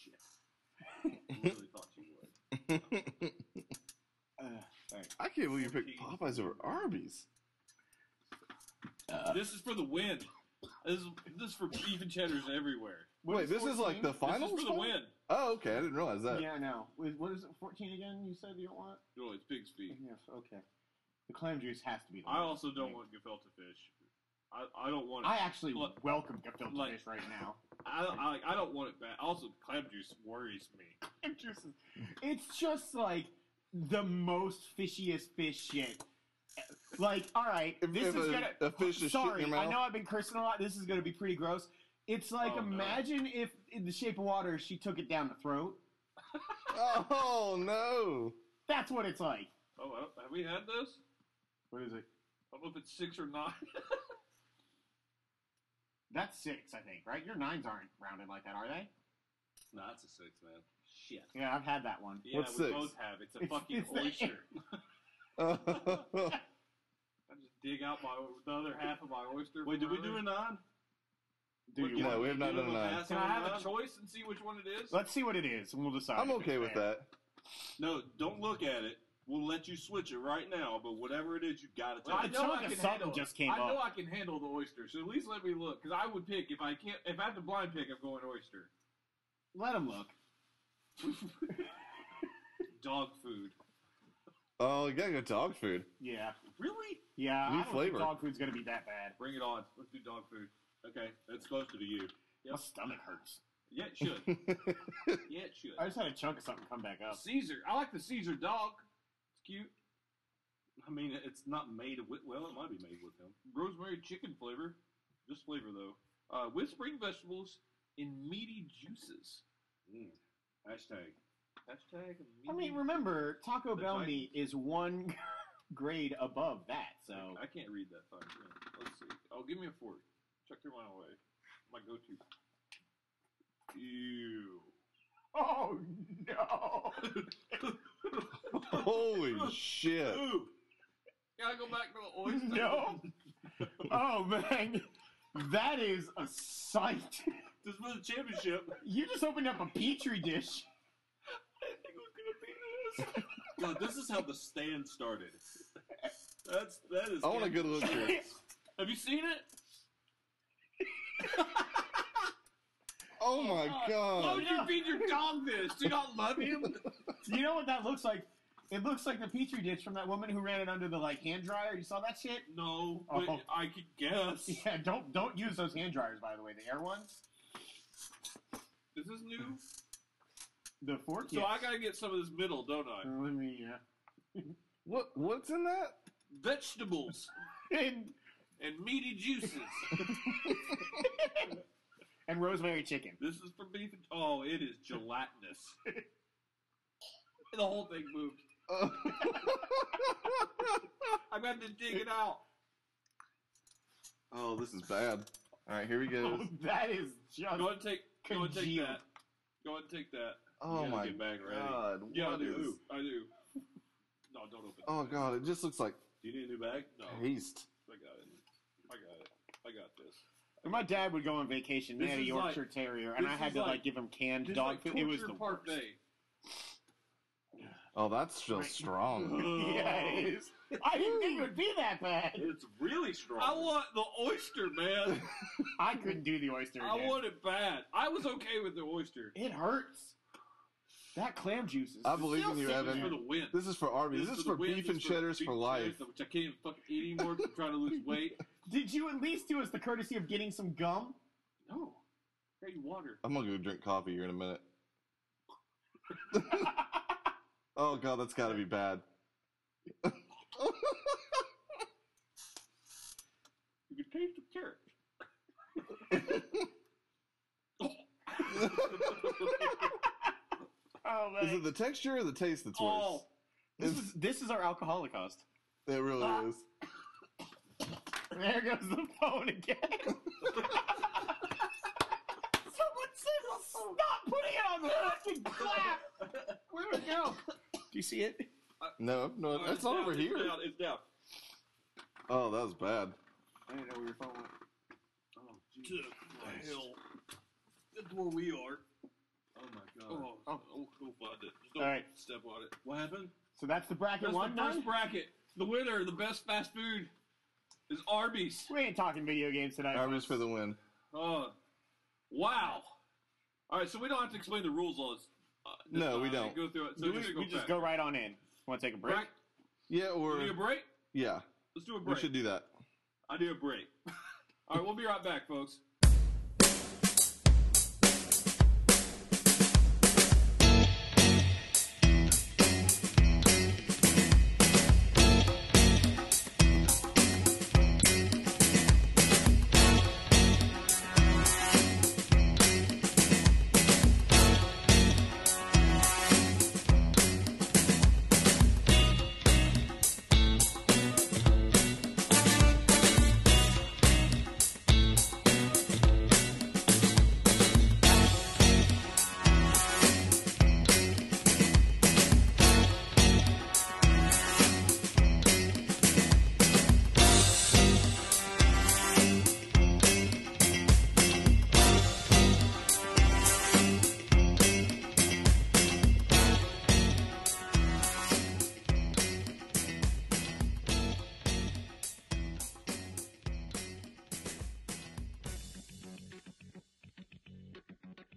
B: Shit. I really thought you would.
D: Ugh.
C: I can't believe you picked Popeyes over Arby's.
A: This is for the win. This is, this is for beef and cheddars everywhere.
D: What
C: Wait, this is like
D: 14?
C: the
A: This is
C: finals.
A: for the
C: final?
A: win.
C: Oh, okay. I didn't realize that.
D: Yeah, no. Wait, What is it? Fourteen again? You said you don't want?
A: No, it's pig's feet.
D: Yes. Okay. The clam juice has to be. the
A: I
D: worst.
A: also don't want gefilte fish. I, I don't want it.
D: I actually
A: Look,
D: welcome gefilte
A: like-
D: fish right now.
A: I, I, like, I don't want it bad. Also, clam juice worries me.
D: Clam juice is- it's just like the most fishiest fish shit. Like, all right,
C: If-
D: this
C: if
D: is
C: a-
D: gonna.
C: a fish is shit in
D: sorry,
C: your
D: I
C: mouth?
D: know I've been cursing a lot. This is gonna be pretty gross. It's like
A: Oh, no.
D: imagine if in the Shape of Water she took it down the throat.
C: Oh no!
D: That's what it's like.
A: Oh, I don't- have we had this?
D: What is it?
A: I don't know if it's six or nine.
D: That's six, I think. Right? Your nines aren't rounded like that, are they?
B: Nah, it's a six, man.
A: Shit.
D: Yeah, I've had that one.
A: Yeah,
C: What's
A: we
C: six?
A: both have. It's a
D: It's-
A: fucking
D: it's-
A: oyster.
C: Oh.
A: I just dig out my the other half of my oyster.
B: Wait, did we
A: further.
B: do a nine?
D: Do you
C: No,
D: want?
C: we have not
B: Do
C: done a
B: a
C: nine.
B: pass
A: Can
B: on
A: I
B: the
A: have
B: nine?
A: a choice and see which one it is?
D: Let's see what it is, and we'll decide.
C: I'm
D: if it's
C: okay with
D: fair.
C: that.
B: No, don't look at it. We'll let you switch it right now, but whatever it is, you gotta
A: Well,
B: take
A: I
B: it.
A: know
D: chunk
A: I can
D: of something
A: handle. it.
D: just came
A: I know
D: up.
A: I can handle the oyster, so at least let me look. Because I would pick if I can't. If I have to blind pick, I'm going oyster.
D: Let him look.
A: Dog food.
C: Oh, you gotta go dog food.
D: Yeah,
B: Really?
D: yeah.
C: New
D: I don't
C: flavor.
D: think dog food's gonna be that bad.
A: Bring it on. Let's do dog food.
B: Okay, that's closer to you.
D: My stomach hurts.
A: Yeah, it should. yeah, it should.
D: I just had a chunk of something come back up.
A: Caesar. I like the Caesar dog. It's cute.
B: I mean, it's not made with. Well, it might be made with him.
A: rosemary chicken flavor, just flavor though, uh, with spring vegetables in meaty juices.
B: Mm. Hashtag.
A: Hashtag
D: I mean,
A: meaty-
D: remember Taco
A: The
D: Bell
A: Titan.
D: meat is one grade above that, so
A: I can't read that fine print. Let's see. Oh, give me a fork. Chuck your one away. My go-to. Ew.
D: oh no.
C: Holy shit!
A: Ooh. Gotta go back to the oyster.
D: No. Oh man, that is a sight.
B: This was a championship.
D: You just opened up a petri dish.
B: God, this is how the stand started. That's that is.
C: I want a good look here.
A: Have you seen it?
C: Oh my
A: Why
C: god!
A: would you feed your dog this? Do you not love him?
D: You know what that looks like? It looks like the petri dish from that woman who ran it under the like hand dryer. You saw that shit?
A: No, but
D: Oh.
A: I could guess.
D: Yeah, don't don't use those hand dryers by the way, the air ones.
A: This is new.
D: The fork.
A: So
D: yes.
A: I gotta get some of this middle, don't I?
D: Uh, Let me. Uh,
C: What what's in that?
A: Vegetables.
D: and
A: and meaty juices.
D: and rosemary chicken.
A: this is for beef. And, oh, it is gelatinous. the whole thing moved.
C: Uh,
A: I'm going to dig it out.
C: oh, this is bad. All right, here we go.
D: Oh, that is just
A: Go ahead and take. Go and take
D: congealed.
A: that. Go ahead and take that.
C: Oh
A: You gotta
C: my
A: get back ready.
C: god.
A: Yeah, I
C: what
A: do.
C: is-
A: I do. No, don't open.
C: Oh god, it just looks like
A: Do you need a new bag? No,
C: paste.
A: I got it. I got it. I got this.
D: When my dad would go on vacation, we
A: This
D: had a
A: is like-
D: Yorkshire Terrier, and
A: this
D: I had
A: is
D: to like,
A: like-
D: give him canned
A: This is
D: dog
A: like
D: food. It was the
A: Torture Park
D: worst.
A: Bay.
C: Oh, that's just
D: Right.
C: strong.
D: yeah, it is. I didn't think it would be that bad.
B: It's really strong.
A: I want the oyster, man.
D: I couldn't do the oyster.
A: I
D: again.
A: want it bad. I was okay with the oyster.
D: It hurts. That clam juice is.
C: I believe
A: Still
C: in you,
A: sick
C: Evan.
A: for the win.
C: This is for Arby's. This, is
A: the
C: for
A: win.
C: beef
A: This
C: and
A: is
C: cheddars
A: beef
C: for
A: and
C: life.
A: cheddars, which I can't even fucking eat anymore. 'cause I'm trying to lose weight.
D: Did you at least do us the courtesy of getting some gum?
A: No, great water.
C: I'm gonna go drink coffee here in a minute. oh god, that's gotta be bad.
A: You can taste the carrot.
D: Oh,
C: Is it the texture or the taste that's worse?
A: Oh,
D: this is this is our alcoholic host.
C: It really
A: Ah.
C: is.
D: There goes the phone again. Someone said, "Stop putting it on the fucking clap." Where'd it go? Do you see it?
C: No, no,
A: oh,
C: that's not
A: down,
C: over here.
A: It's down. It's down.
C: Oh, that was bad.
D: I didn't know where your phone went.
B: Oh,
A: To
B: Jesus Christ.
A: hell. That's where we are.
B: Oh my god.
A: Oh, oh. go find it. Just don't
D: All right.
A: step on it. What happened?
D: So that's the bracket
A: That's
D: one.
A: the first
D: Done?
A: bracket. The winner, the best fast food, is Arby's.
D: We ain't talking video games tonight.
C: Arby's for the win.
A: Oh, wow. All right, so we don't have to explain the rules all this. Uh, this
C: No, we
A: time.
C: don't.
A: Go through it. So
D: we
A: we're
D: just,
A: gonna
D: we
A: go
D: just
A: back.
D: go right on in. Want to take a break?
A: Brack-
C: Yeah,
A: we
C: or
A: need a break?
C: yeah,
A: Let's do a
C: we
A: break.
C: should do that.
A: I do a break. all right, we'll be right back, folks.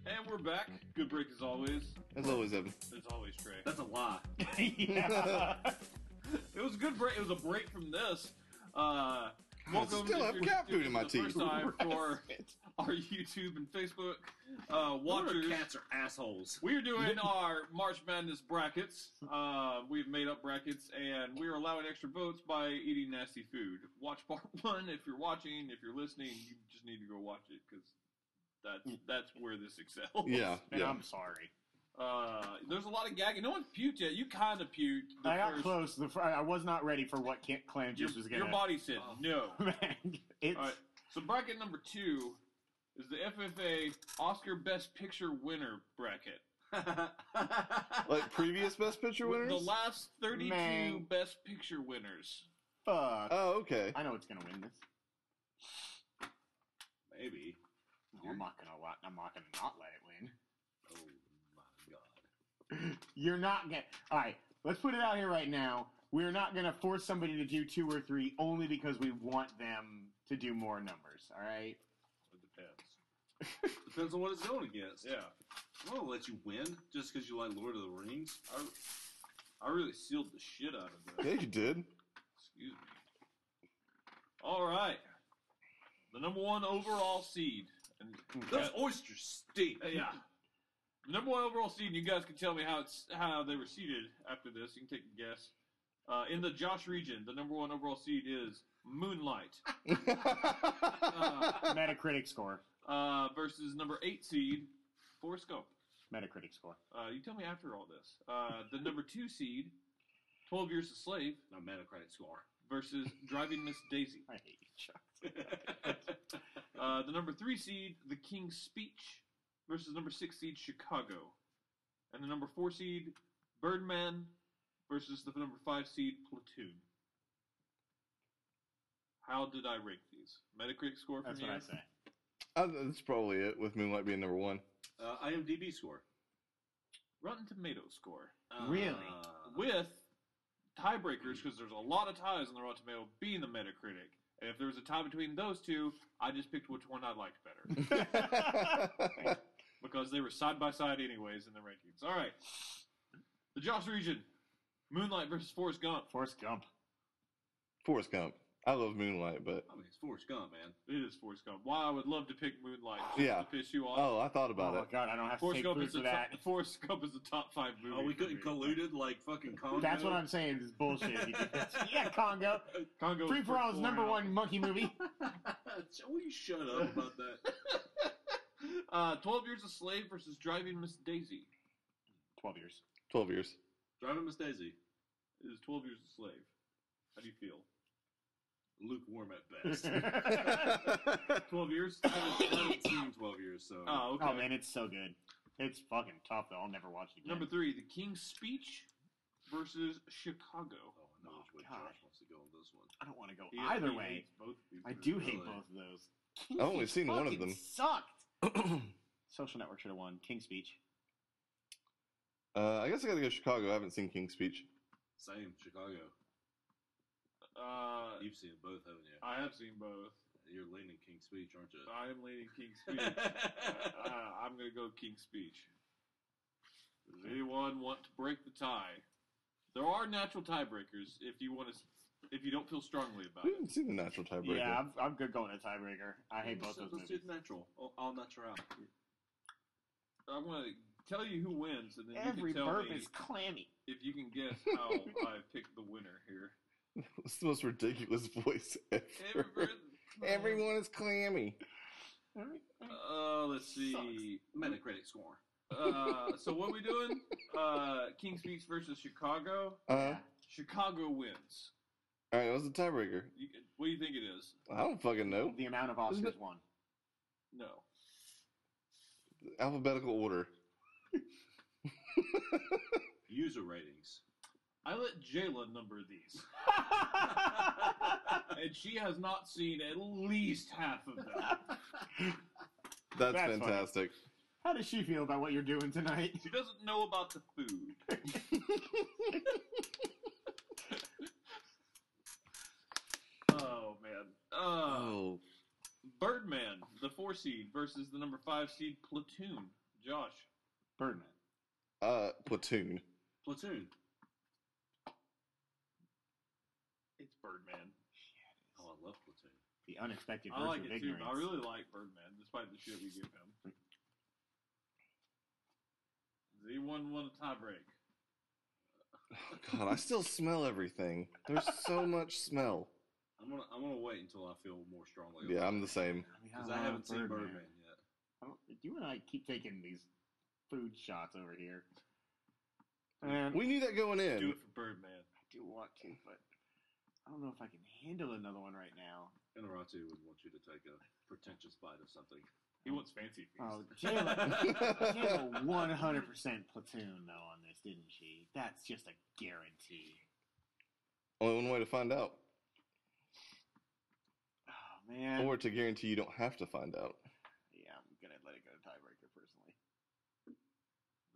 A: And we're back. Good break as always.
C: As always, Evan.
A: As always, Trey.
B: That's a lie.
D: yeah.
A: It was a good break. It was a break from this. Uh, welcome.
C: still
A: if
C: have
A: you're-
C: cat food in my
A: if this is the
C: teeth.
A: First time for our YouTube and Facebook uh,
B: Water
A: watchers.
B: cats are assholes.
A: We're doing our March Madness brackets. Uh, we've made up brackets, and we're allowing extra votes by eating nasty food. Watch part one if you're watching. If you're listening, you just need to go watch it because that's that's where this excels.
C: Yeah,
D: and
C: yeah.
D: I'm sorry.
A: Uh, there's a lot of gagging. No one's puked yet. You kind of puked. The
D: I got
A: first-
D: close. The fr- I was not ready for what can- clam
A: Your,
D: juice was
A: your
D: gonna.
A: body said
B: Oh.
A: no.
D: Man, it's
A: All right. So bracket number two is the FFA Oscar Best Picture winner bracket.
C: Like previous Best Picture
A: With
C: winners.
A: The last 32
D: Man.
A: Best Picture winners.
D: fuck.
C: oh, okay.
D: I know it's gonna win this.
B: Maybe.
D: No, I'm not gonna. Wa- I'm not gonna not let it win.
B: Oh my god.
D: You're not gonna. All right, let's put it out here right now. We're not gonna force somebody to do two or three only because we want them to do more numbers. All right.
B: It depends. depends on what it's going against.
A: Yeah.
B: I won't let you win just because you like Lord of the Rings.
A: I, I really sealed the shit out of
C: Yeah,
A: that.
C: you did.
A: Excuse me. All right. The number one overall seed. And
B: Those oysters stink.
A: Uh, yeah. The number one overall seed, and you guys can tell me how it's how they were seeded after this. You can take a guess. Uh, in the Josh region, the number one overall seed is Moonlight uh,
D: Metacritic score.
A: uh, versus number eight seed Forrest Gump.
D: Metacritic score.
A: Uh, you tell me after all this. Uh, the number two seed, Twelve Years a Slave
B: Now, Metacritic score.
A: versus Driving Miss Daisy.
D: I hate you, Chuck.
A: Uh, the number three seed, The King's Speech, versus number six seed, Chicago. And the number four seed, Birdman, versus the number five seed, Platoon. How did I rank these? Metacritic score from
D: That's
A: you?
D: what I say.
C: I- That's probably it with Moonlight being number one.
B: Uh, IMDb score.
A: Rotten Tomatoes score.
D: Really?
B: Uh,
A: With tiebreakers, because there's a lot of ties on the Rotten Tomato, being the Metacritic. And if there was a tie between those two, I just picked which one I liked better. because they were side by side anyways in the rankings. All right, the Josh region, Moonlight versus Forrest Gump.
D: Forrest Gump.
C: Forrest Gump. I love Moonlight, but
B: I mean, it's Forrest Gump, man.
A: It is Forrest Gump. Wow, I would love to pick Moonlight just
C: Yeah.
A: to piss you off.
C: oh, I thought about
D: oh
C: it.
D: God, I don't have to
A: Forrest
D: take
A: Gump
D: food
A: is
D: for
A: the
D: that.
A: top, Forrest Gump is a top five movie.
B: Oh, we
A: for
B: couldn't
A: me.
B: colluded like fucking Congo.
D: That's what I'm saying. It's bullshit. if you do that. yeah, Congo.
A: Congo
D: Free
A: is
D: for all is
A: four
D: number
A: out.
D: one monkey movie.
B: Will you shut up about that?
A: Uh, Twelve Years a Slave versus Driving Miss Daisy
D: Twelve years.
C: Twelve years.
B: Driving Miss Daisy,
A: is Twelve Years a Slave. How do you feel?
B: lukewarm at best.
D: oh
A: Twelve Years.
B: I haven't, I haven't seen 12 years, so
A: oh, okay.
D: man, it's so good. It's fucking tough though. I'll never watch it again.
A: Number three, The King's Speech versus Chicago.
B: Oh, I know
D: Oh,
B: which way
D: God.
B: Josh wants to go on this one.
D: I don't want to go
A: He-
D: either
A: he
D: way.
A: hates both of these
D: I
A: movies.
D: do hate
B: Really?
D: both of those.
C: I've only
D: King's
C: seen one of
D: fucking
C: them.
D: Sucked.
C: uh,
D: Social Network should have won. King's Speech.
C: Uh, I guess I gotta go Chicago. I haven't seen King's Speech.
B: Same, Chicago.
A: Uh,
B: You've seen both, haven't you?
A: I have seen both.
B: You're leaning King's Speech, aren't you?
A: I am leaning King's Speech. uh, I'm going to go King's Speech. Does anyone want to break the tie? There are natural tiebreakers if you want to, if you don't feel strongly about
C: We
A: it.
C: haven't seen the natural tiebreaker.
D: Yeah, I'm, I'm good going to tiebreaker. I hate both those
B: Let's-
D: movies.
B: Let's do the natural. All, all natural.
A: I'm going to tell you who wins, and then
D: Every
A: you can tell
D: burp
A: me
D: is clammy.
A: if you can guess how I picked the winner here.
C: It's the most ridiculous voice ever. Everyone is clammy.
A: Uh, let's see.
B: Metacritic score.
A: Uh, so what we doing? Uh, King's Speech versus Chicago.
C: Uh,
D: Yeah.
A: Chicago wins.
C: All right, what's the tiebreaker?
A: You, what do you think it is?
C: I don't fucking know.
D: The amount of
C: Isn't
D: Oscars
C: it-
D: won.
A: No.
C: Alphabetical order.
B: User ratings.
A: I let Jayla number these, and she has not seen at least half of them.
C: That's,
D: That's funny.
C: fantastic.
D: How does she feel about what you're doing tonight?
A: She doesn't know about the food. oh man. Uh,
C: Oh,
A: Birdman, the four seed versus the number five seed Platoon. Josh.
D: Birdman.
C: uh, platoon.
B: Platoon.
A: It's Birdman.
B: Oh, I love Platoon.
D: The unexpected
A: I
D: version
A: like
D: of
A: it too.
D: ignorance.
A: but I really like Birdman, despite the shit we give him. Does anyone want a tie break?
C: Oh, God, I still smell everything. There's so much smell.
B: I'm gonna I'm gonna wait until I feel more strongly.
C: Yeah, I'm the same.
D: mean,
B: because
D: love
B: I haven't seen Birdman yet.
D: I don't- You and I keep taking these food shots over here. And
C: We knew that going
A: Do
C: in.
A: it for Birdman.
D: I do want to, but I don't know if I can handle another one right now.
B: Inaratu would want you to take a pretentious bite of something.
A: He wants fancy feast.
D: Oh, Jayla, Jayla 100% platoon, though, on this, didn't she? That's just a guarantee.
C: Only one way to find out,
D: Oh, man.
C: or to guarantee you don't have to find out.
D: yeah, I'm going to let it go to tiebreaker, personally.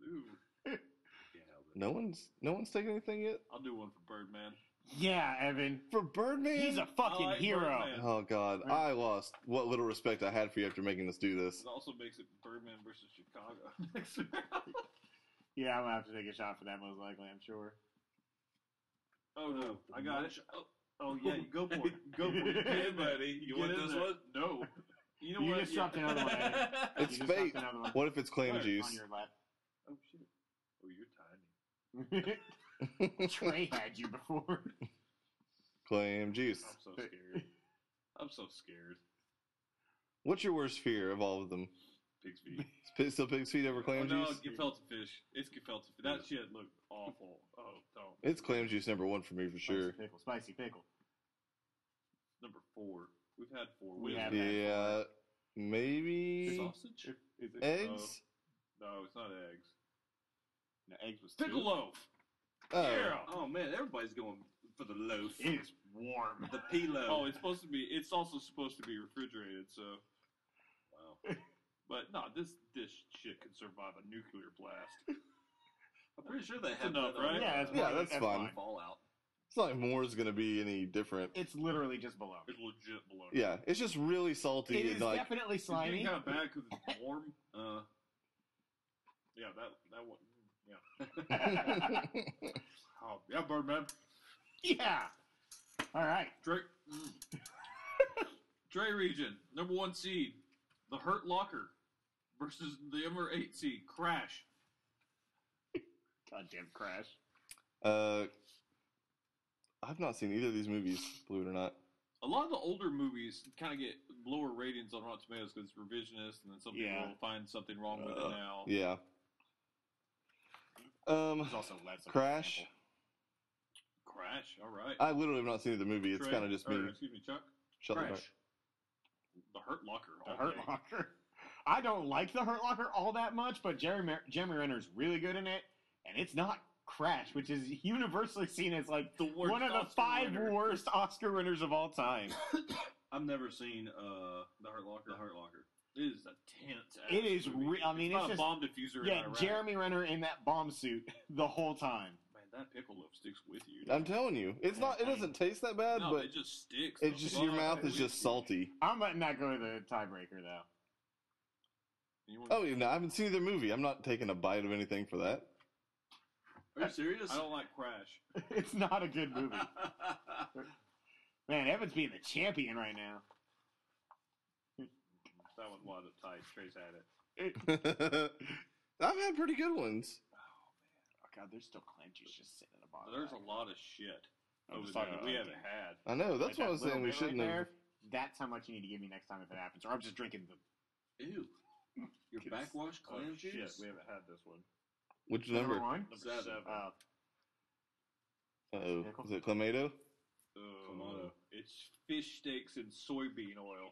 A: Ooh.
B: Can't help it.
C: No one's no one's taking anything yet
A: I'll do one for Birdman.
D: Yeah, Evan.
C: for Birdman.
D: He's a fucking
A: I like
D: hero.
A: Birdman.
C: oh God, I lost what little respect I had for you after making us do this.
A: It also makes it Birdman versus Chicago next round.
D: Yeah, I'm going to have to take a shot for that, most likely, I'm sure.
A: Oh no, I got it. Oh, oh yeah, you go for it. Go for it. Get
B: Hey,
A: in there.
B: buddy, you
A: Get
B: want
A: in
B: this
A: there.
B: one?
A: No. You know
D: You
A: what?
D: just dropped another one, Evan. You
C: It's
D: just dropped
C: fate.
D: another one
C: What if it's clam
A: Alright,
D: on
C: juice?
D: your lap.
A: Oh shit. Oh, you're tiny.
D: Trey had you before.
C: Clam juice.
A: I'm so scared. I'm so scared.
C: What's your worst fear of all of them?
A: Pig's feet.
C: It's pi- Still pig's feet over
A: Oh,
C: clam
A: no,
C: juice?
A: gefilte fish. It's gefilte fish. That shit looked awful. Oh, don't.
C: It's clam juice number one for me for sure.
D: Spicy pickle. Spicy pickle.
A: Number four. We've had four.
D: We
A: Wings.
D: have had
C: Yeah, maybe
B: Sausage?
A: Is it-
C: eggs.
A: No, no, it's not eggs.
D: The eggs was
A: Pickle loaf.
C: Oh,
A: Yeah.
B: Oh man, everybody's going for the loaf.
D: It is warm.
B: The pilo.
A: Oh, it's supposed to be. It's also supposed to be refrigerated. So,
B: wow.
A: but no, this this shit can survive a nuclear blast.
B: I'm pretty sure they
A: That's
B: have
A: enough,
B: that
A: right?
B: on,
D: Yeah, that's
B: uh,
C: Yeah, that's fine.
B: Fallout.
C: it's not like more is gonna be any different.
D: It's literally just below.
A: It's legit below.
C: Yeah, it's just really salty
D: It
C: and
D: is
C: like
D: definitely
A: it's getting
D: slimy.
A: kind of bad because it's warm.
B: Uh,
A: Yeah, that that one. Yeah.
D: yeah.
A: Oh, yeah, Birdman.
D: All right.
A: Dre. Mm. Dre region number one seed, the Hurt Locker, versus the number eight seed Crash.
D: Goddamn crash.
C: uh, I've not seen either of these movies, believe it or not.
A: A lot of the older movies kind of get lower ratings on Rotten Tomatoes because it's revisionist, and then some
D: Yeah.
A: people
C: Mm-hmm.
A: will find something wrong with
C: Uh,
A: it now.
C: Yeah. Um,
D: There's also less. of
C: Crash?
D: an example.
A: Crash. All right.
C: I literally have not seen the movie. It's
A: Trey-
C: kind of just
A: or,
C: me.
A: Excuse me, Chuck.
C: Shut the
A: Crash.
C: door.
A: The Hurt Locker.
D: The
A: all
D: Hurt
A: day.
D: Locker. I don't like the Hurt Locker all that much, but Jerry Mer- Jeremy Renner's really good in it, and it's not Crash, which is universally seen as like
A: The worst
D: one of the
A: Oscar
D: five
A: winner.
D: worst Oscar winners of all time.
B: I've never seen uh,
A: The Hurt Locker.
B: the Hurt Locker.
A: It is a tense. ass
D: It is
A: Movie.
D: re- I mean,
A: it's,
D: it's
A: not a bomb diffuser.
D: Yeah,
A: in Iraq.
D: Jeremy Renner in that bomb suit the whole time.
A: Man, that pickle loaf sticks with you.
C: I'm telling you, it's not. It doesn't taste that bad,
A: no,
C: but
A: it just sticks.
C: it's
A: the
C: just your
A: fuck
C: mouth is
A: with
C: just
A: you.
C: salty.
D: I'm letting that go to the tiebreaker though.
A: You wanna-
C: Oh, yeah, no, I haven't seen either movie. I'm not taking a bite of anything for that.
B: Are you serious?
A: I don't like Crash.
D: It's not a good movie. Man, Evan's being the champion right now.
A: That was why the tight Trace had it.
C: I've had pretty good ones.
D: Oh god, there's still clam juice just sitting in the bottom.
A: There's a lot of shit
D: I'm
A: over
D: just
A: there
D: talking
A: that
D: about
A: we
D: like
A: haven't had.
C: I know. That's
D: that
C: what I was
D: little
C: saying. We
D: bit
C: shouldn't
D: right
C: have.
D: there, That's how much you need to give me next time if it happens, or I'm just drinking the
B: Ew. Your
D: Kids.
B: backwash
A: Oh,
B: clam
A: shit,
B: juice?
A: we haven't had this one.
C: Which number?
D: number one.
A: Number seven.
B: Seven.
D: Uh,
C: Uh-oh. Uh, Is it Clamato?
A: Come
B: Kamado.
A: on. It's fish steaks and soybean oil.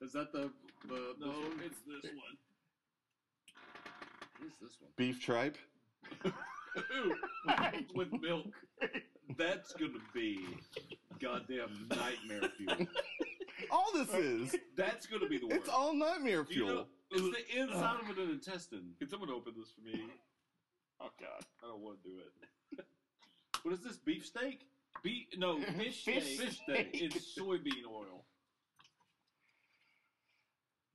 B: Is that the the
A: No,
B: this one?
A: it's this one.
B: What is this one?
C: Beef tripe?
D: Oh.
A: Ooh, with milk.
B: That's gonna be goddamn nightmare fuel.
C: All this is.
B: That's gonna be the worst.
C: It's all nightmare
B: Do you
C: fuel.
B: know- it's the inside of an intestine.
A: Can someone open this for me?
D: oh god.
A: I don't want to do it.
B: What is this beefsteak?
A: Beef? No, fish, steak.
D: Fish
A: Fish steak.
D: steak.
A: It's soybean oil.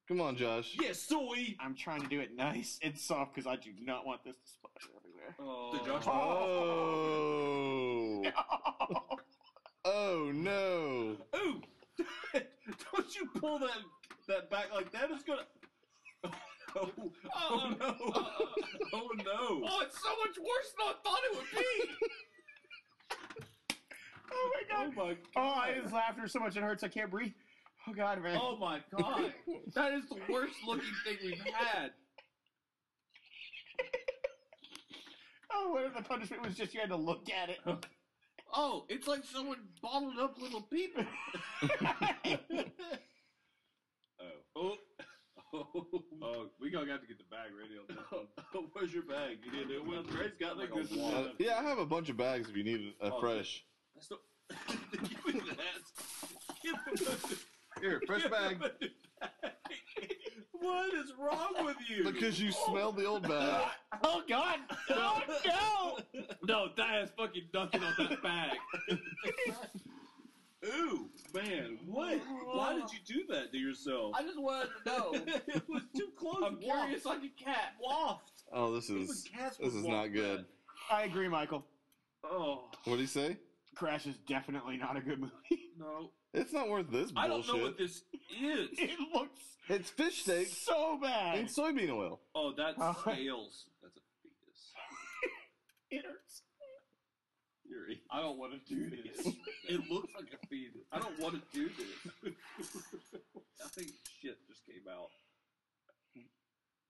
C: Come on, Josh.
B: Yes, soy.
D: I'm trying to do it nice and soft because I do not want this to splatter everywhere.
A: Oh,
B: Did Josh-
C: Oh. Oh, no.
B: Ooh! Don't you pull that that back like that? It's gonna. Oh, oh,
A: Oh,
B: no!
A: oh,
B: Oh no!
A: Oh, it's so much worse than I thought it would be.
D: oh my
B: Oh
D: god.
B: my
D: Oh, I
B: god!
D: just laughed so much it hurts. I can't breathe. Oh god, man.
A: oh my god, that is the worst looking thing we've had.
D: Oh, what if the punishment was just you had to look at it?
A: Oh, it's like someone bottled up little people. Oh,
B: Oh.
A: oh, we gonna have to get the bag ready on this one.
B: Oh, Where's your bag? You didn't do it. Well, Trey's got like
A: I think
B: a
A: this is
B: wad.
C: Uh, yeah, I have a bunch of bags if you need a
B: Oh,
C: fresh.
B: That's not- Give me that. Give me that.
C: Here, fresh bag.
B: What is wrong with you?
C: Because you smelled the old bag.
D: Oh god! Oh no!
A: No, that has fucking nothing on that bag.
B: Ooh, man, what? Why did you do that to yourself?
A: I just wanted to know.
B: it was too close.
A: I'm curious like a cat.
B: Waft.
C: Oh, this
B: Even
C: is.
B: cats
C: This
B: would
C: is
B: waft
C: not good.
B: that.
D: I agree, Michael.
A: Oh
C: What do you say?
D: Crash is definitely not a good movie.
A: no,
C: It's not worth this bullshit.
A: I don't know what this is.
D: It looks
C: It's fish steaks
D: so bad.
C: and soybean oil.
A: Oh, that's
D: Oh.
A: scales.
B: That's a fetus.
D: it hurts.
B: You're eight.
A: I don't want to do this. it looks like a fetus. I don't want to do this. I think shit just came out.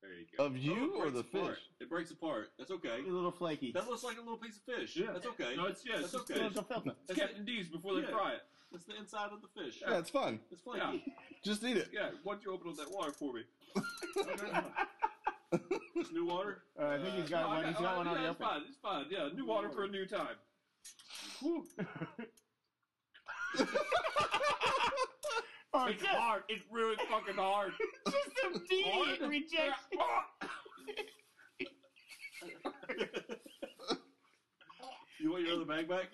A: There you go.
C: Of you
B: Oh, it
C: or
B: breaks
C: the
B: apart.
C: fish?
B: It breaks apart. That's okay.
D: A little flaky.
B: That looks like a little piece of fish.
A: Yeah.
B: That's okay.
A: No, it's yeah, it's
B: That's
A: just
B: okay.
A: fish.
D: Little filter.
A: It's Captain D's before they
B: Yeah.
A: fry it.
B: That's the inside of the fish.
C: Yeah, it's fun.
B: It's flaky.
A: Yeah,
C: Just eat it.
A: yeah. Why don't you open up that water for me?
B: It's new water. uh,
D: Uh, I think he's got
A: no, I
D: one. He's got
A: I-
D: one
A: yeah,
D: already
A: it's
D: open.
A: fine. It's fine. Yeah, new water for a new time. Whew.
D: Oh,
A: It's
D: just,
A: hard. It's really fucking hard.
D: just immediate
A: Hard.
D: rejection.
B: You want your other bag back?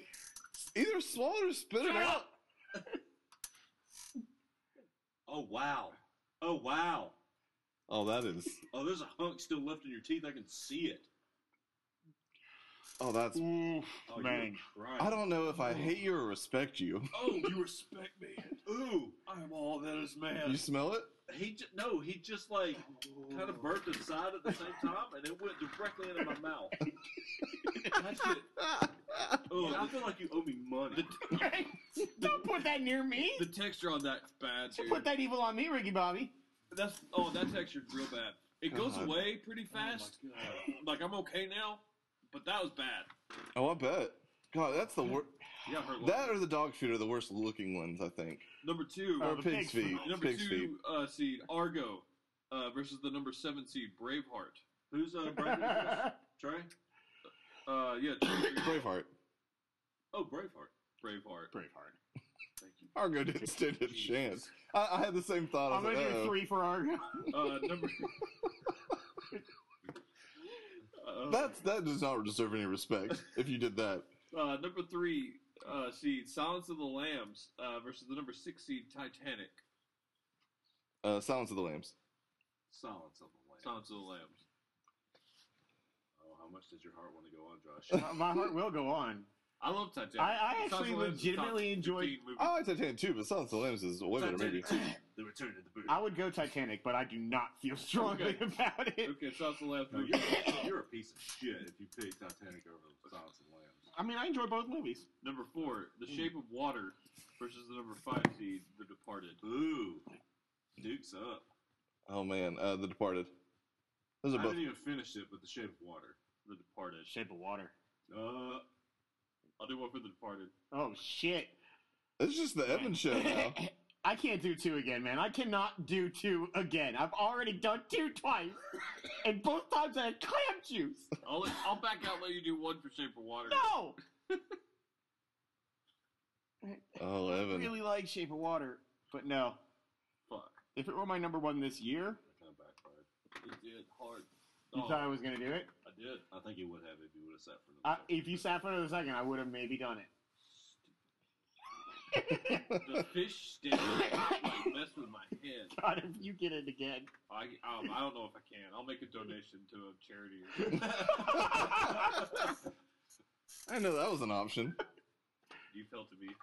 C: Either swallow it or spit it out.
B: Oh wow. Oh wow.
C: Oh, that is.
B: Oh, there's a hunk still left in your teeth. I can see it.
C: Oh, that's.
D: Oof,
B: Oh, you
D: man.
B: were crying.
C: I don't know if I hate you or respect you.
B: Oh, you respect me. Ooh, I am all that is man.
C: You smell it?
B: He j- no, he just like kind of burped inside at the same time, and it went directly into my mouth. That shit. Oh, I feel like you owe me money.
D: Don't put that near me.
A: The texture on that's bad,
D: Don't
A: dude.
D: put that evil on me, Ricky Bobby.
A: That's oh, that texture's real bad. It goes
C: God.
A: away pretty fast. like I'm okay now, but that was bad.
C: Oh, I bet. God, that's the worst.
A: Yeah, her
C: That or the dog feet are the worst looking ones, I think.
A: number two,
D: Oh,
C: Or
D: the
C: pig's
D: pig's
C: feet.
D: feet.
A: number
C: Pig's feet.
A: two uh, seed Argo uh, versus the number seven seed Braveheart.
B: Who's uh, breaking this? Trey?
A: Uh, yeah, Braveheart.
C: Braveheart.
B: Oh, Braveheart.
A: Braveheart.
D: Braveheart.
B: Thank you.
C: Argo didn't stand a chance. I, I had the same thought. I
D: I'm
C: was like,
D: gonna do
C: "Uh-oh."
D: three for Argo.
A: Uh, number. Uh,
C: That's that does not deserve any respect if you did that.
A: uh, number three uh, seed Silence of the Lambs uh, versus the number six seed Titanic.
C: Uh, Silence of the Lambs.
B: Silence of the land.
A: Silence of the Lambs.
B: Oh, how much does your heart want to go on, Josh?
D: My- My heart will go on.
A: I love Titanic.
D: I- I
A: Silence of
D: actually
A: the Lambs is a top
D: legitimately enjoyed-
A: 15 movie.
C: I like Titanic too, but Silence of the Lambs is a way better movie.
B: Titanic 2, the return of the booty.
D: I would go Titanic, but I do not feel strongly
A: Okay.
D: about it.
A: Okay, Silence of the Lambs
B: No,
A: movie.
B: you're, you're a piece of shit if you pick Titanic over Silence of the Lambs.
D: I mean, I enjoy both movies. Hmm.
A: Number four, The Shape of Water versus the number five seed, The Departed.
B: Ooh, Duke's up.
C: Oh man, uh, The Departed. Those
B: I
C: are both.
B: didn't even finish it, but The Shape of Water.
A: The Departed.
D: Shape of Water.
B: Uh,
A: I'll do one for The Departed.
D: Oh shit!
C: It's just the Evan show now.
D: I can't do two again, man. I cannot do two again. I've already done two twice, and both times I had clam juice.
A: I'll let, I'll back out. and Let you do one for Shape of Water.
D: No,
C: Oh Evan.
D: really like Shape of Water, but no.
A: Fuck.
D: If it were my number one this year,
B: that kind of backfired.
A: It did hard.
D: you
A: Oh,
D: thought I was gonna do it.
A: I did.
B: I think he would have if he would have sat for
D: I,
B: another.
D: if you sat for another second, I would have maybe done it.
A: The fish stick like, messed with my head.
D: God, if you get it again,
A: I um, I don't know if I can. I'll make a donation to a charity. or something.
C: I didn't know that was an option.
A: you fell to me.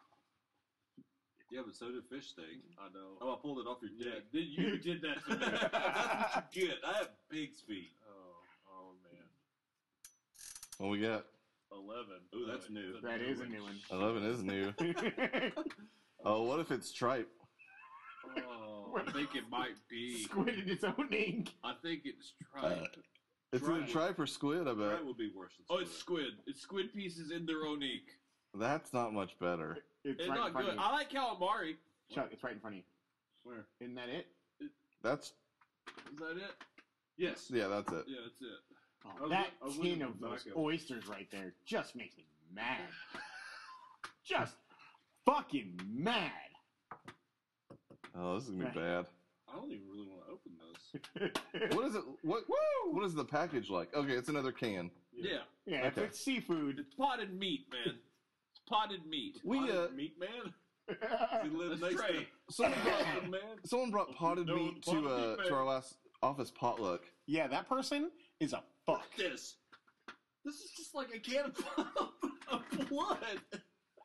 B: yeah, but so did fish steak.
A: I know.
B: Oh, I pulled it off your
A: Yeah,
B: dick.
A: then you did that to me.
B: That's what you get. I have pig's feet.
A: Oh, oh man.
C: What we got?
A: Eleven.
B: Ooh, that's new.
A: Uh, it's
D: that is a new one.
C: Eleven is new. Oh, what if it's tripe?
A: Oh, I think it might be.
D: Squinted its own ink.
A: I think it's tripe.
C: It's either tripe or squid. I bet
B: That would be worse than
A: oh, it's
B: squid.
A: squid. It's squid pieces in their own ink.
C: that's not much better.
D: It's,
A: It's
D: right in
A: not
D: front
A: good.
D: of you.
A: I like calamari.
D: Chuck, it's right in front of you.
B: Where?
D: Isn't that it?
C: That's
A: Is that it?
B: Yes.
C: yeah, that's it.
A: Yeah, that's it.
D: Oh,
B: I
D: that
B: was- I was
D: tin
B: looking
D: of
B: for
D: those
B: tobacco.
D: oysters right there just makes me mad. just fucking mad.
C: Oh, this is gonna be bad.
B: I don't even really want to open this.
C: What is it? What what is the package like? Okay, it's another can.
A: Yeah.
D: yeah, if
C: Okay.
D: it's seafood.
A: It's potted meat, man. It's potted meat.
C: We,
B: Potted
C: uh,
B: meat man. He
D: That's
B: lives
A: That's
B: next
A: right.
B: to
C: Someone brought,
B: Potted man.
C: someone brought potted
A: No,
C: meat
A: potted
C: to uh,
A: meat, man.
C: to our last office potluck.
D: yeah, that person is a fuck.
B: this. This is just like a can of, of blood.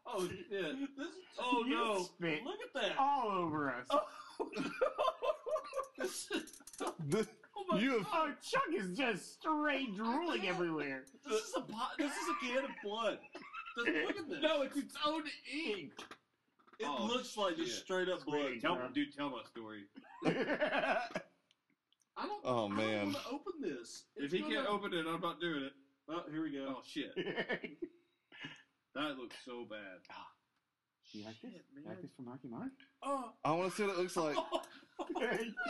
A: Oh shit.
B: This is just-
A: Oh
D: You
A: no.
D: spit.
A: Look at that.
D: All over us. Oh,
B: this is,
C: This,
B: oh my,
C: you have
D: Chuck is just straight drooling everywhere.
B: this is a pot, this is a can of blood. Does- Look at this.
A: No, it's its own ink.
B: it
A: oh,
B: looks like just
A: shit.
B: straight up blood.
C: Sweet.
A: Tell,
C: Yeah.
A: dude, tell my story.
B: I don't.
C: Oh,
B: I
C: man.
B: don't want to open this.
A: If
B: It's
A: he
B: gonna-
A: can't open it, I'm not doing it.
B: oh, here we go.
A: Oh shit, that looks so bad.
D: Do you like this?
B: Shit,
D: like
B: man.
D: this from Marky Mark?
B: Oh,
C: I want to see what it looks like.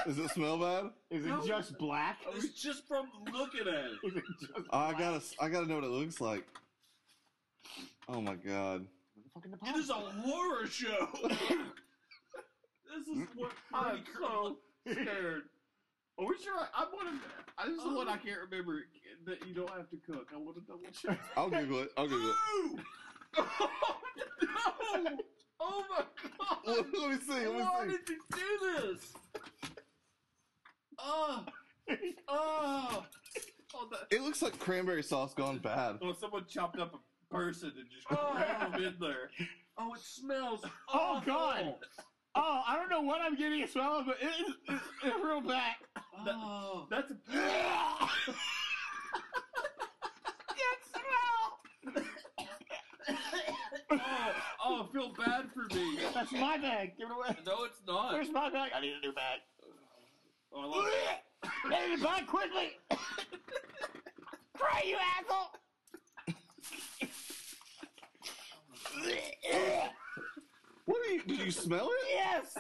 C: Does it smell bad?
D: Is it
B: No. Oh,
D: just black?
B: it's just from looking at it.
D: Is it just
C: Oh, I
D: black?
C: gotta, I gotta know what it looks like. Oh my god.
D: What the fuck in the
B: It is a horror show. this is what
A: I'm
B: Freddy
A: so
B: Krueger-
A: scared. Oh. Are we sure? I, I want to. This is the one I can't remember that you don't have to cook. I want to double check.
C: I'll Google it. I'll Google it.
B: No!
A: oh no! Oh my god!
C: Let me see.
B: Why
C: Let me
B: did you do this? Oh, oh,
A: Oh, that-
C: see. It looks like cranberry sauce gone bad.
A: oh, someone chopped up a person and just
B: Oh.
A: crammed in there.
B: oh! It smells.
D: Oh, God.
B: awful.
D: Oh, I don't know what I'm getting as well, but it is it's, it's real black.
B: Oh,
A: That's a. Oh, oh, I feel bad for me.
D: That's my bag. Give it away.
A: No, it's not.
D: Where's my bag? I need a new bag.
A: Oh, I love it.
D: I need a bag quickly. Pray, you asshole.
C: What are you? Did you smell it?
D: yes.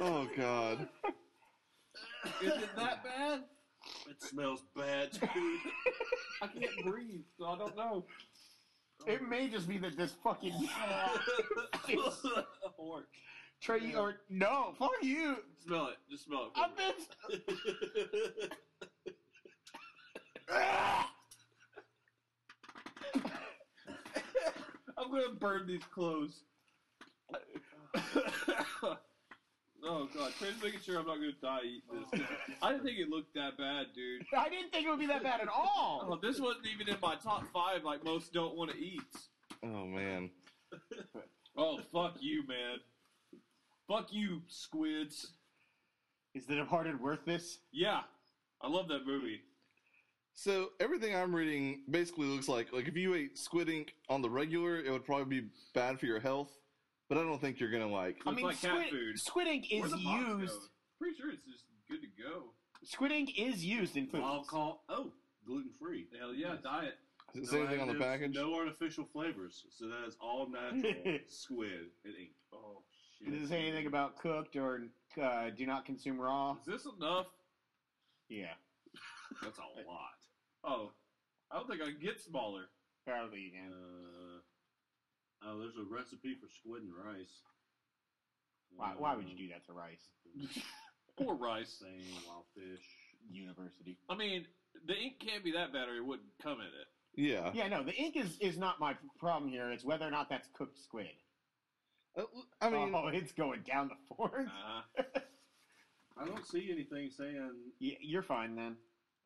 C: Oh god.
A: Is it that bad?
B: it smells bad. too.
A: I can't breathe, so I don't know.
D: It may just be that this fucking
B: Hork.
D: Trey or no, fuck you.
A: Smell it. Just smell it.
D: I'm just. Ah!
A: I'm gonna burn these clothes. oh god, Trey's making sure I'm not gonna die eating this. I didn't think it looked that bad, dude.
D: I didn't think it would be that bad at all.
A: Oh, this wasn't even in my top five, like most don't want to eat.
C: Oh man.
A: Oh fuck you, man. Fuck you, squids.
D: Is the Departed worth this?
A: Yeah, I love that movie.
C: So everything I'm reading basically looks like like if you ate squid ink on the regular, it would probably be bad for your health. But I don't think you're gonna like.
A: Looks like
D: squid,
A: cat food.
D: squid ink
A: Where'd
D: is
A: the box go?
D: used.
A: Pretty sure it's just good to go.
D: Squid ink is used in food.
B: I'll call. Oh, gluten free.
A: Hell yeah, diet.
C: Does it say anything on the package?
B: No artificial flavors, so that is all natural squid and ink.
A: Oh shit.
D: Does it say anything about cooked or uh, do not consume raw?
A: Is this enough?
D: Yeah,
B: That's a lot.
A: Oh, I don't think I can get smaller.
D: probably you can.
B: Uh, oh, there's a recipe for squid and rice.
D: Why, why
A: Um,
D: would you do that to rice?
A: Or rice.
B: Same wild fish.
D: University.
A: I mean, the ink can't be that bad, or it wouldn't come in it.
C: Yeah.
D: Yeah, no, the ink is, is not my problem here. It's whether or not that's cooked squid.
C: Uh, I mean,
D: oh, it's going down the forest.
A: Uh-huh.
B: I don't see anything saying.
D: Y- you're fine then.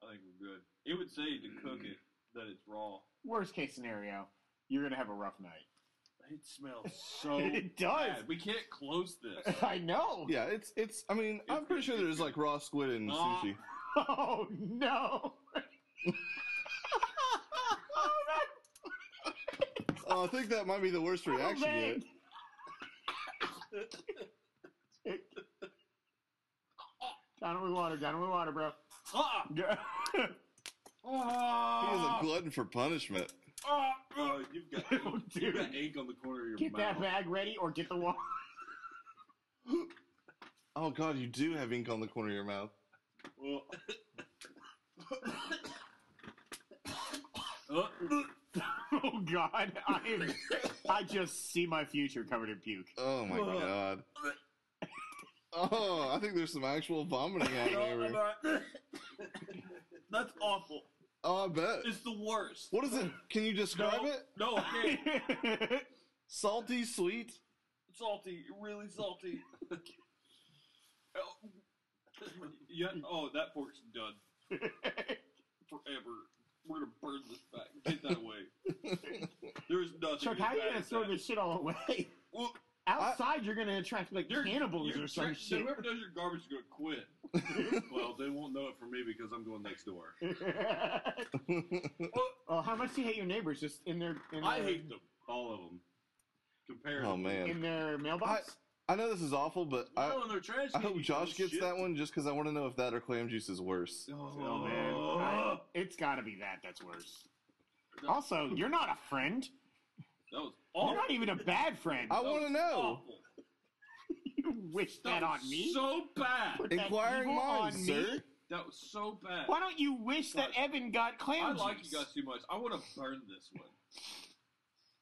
A: I think we're good. It would say to cook it that it's raw.
D: Worst case scenario, you're gonna have a rough night.
A: It smells so
D: it does.
A: bad. We can't close this.
D: I know.
C: yeah. It's it's. Uh-huh. I mean, I'm pretty sure there's like raw squid in
A: Ah.
C: sushi.
D: Oh no. oh, that
C: Oh, I think that might be the
D: Oh,
C: worst
B: Oh,
C: reaction yet.
D: yet. down with water, down with water, bro.
A: Ah!
C: He is a
A: Ah!
C: glutton for punishment.
A: Ah!
B: Oh, you've got
D: Oh,
B: you've
D: dude.
B: got ink on the corner of your
D: Get
B: mouth.
D: that bag ready or get the water.
C: Oh god, you do have ink on the corner of your mouth.
B: Well,
A: Ah!
D: Oh god, I am, I just see my future covered in puke.
C: Oh my
B: Ugh.
C: god. Oh, I think there's some actual vomiting happening. here.
A: That's awful.
C: Oh, I bet.
A: It's the worst.
C: What is it? Can you describe
A: No.
C: it?
A: No, I can't.
C: Salty, sweet.
A: salty, really salty. Oh, yeah, oh, that fork's done forever. We're gonna burn this back. Get that away. There's nothing.
D: Chuck,
A: as
D: how are you
A: bad
D: gonna
A: as
D: throw
A: that.
D: this shit all away?
A: Well,
D: Outside, you're gonna attract like
A: You're-
D: cannibals
A: you're
D: or some
A: tricked-
D: shit.
A: Whoever does your garbage is gonna quit.
B: Well, they won't know it from me because I'm going next door.
D: well, Oh, how much do you hate your neighbors? Just in their in
B: I
D: their,
B: hate them, all of them. Compared.
C: Oh, man.
D: in their mailbox.
C: I know this is awful, but
B: I,
C: I,
B: they're trash.
C: I hope
B: cans,
C: Josh
B: you
C: gets
B: little
C: that one just because I want to know if that or clam juice is worse.
B: shit. Oh,
D: Oh, man, I-
A: Oh,
D: it's got to be that. That's worse.
B: No.
D: Also, you're not a friend.
B: that was
A: Oh.
D: You're
B: awful.
D: not even a bad friend.
C: I want to know.
B: Awful.
D: You wish
B: That
D: that
B: was
D: on me.
B: So bad.
D: Put that
C: Inquiring
D: evil
C: mind,
D: on me.
C: sir.
B: That was so bad.
D: Why don't you wish that Evan got
B: I
D: clam
B: like
D: juice?
B: you guys too much. I want to burn this one,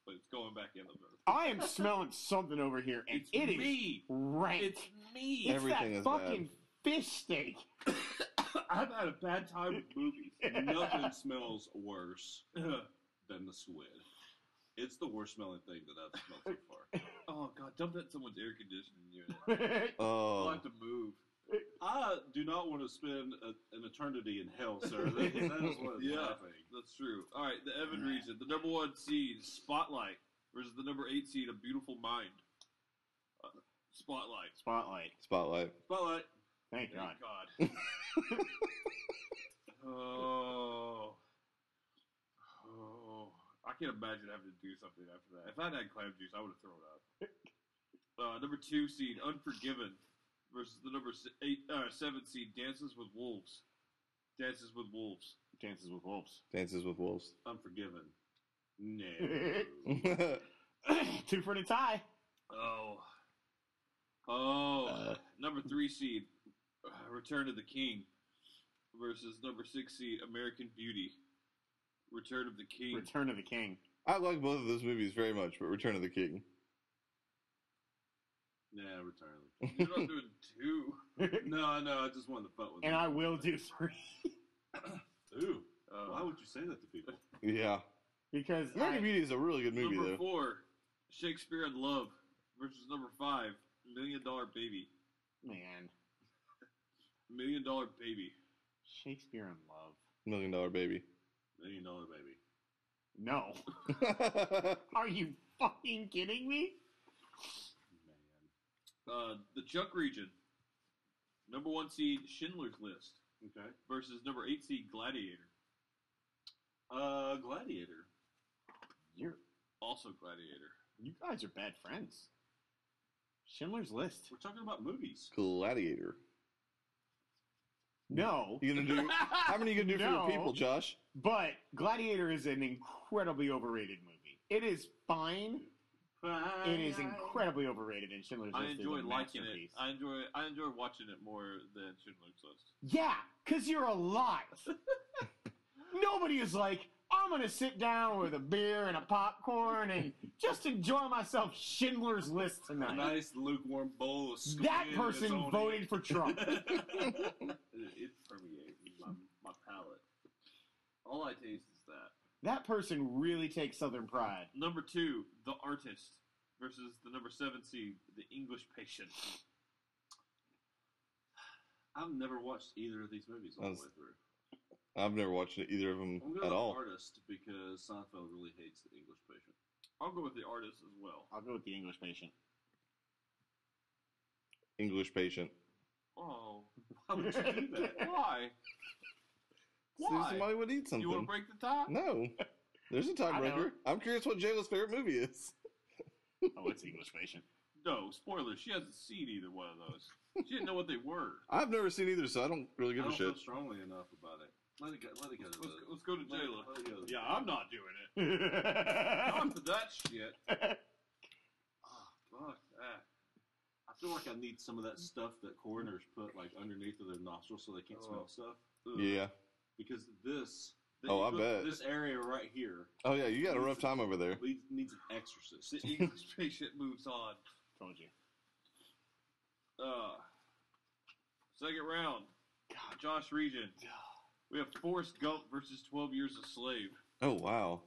B: but it's going back in the burn.
D: I am smelling something over here, and
B: It's
D: it is
B: me.
D: rank.
B: It's me.
D: It's
C: Everything
D: that
C: is bad.
D: fucking fish steak.
B: I've had a bad time with movies. Nothing smells worse than the squid. It's the worst smelling thing that I've smelled so far. Oh god, dump that in someone's air conditioning unit. I'll
C: Oh,
B: have to move. I do not want to spend a, an eternity in hell, sir. That, that is what is
A: Yeah.
B: happening.
A: That's true. All right, the Evan region, the number one seed, Spotlight, versus the number eight seed, A Beautiful Mind. Uh, Spotlight.
D: Spotlight.
C: spotlight.
A: Spotlight.
D: Thank God.
A: Thank God. oh. Oh. I can't imagine having to do something after that. If I'd had clam juice, I would have thrown up. Uh, number two seed, Unforgiven, versus the number s- eight, uh, seven seed, Dances with Wolves. Dances with Wolves.
D: Dances with wolves.
C: Dances with wolves.
B: Unforgiven. No.
D: Two for the tie.
A: Oh. Oh.
C: Uh.
A: number three seed, uh, Return of the King, versus number six seed, American Beauty. Return of the King.
D: Return of the King.
C: I like both of those movies very much, but Return of the King.
B: nah, retirement.
A: You're not doing two.
B: No, no, I just wanted to fuck with
D: And
B: you.
D: I will do three
B: Ooh,
A: Uh,
B: why would you say that to people?
C: Yeah.
D: because
C: American
D: I,
C: Beauty is a really good movie,
A: number
C: though.
A: four, Shakespeare in Love versus number five, Million Dollar Baby.
D: man,
A: Million Dollar Baby.
D: Shakespeare in Love.
C: Million Dollar Baby.
B: Million dollar baby.
D: No, are you fucking kidding me?
A: Uh, the Junk Region. Number one seed, Schindler's List
B: Okay.
A: versus number eight seed, Gladiator.
B: Uh, Gladiator.
D: You're
A: Also Gladiator.
D: you guys are bad friends. Schindler's List.
B: We're talking about movies.
C: Gladiator.
D: No,
C: You gonna do? How many you gonna do for
D: No.
C: your people, Josh?
D: but Gladiator is an incredibly overrated movie. It is fine. It is incredibly overrated, and Schindler's
A: I
D: List
A: enjoy
D: is a
A: liking it.
D: masterpiece.
A: I enjoy I enjoy watching it more than Schindler's List.
D: Yeah, because you're alive. Nobody is like, I'm going to sit down with a beer and a popcorn and just enjoy myself Schindler's List
B: A
D: tonight.
B: nice lukewarm bowl of squid
D: That
B: that's
D: person
B: on
D: voted
B: it.
D: for Trump.
B: it permeates my, my palate.
A: All I taste is that.
D: that person really takes Southern pride.
A: Number two, The Artist versus the number seven seed, The English Patient.
B: I've never watched either of these movies all the
C: That's-
B: way through.
C: I've never watched either of them
B: I'm going
C: at
B: to
C: all.
B: artist because Seinfeld really hates the English patient.
A: I'll go with The Artist as well.
D: I'll go with the English patient.
C: English patient.
A: Oh,
B: Why would you do that?
A: why?
C: See if
A: Why?
C: somebody would eat
A: You want to
C: something.
A: break the tie?
C: No. There's a tiebreaker.
D: know.
C: I'm curious what Jayla's favorite movie is.
D: Oh, it's the English patient.
A: No, spoilers. She hasn't seen either one of those. She didn't know what they were.
C: I've never seen either, so I don't really
B: I
C: give a
B: don't feel
C: shit.
B: strongly enough about it. Let it go. Let it go.
A: Let's, let's go to
B: Let it-
A: Jayla.
B: let it go.
A: Yeah, I'm not doing it. Not for that shit. Ah,
B: Oh, fuck that. I feel like I need some of that stuff that coroners put like underneath of their nostrils so they can't
A: Oh.
B: smell stuff. Ugh.
C: Yeah.
B: Because this.
C: Oh, I
B: look,
C: bet.
B: This area right here
C: Oh yeah, you got a rough time over there.
B: needs, needs an exorcist.
A: The English Patient moves on.
D: Told you.
A: Uh, second round. Josh Region. We have Forrest Gump versus 12 Years a Slave.
C: Oh wow.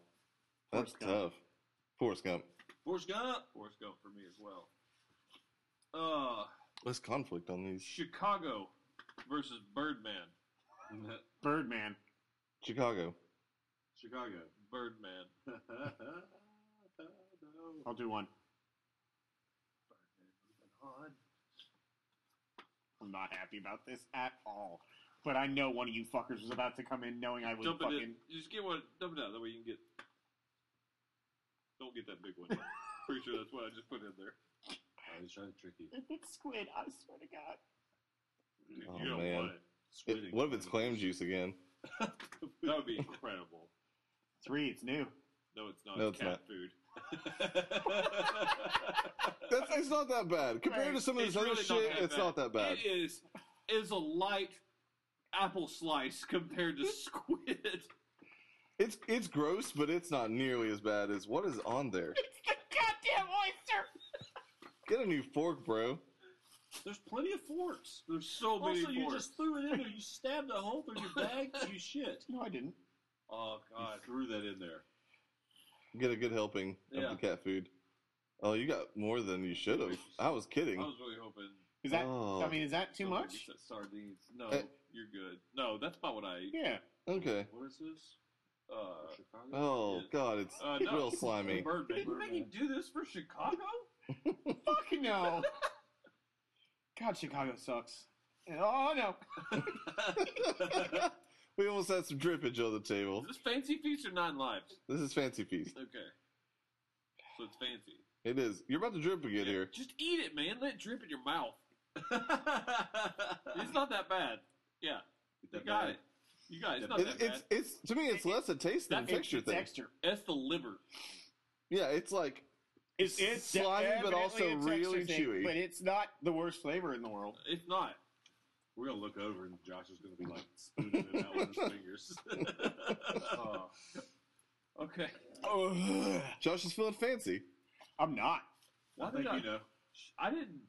C: That's
D: Forrest Gump.
C: tough. Forrest Gump.
B: Forrest Gump.
A: Forrest Gump for me as well. Uh,
C: Less conflict on these.
A: Chicago versus Birdman.
D: Birdman.
C: Chicago.
B: Chicago.
A: Birdman.
D: I'll do one. I'm not happy about this at all. But I know one of you fuckers was about to come in knowing I would
B: Dump it in.
D: fucking.
B: You just get one. Dump it out. That way you can get. Don't get that big one. Pretty sure that's what I just put in there. I was trying to trick you.
D: The big squid, I swear to God.
B: You
C: Oh,
B: don't
C: man.
B: want it.
C: It-
B: Squid
C: what if it's
B: included.
C: clam juice again?
B: That would be incredible.
D: Three, it's new.
B: No, it's not.
C: No,
B: it's
C: it's
B: cat
C: not.
B: food.
C: That's it's not that bad compared to some of this
B: It's
C: other
B: really not
C: shit.
B: that
C: it's
B: bad.
C: not that bad.
B: It is is a light apple slice compared to squid.
C: It's it's gross, but it's not nearly as bad as what is on there.
D: It's the goddamn oyster!
C: Get a new fork, bro.
B: There's plenty of forks.
A: There's so many
B: Also, you
A: forks.
B: just threw it in there. You stabbed a hole through your bag. You shit.
D: No, I didn't.
B: Oh god, threw that in there.
C: Get a good helping
B: Yeah.
C: of the cat food. Oh, you got more than you should have. I was
B: I
C: kidding.
B: was really hoping.
D: Is that?
C: Oh.
D: I mean, is that too
B: someone
D: much?
B: gets that Sardines. No,
C: Uh,
B: you're good. No, that's about what I eat.
D: Yeah.
C: Okay.
B: What is this? Uh, Chicago.
C: Oh god, it's
B: Uh, no.
C: real slimy.
B: Birdman.
A: Did Maggie do this for Chicago?
D: Fuck no. God, Chicago sucks. Oh no.
C: we almost had some drippage on the table.
B: Is this fancy feast or nine lives?
C: This is fancy feast.
B: Okay. So it's fancy.
C: It is. You're about to drip again
B: Yeah,
C: here.
B: Just eat it, man. Let it drip in your mouth. it's not that bad. Yeah. You got it. You got it. It's not
C: It,
B: that bad.
C: it's it's to me, it's less a taste than a
B: That makes
C: texture
D: it's
C: thing.
D: texture.
B: That's the liver.
C: Yeah, it's like
D: It's, it's
C: Slimy, but
D: definitely
C: also
D: a texture
C: really
D: thing,
C: chewy.
D: But it's not the worst flavor in the world.
B: It's not.
A: We're gonna look over and Josh is gonna be like,
B: Spooning it out with his fingers.
A: oh.
B: okay.
C: Josh is feeling fancy.
D: I'm not.
A: I
B: Why
A: think
B: did I,
A: you know.
B: I didn't.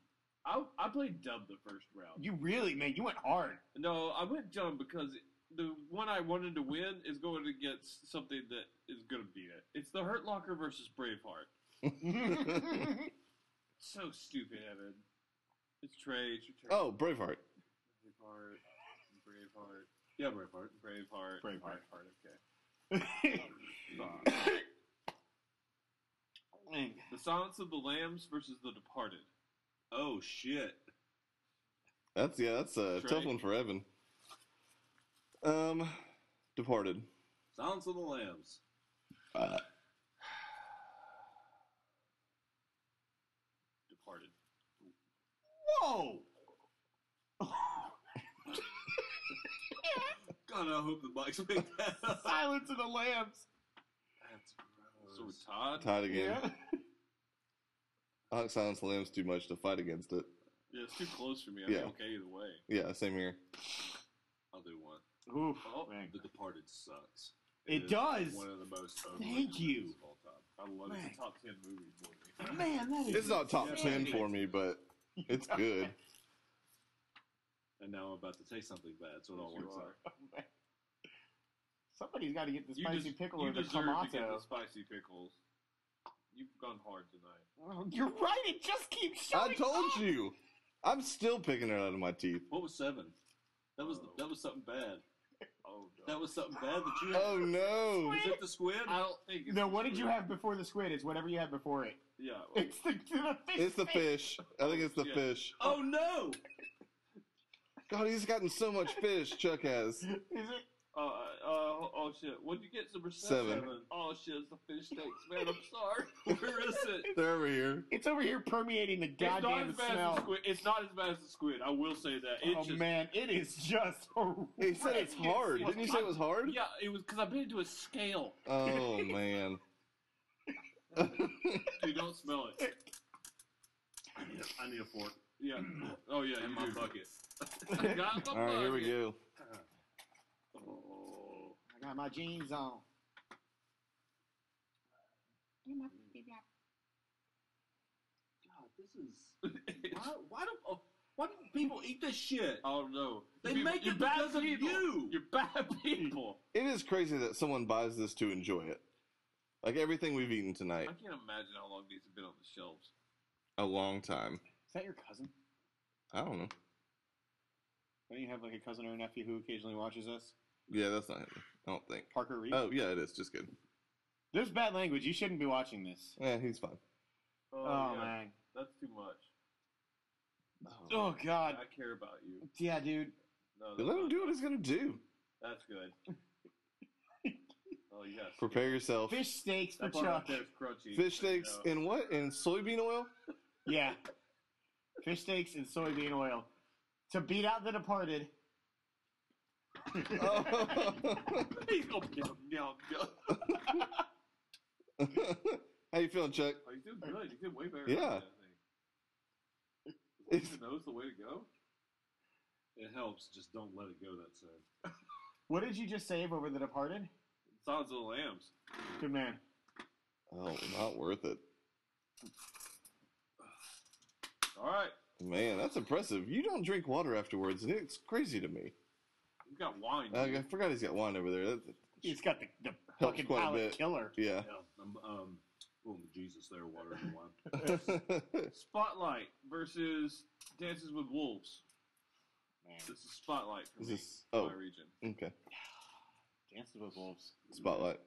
B: I, I played dumb the first round.
D: You really, man, you went hard.
B: No, I went dumb because the one I wanted to win is going against something that is going to beat it. It's the Hurt Locker versus Braveheart. So stupid, Evan. It's Trey. It's your turn.
C: Oh, Braveheart.
B: Braveheart. Braveheart.
A: Yeah, Braveheart.
B: Braveheart.
D: Braveheart.
B: Braveheart. Okay. Fuck.
D: That's
B: the Silence of the Lambs versus The Departed.
A: Oh shit.
C: That's yeah, that's a
B: Trey.
C: tough one for Evan. Um, Departed.
A: Silence of the Lambs.
C: Uh,
B: Departed.
D: Whoa.
A: God, I hope the bikes make that.
D: Silence of the Lambs.
A: That's
B: So we're Todd.
C: tied again.
D: Yeah.
C: I like Silence of the Lambs too much to fight against it.
B: Yeah, it's too close for me. I'm
C: Yeah.
B: okay either way.
C: Yeah, same here.
A: I'll do one.
D: Oof.
B: Oh,
D: man.
A: The Departed sucks.
D: It
A: is
D: does.
A: One of the most.
D: Thank
A: overrated
D: you.
A: movies of all time.
B: I love it.
D: Man.
B: It's a top 10 movie for me.
D: Man, that is.
C: It's not top ten
D: insanity.
C: for me, but it's good.
A: And now I'm about to say something bad, so it all
B: Yes, you
A: works out.
B: are.
D: Somebody's got to get the
B: You
D: spicy
B: des-
D: pickle
B: You
D: or the
B: deserve to get
D: tomato.
B: the spicy pickles. You've gone hard tonight.
D: Well, You're right. It just keeps showing.
C: I told
D: up.
C: you. I'm still picking it out of my teeth.
A: What was seven? That was
B: Oh.
A: that was something bad.
B: Oh, no.
A: That was something bad that you.
C: Oh no!
A: Is it the squid?
B: I don't think it's
D: No,
B: the
D: what did
B: squid.
D: you have before the squid? It's whatever you had before it.
B: Yeah. well,
D: It's the, the fish.
C: It's the
D: face.
C: fish. I think it's the
B: Yeah.
C: fish.
A: Oh no!
C: God, he's gotten so much fish. Chuck has.
D: Is it?
B: Uh, uh, oh oh, shit. What'd you get? Number
C: Seven.
B: Oh shit, it's the fish sticks. Man, I'm sorry. Where is it?
C: They're over here.
D: It's over here permeating the goddamn
B: it's not as bad as the
D: smell.
B: squid. It's not as bad as the squid. I will say that. It
D: oh
B: just,
D: man, it is just horrible.
C: He said it's hard. Didn't you say it was hard?
B: Yeah, it was because I bit into a scale.
C: Oh man.
B: Dude, don't smell it.
A: I need a, I need a fork
B: Yeah. Oh yeah.
A: and
B: you
A: my
B: do.
A: bucket.
B: I got my
C: All right, here we
B: bucket.
C: go.
B: Oh.
D: I got my jeans on.
A: God, this is. Why, why do oh, why do people eat this shit?
B: Oh no.
A: They
B: You
A: make
B: you
A: it
B: bad
A: because of
B: people.
A: you.
B: You're bad people.
C: It is crazy that someone buys this to enjoy it. Like everything we've eaten
B: I
C: tonight,
B: can't imagine how long these have been on the shelves.
C: a long time.
D: Is that your cousin?
C: I don't know.
D: Don't you have like a cousin or a nephew who occasionally watches us?
C: Yeah, that's not. It. I don't think.
D: Parker Reed.
C: Oh yeah, it is. Just good.
D: There's bad language. You shouldn't be watching this.
C: Yeah, he's fine.
B: Oh,
D: Oh,
B: yeah.
D: man.
B: That's too much.
D: Oh God.
B: I care about you.
D: Yeah, dude.
B: No, that's
C: Let him
B: not-
C: do what he's gonna do.
B: That's good. oh yes.
C: Prepare yourself.
D: Fish steaks for
B: That part right
D: Chuck.
B: there is crunchy.
C: Fish
B: I
C: steaks
B: know.
C: in what? In soybean oil?
D: Yeah. Fish steaks and soybean oil to beat out The Departed.
C: Oh.
B: Yum, yum, yum, yum.
C: How you feeling, Chuck?
B: Oh, you did good. You did way better.
C: Yeah.
B: Than that thing. Is nose the way to go? It helps. Just don't let it go that soon.
D: What did you just save over The Departed?
B: Silence of the Lambs.
D: Good man.
C: Oh, not worth it.
B: All right.
C: Man, that's impressive. You don't drink water afterwards, and it's crazy to me.
B: You've got wine.
C: I I forgot he's got wine over there. That,
D: He's got the, the
C: Helps
D: fucking
C: quite a
D: palate
C: bit.
D: killer.
C: yeah.
B: Yeah. Um, um, boom, Jesus there, water and wine.
A: Spotlight versus Dances with Wolves.
B: This is Spotlight for
C: Is
B: me,
C: this- oh.
B: my region.
C: okay.
D: Dances with Wolves.
C: Spotlight.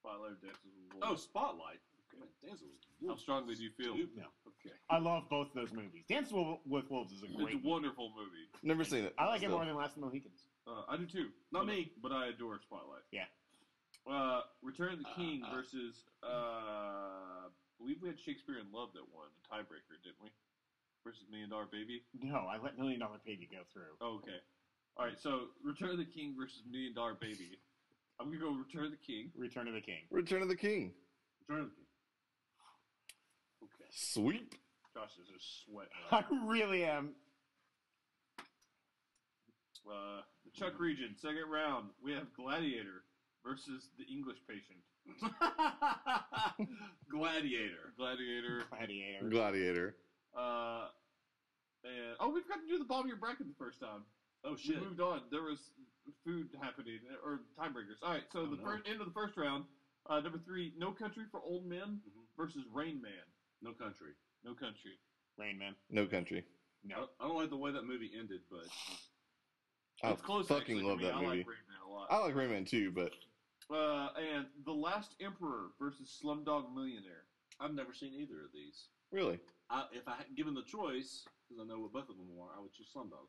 A: Spotlight Dances with
B: Oh,
A: Wolves.
B: Spotlight. Okay. Damsel.
A: How strongly do you feel?
B: Dude.
D: No.
B: Okay.
D: I love both those movies. Dances with, with Wolves is a
A: It's
D: great
A: a wonderful movie.
C: Never seen it.
D: I like it
C: Still.
D: more than Last of the Mohicans.
A: Uh, I do too. But-
B: Not me.
A: but I adore Spotlight.
D: Yeah.
A: Uh, Return of the
D: Uh,
A: King
D: uh.
A: versus. Uh, I believe we had Shakespeare in Love that won a tiebreaker, didn't we? Versus Million Dollar Baby.
D: No, I let Million Dollar Baby go through.
A: Oh, okay. All right. So Return of the King versus Million Dollar Baby. I'm gonna go Return of the King.
D: Return of the King.
C: Return of the King.
B: Return of the King.
A: Okay.
C: Sweep.
A: Josh is just sweating.
D: I really am.
A: Uh, the Chuck region, second round. We have Gladiator versus the English Patient.
B: Gladiator.
A: Gladiator.
D: Gladiator.
C: Gladiator.
A: Uh, and oh, we forgot to do the bottom of your bracket the first time.
B: Oh
A: We
B: shit.
A: moved on. There was food happening or timebreakers. All right. So
D: Oh,
A: the
D: no.
A: first end of the first round. Uh, number three, No Country for Old Men
B: Mhm.
A: versus Rain Man.
B: No country.
A: No Country.
D: Rain Man.
C: No country.
B: I
D: No.
B: don't, I don't like the way that movie ended, but
C: I
A: It's close.
C: fucking
A: actually, for
C: love
A: me.
C: that
A: I
C: movie.
A: like Rain Man a lot.
C: I like Rayman too, but
A: Uh, and The Last Emperor versus Slumdog Millionaire.
B: I've never seen either of these.
C: really,
B: I, if I had given the choice, because I know what both of them are, I would choose Slumdog.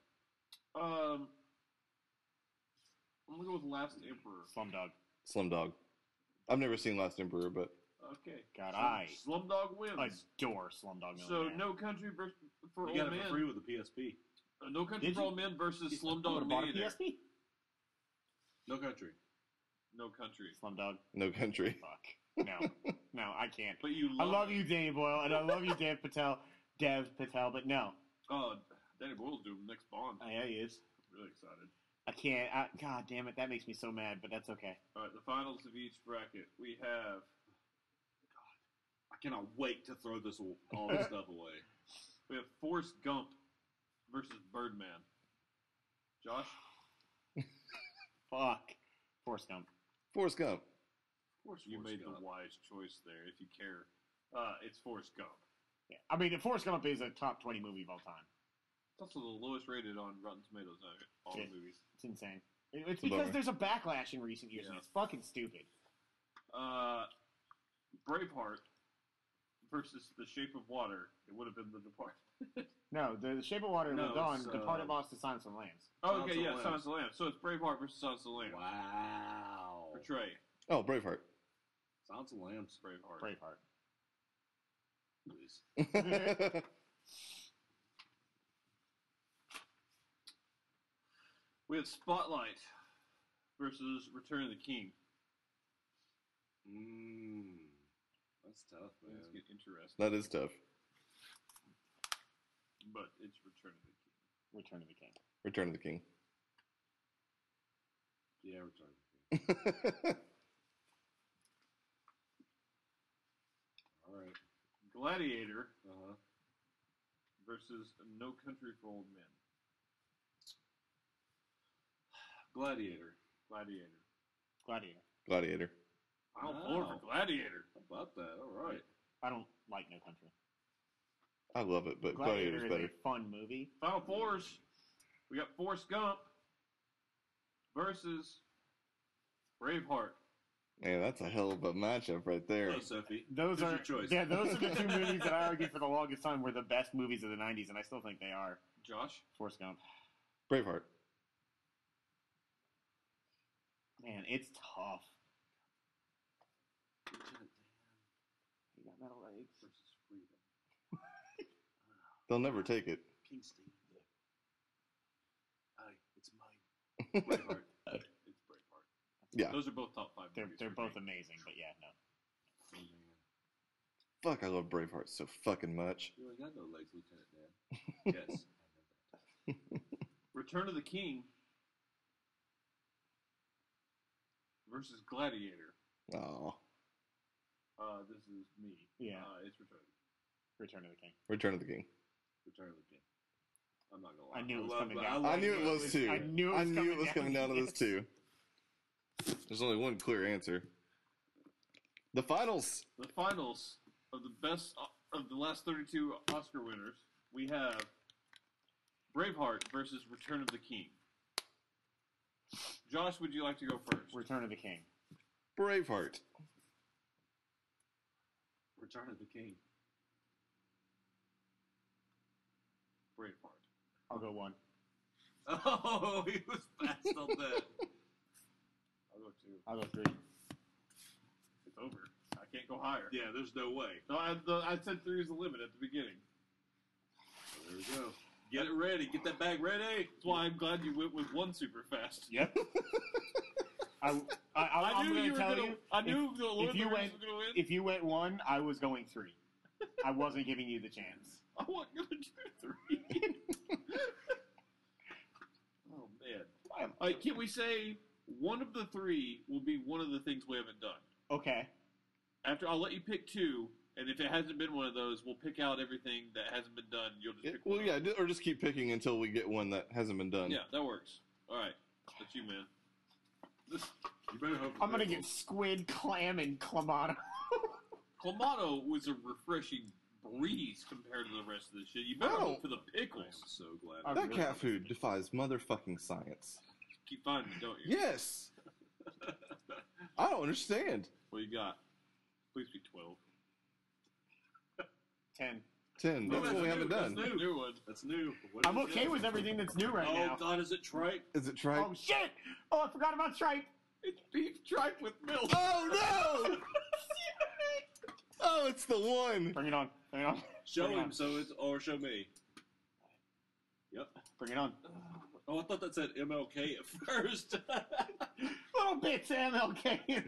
A: Um, I'm gonna go with Last Emperor.
D: Slumdog.
C: Slumdog. I've never seen Last Emperor, but
A: Okay.
D: God,
A: Slum-
D: I
A: Slumdog wins.
D: adore Slumdog Millionaire.
A: So No Country vers- for
B: You
A: Old
B: got it
A: Men.
B: for free with the PSP.
A: Uh, No Country
D: Did
A: for
D: you?
A: Old Men versus
D: I
A: Slumdog
D: would've bought a
A: Millionaire.
D: PSP.
B: No country.
A: No Country.
D: Slumdog.
C: no country.
D: Fuck. No. no, I can't.
A: But you
D: I
A: love,
D: love you, Danny Boyle, and I love you, Dev Patel. Dev Patel, but no.
A: Oh, Danny Boyle's doing the next Bond.
D: Oh, yeah, he is.
A: I'm really excited.
D: I can't. I, God damn it. That makes me so mad, but that's okay.
A: All right, the finals of each bracket. We have
B: I cannot wait to throw this all- all this stuff away.
A: we have Forrest Gump versus Birdman. Josh,
D: Fuck. Forrest Gump.
C: Forrest Gump.
A: you
B: Forrest
A: made
B: Gump.
A: the wise choice there, if you care. Uh, it's Forrest Gump.
D: Yeah. I mean, Forrest Gump is a top 20 movie of all time.
A: It's also the lowest rated on Rotten Tomatoes out of all
D: Yeah.
A: the movies.
D: It's insane. It- It's
C: a
D: because
C: bummer.
D: there's a backlash in recent years, and
A: Yeah.
D: it's fucking stupid.
A: Uh, Braveheart versus The Shape of Water. It would have been The Departed.
D: No, The, the Shape of Water
B: No,
D: lived on.
B: it's, uh,
D: Departed lost to Silence of the Lambs.
A: Oh, okay,
B: Silence of
A: yeah,
B: the
A: Silence of the Lambs. So it's Braveheart versus Silence of the Lambs.
B: Wow.
A: For Trey,
C: Oh, Braveheart.
B: Silence of the Lambs. Braveheart.
D: Braveheart.
B: Please.
A: we have Spotlight versus Return of the King.
B: Mm, that's tough, man.
A: Let's get interesting,
C: that is tough.
A: but it's Return of the King.
D: Return of the King.
C: Return of the King.
B: Yeah, return. All right.
A: Gladiator
B: Uh huh.
A: versus No Country for Old Men.
B: Gladiator.
A: Gladiator.
D: Gladiator.
C: Gladiator.
A: I'll
B: Wow.
A: pull for Gladiator.
B: How about that? All right.
D: I don't like No Country.
C: I love it, but
D: Gladiator,
C: Gladiator's
D: is
C: better.
D: a fun movie.
A: Final fours. We got Forrest Gump versus Braveheart.
C: Man, that's a hell of a matchup right there.
B: Hello, Sophie.
D: Those
B: Who's
D: are
B: your choice?
D: yeah. Those are the two movies that I argued for the longest time were the best movies of the '90s, and I still think they are.
B: Josh?
D: Forrest Gump.
C: Braveheart.
D: Man, it's tough. You got metal legs.
C: They'll never take it.
B: Kingston. Aye, it's mine. Braveheart. it's Braveheart.
C: Yeah.
B: Those are both top five
D: They're
B: movies
D: they're
B: for me.
D: both amazing, but yeah, no.
B: Oh, man.
C: Fuck, I love Braveheart so fucking much.
B: You ain't got no legs, Lieutenant Dan. yes. I know that.
A: Return of the King versus Gladiator.
C: Oh,
A: Uh, this is me.
D: Yeah,
A: Uh, it's Return. of the King.
D: Return of the King.
C: Return of the King.
B: Return of the King. I'm not gonna lie.
D: I knew it was
B: love-
D: coming down.
C: I knew it was too.
D: I knew it was
C: I knew
D: coming
C: it was
D: down
C: coming
D: to
C: down to this
D: this.
C: too. There's only one clear answer. The finals.
A: The finals of the best of the last 32 Oscar winners, we have Braveheart versus Return of the King. Josh, would you like to go first?
D: Return of the King.
C: Braveheart.
B: Return of the King.
A: Braveheart.
D: I'll go one.
B: Oh, he was fast on that.
A: I'll go two.
D: I'll go three.
A: It's over. I can't go higher.
B: Yeah, there's no way.
A: No, I, the, I said three is the limit at the beginning.
B: There we go. Get it ready. Get that bag ready.
A: That's why I'm glad you went with one super fast.
D: Yep. I, I, I,
A: I
D: am
A: knew
D: going
A: you
D: to
A: were
D: tell
A: gonna.
D: you,
A: I knew the Lord
D: you
A: of the Rings
D: went-
A: was gonna win.
D: if you went one, I was going three. I wasn't giving you the chance.
A: I want you to do three. oh man! All right, can we say one of the three will be one of the things we haven't done?
D: Okay.
A: After I'll let you pick two, and if it hasn't been one of those, we'll pick out everything that hasn't been done. You'll just
C: It-
A: pick
C: well,
A: one.
C: yeah, ju- or just keep picking until we get one that hasn't been done.
A: yeah, that works. All right, that's you, man. This,
B: You better hope.
D: I'm gonna get squid, clam, and clamato.
A: Clamato was a refreshing breeze compared to the rest of this shit. You better
C: I
A: hope
C: don't-
A: for the
B: I am
A: pickles.
B: so glad.
D: I
C: That
D: really
C: cat
D: like
C: food defies motherfucking science.
A: Keep finding, it, don't you?
C: Yes. I don't understand.
A: What you got? Please be twelve.
D: Ten.
C: Ten.
B: No,
C: That's what we
B: that's
C: haven't
B: new, that's
C: done.
B: new.
A: New one.
B: That's new. What
D: I'm
B: is
D: okay
B: it?
D: with everything that's new right
B: oh
D: now.
B: God, is it tripe?
C: Is it tripe?
D: Oh shit! Oh, I forgot about tripe.
A: It's beef tripe with milk.
C: Oh, no! oh, it's the one.
D: Bring it on. Bring it on.
B: Show
D: Bring it
B: him,
D: on.
B: so it's or show me.
D: Bring it on.
B: Oh, I thought that said MLK at first.
D: Little bits of MLK.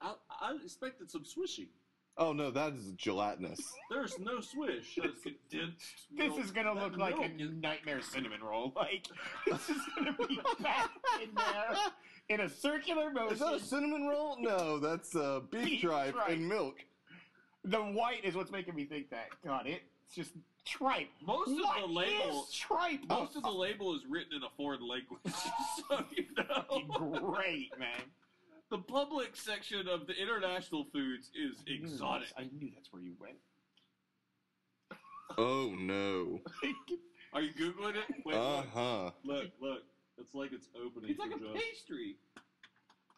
B: I, I expected some swishing.
C: Oh no, that is gelatinous.
B: There's no swish.
A: That's condensed.
D: This
A: milk.
D: is gonna look
B: that
D: like a
B: milk is-
D: nightmare cinnamon roll. Like this is gonna be back in there in a circular
C: Is that a
D: motion.
C: cinnamon roll? No, that's uh, beef,
D: Beef
C: tripe,
D: tripe.
C: and milk.
D: the white is what's making me think that. God, it's just tripe.
A: most
D: What
A: of the label.
D: is tripe?
A: Most of the label is written in a foreign language, so you know
D: great, man.
A: the public section of the international foods is
D: I knew
A: exotic.
D: that's- I knew that's where you went.
C: Oh no.
A: Are you googling it? Wait,
C: Uh
A: look.
C: huh.
B: Look, look. It's like it's opening.
A: it's like
B: for
A: a
B: just-
A: pastry.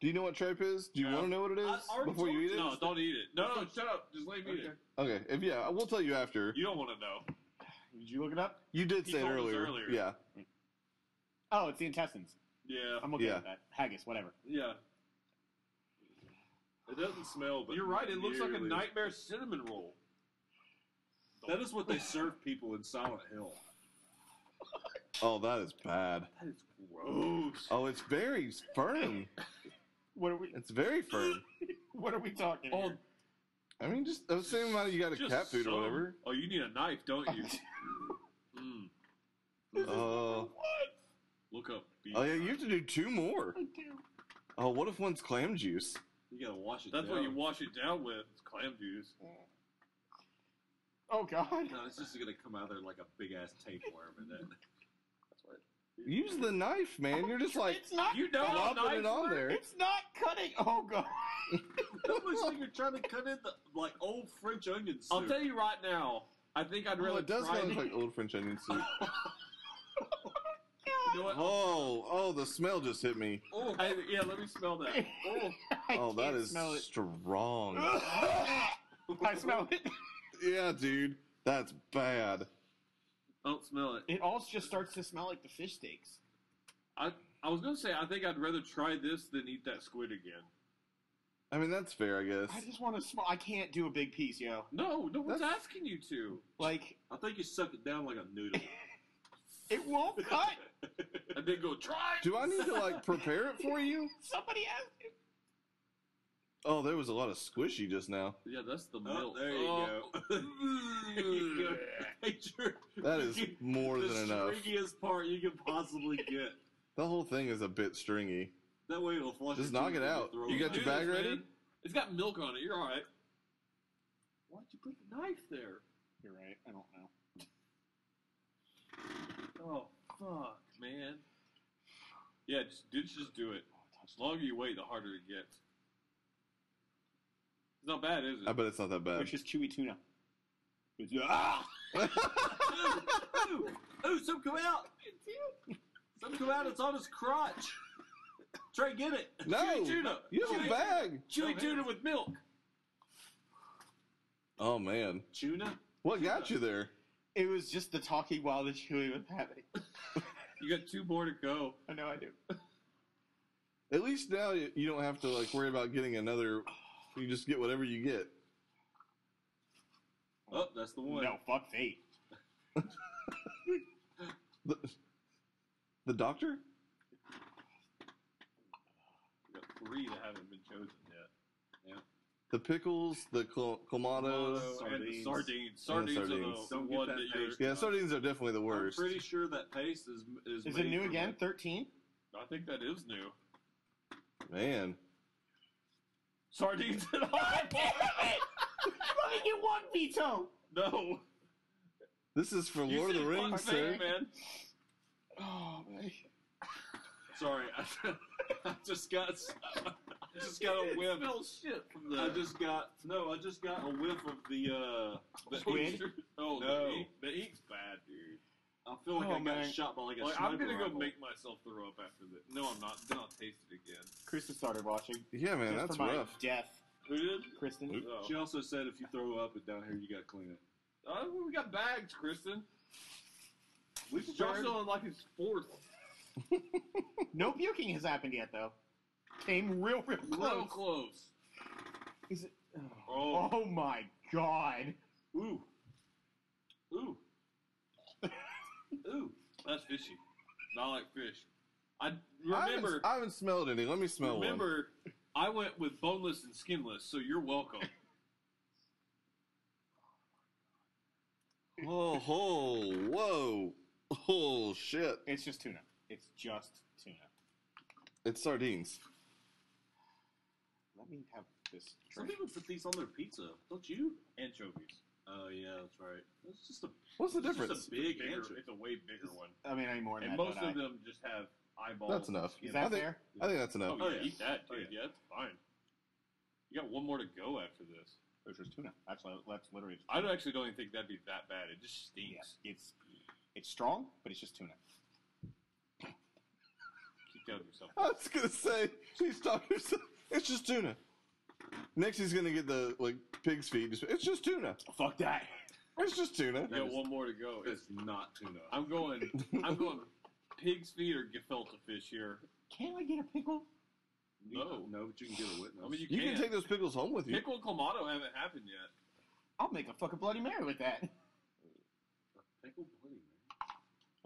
C: Do you know what tripe is? Do you
A: No.
C: want to know what it
A: I
C: is
A: already
C: before you
A: told
C: eat it?
A: No, don't eat it. No, no, shut up. Just let me eat
B: Okay.
A: it.
C: Okay. If yeah, we'll tell you after. You,
A: You don't want to know.
D: Did you look it up?
C: did
A: you
C: say it
A: told us
C: earlier.
A: earlier.
C: Yeah.
D: Oh, it's the intestines.
A: Yeah,
D: I'm okay
C: Yeah.
D: with that. Haggis, whatever.
B: Yeah. It doesn't smell, but
A: you're right. It looks like a
B: nearly-
A: nightmare cinnamon roll.
B: That is what they serve people in Silent Hill.
C: Oh, that is bad.
A: That is gross.
C: Oh, it's very firm.
D: What are we?
C: It's very firm.
D: What are we talking?
A: Oh,
D: here?
C: I mean, just the same amount you got of
A: Just
C: cat food
A: some-
C: or whatever.
A: Oh, you need a knife, don't you? mm,
C: Uh,
A: look up. beef
C: oh yeah, you
A: tripe.
C: have to do two more. Oh, what if one's clam juice?
B: You gotta wash it.
A: That's
B: down.
A: what you wash it down with. It's clam juice.
D: Oh God.
B: No, it's just gonna come out there like a big ass tapeworm, and then
C: Use the knife, man. You're just like
D: it's not.
A: You know how
C: plopping
A: knives
C: it on
A: work?
C: there.
D: It's not cutting. Oh God.
B: that looks like you're trying to cut in the like old French onion soup.
A: I'll tell you right now. I think I'd
C: Well,
A: rather
C: Oh, it does
A: try
C: kind of
A: the-
C: look like old French onion soup.
A: know what?
C: Oh, oh, the smell just hit me.
A: Oh, I, yeah, let me smell that. Oh,
D: I
C: Oh, that
D: can't
C: is
D: Smell it.
C: strong.
D: I smell it.
C: yeah, dude, that's bad.
A: don't smell it.
D: It all just starts to smell like the fish steaks.
A: I was gonna say I think I'd rather try this than eat that squid again.
C: I mean, that's fair, I guess.
D: I just want to smell. I can't do a big piece, yo.
A: No, no one's
C: That's-
A: asking you to.
D: Like
B: I think you suck it down like a noodle.
D: it won't cut.
A: And then go try. it."
C: Do I need to like prepare it for you?
D: Somebody asked. me.
C: Oh, there was a lot of squishy just now.
A: Yeah, that's the
B: oh,
A: milk.
B: there you go. Picture
C: That is
B: You-
C: more
B: the
C: than enough.
B: stringiest part you can possibly get.
C: The whole thing is a bit stringy.
B: That way it'll flush.
C: Just
B: your
C: knock
B: tube
C: it
B: and
C: out.
B: throw
C: You
B: it
C: got
B: back.
C: your bag
A: this,
C: ready?
A: man. It's got milk on it. You're all right. Why'd you put the knife there?
D: You're right. I don't know.
A: Oh fuck, man. Yeah, just, dude, just do it. The longer you wait, the harder it gets. It's not bad, is it?
C: I bet it's not that bad.
D: Which is chewy tuna. It's- ah!
B: Ooh,
A: Oh,
B: ooh, some come out. Some come out. It's on his crotch. Try and get it.
A: Chewy
C: no,
A: tuna.
C: you have
A: chewy,
C: a bag.
A: Chewy tuna with milk.
C: Oh man,
B: Tuna.
C: what got you there?
D: It was just the talking while the chewing was happening.
A: You got two more to go.
D: I know I do.
C: At least now you, you don't have to like worry about getting another. You just get whatever you get.
B: Oh, that's the one.
D: No, fuck fate.
C: The, the doctor?
A: You got three that haven't been chosen yet.
C: The pickles? The cl- clamatos?
A: Tomato and the
B: sardines.
A: sardines.
C: And the
A: Sardines,
C: sardines.
A: are the
B: Don't get
A: one
B: that
A: that you're.
B: paste.
C: Yeah, sardines are definitely the worst.
B: I'm pretty sure that paste is is.
D: Is
B: made
D: it new
B: from
D: again? Thirteen?
A: I think that is new.
C: Man,
A: Sardines and
D: God damn it! Let me get one veto.
A: No.
C: this is for
A: You
C: Lord of the
A: said one
C: Rings,
A: thing,
C: sir.
A: man.
D: Oh man.
B: Sorry, I, I just got s- I just got a whiff.
A: Smell shit from
B: I
A: the.
B: just got no. I just got a whiff of the. uh the
D: Squid?
B: ink.
A: oh,
B: No.
A: the, ink, the ink's bad, dude.
B: I feel like
D: Oh,
B: I got
D: man.
B: shot by like a
A: Like,
B: sniper
A: I'm gonna
B: rifle.
A: go make myself throw up after this. No, I'm not. Then I'll taste it again.
D: Krista started watching.
C: Yeah, man,
D: Just
C: that's
D: for my
C: rough.
D: death.
A: Who did?
D: Kristen.
A: Oh.
B: She also said if you throw up it down here, you gotta clean it.
A: Oh, we got bags, Kristen.
B: We
A: Josh on like his fourth.
D: No puking has happened yet though. Came real, real
A: Real
D: close.
A: close.
D: Is it?
A: Oh.
D: oh my god.
B: Ooh. Ooh. Ooh.
A: That's fishy. Not like fish. I
C: I haven't,
A: remember.
C: I haven't smelled any. Let me smell one.
A: remember, I went with boneless and skinless, so you're welcome.
C: Oh, ho, whoa. Oh, shit.
D: It's just tuna. It's just tuna.
C: It's sardines.
D: Let me have this
B: Some
D: drink.
B: people put these on their pizza, don't you?
A: Anchovies.
B: Oh yeah, that's right. That's just a
C: What's the
B: It's just a
C: difference?
B: Big
A: Bigger-
B: anchovy.
A: It's a way bigger one.
D: I mean, any more than
A: And
D: that,
A: most
D: don't
A: of
D: I?
A: them just have eyeballs.
C: That's enough.
D: Is
C: I
D: that
C: think,
D: fair?
C: I think that's enough.
A: Oh, yeah,
B: yeah.
A: eat that,
B: Oh,
A: dude.
B: yeah.
A: yeah. it's fine. You got one more to go after this.
D: It's just tuna. That's li- that's literally. just
A: I
D: tuna.
A: don't- actually don't even think that'd be that bad. It just stinks.
D: Yeah, it's it's strong, but it's just tuna.
A: Keep telling yourself.
C: I was going to say, he's talking. It's just tuna. Next, he's going to get the, like, pig's feet. Just- It's just tuna.
D: Fuck that.
C: It's just tuna.
A: You got one more to go.
B: It's not tuna.
A: I'm going. I'm going. Pig's feet or gefilte fish here.
D: Can I get a pickle?
A: No.
B: no, but you can get a witness.
A: I mean, you,
C: You can
A: can.
C: take those pickles home with you.
A: Pickle and clamato haven't happened yet.
D: I'll make a fucking bloody mary with that.
B: pickle bloody man.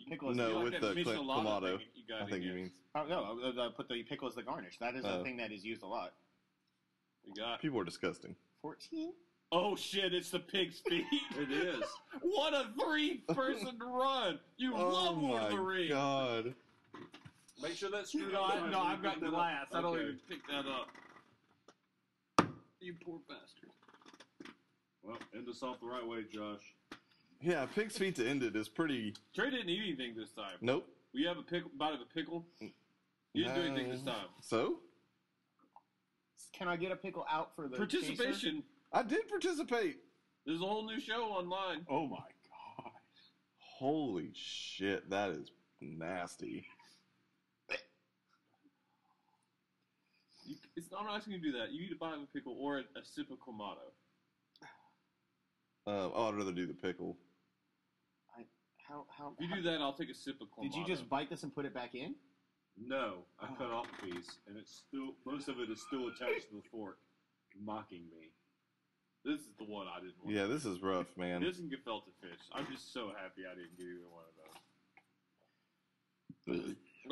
D: A pickle is
C: No,
A: You
D: the,
A: like
C: with
A: that
C: the cl-
A: michelada
C: clamato.
A: thing You got
C: I think
A: again.
C: he means.
D: oh, no, I- I- I put the pickle as the garnish. That is a
C: Oh.
D: thing that is used a lot.
A: You got.
C: People are disgusting.
D: Fourteen.
A: Oh shit! It's the pig's feet.
B: It is.
A: what a three-person run! You
C: Oh,
A: love Lord of the
C: my
A: Rings.
C: God.
B: Make sure that's screwed
A: No,
B: up.
A: I, no, I've got
B: Pick that
A: glass.
B: up.
A: I don't
B: Okay.
A: even pick that up. You poor bastard.
B: Well, end us off the right way, Josh.
C: Yeah, pig's feet to end it is pretty.
A: Trey didn't eat anything this time.
C: Nope.
A: We have a pickle, bite of a pickle. You didn't do anything this
C: No.
A: time.
C: So?
D: Can I get a pickle out for the chaser?
A: Participation.
C: I did participate.
A: There's a whole new show online.
D: Oh my god.
C: Holy shit, that is nasty.
A: You, it's, I'm not asking you to do that. You need to buy a pickle or a, a sip of Clamato.
C: Um, oh, I'd rather do the pickle.
D: How how
A: If you do that, I'll take a sip of Clamato.
D: did you just bite this and put it back in?
B: No, I cut off a piece, and it's still most of it is still attached to the fork, mocking me.
A: This is the one I didn't want.
C: Yeah, this is rough, man.
A: This and gefilte fish. I'm just so happy I didn't get either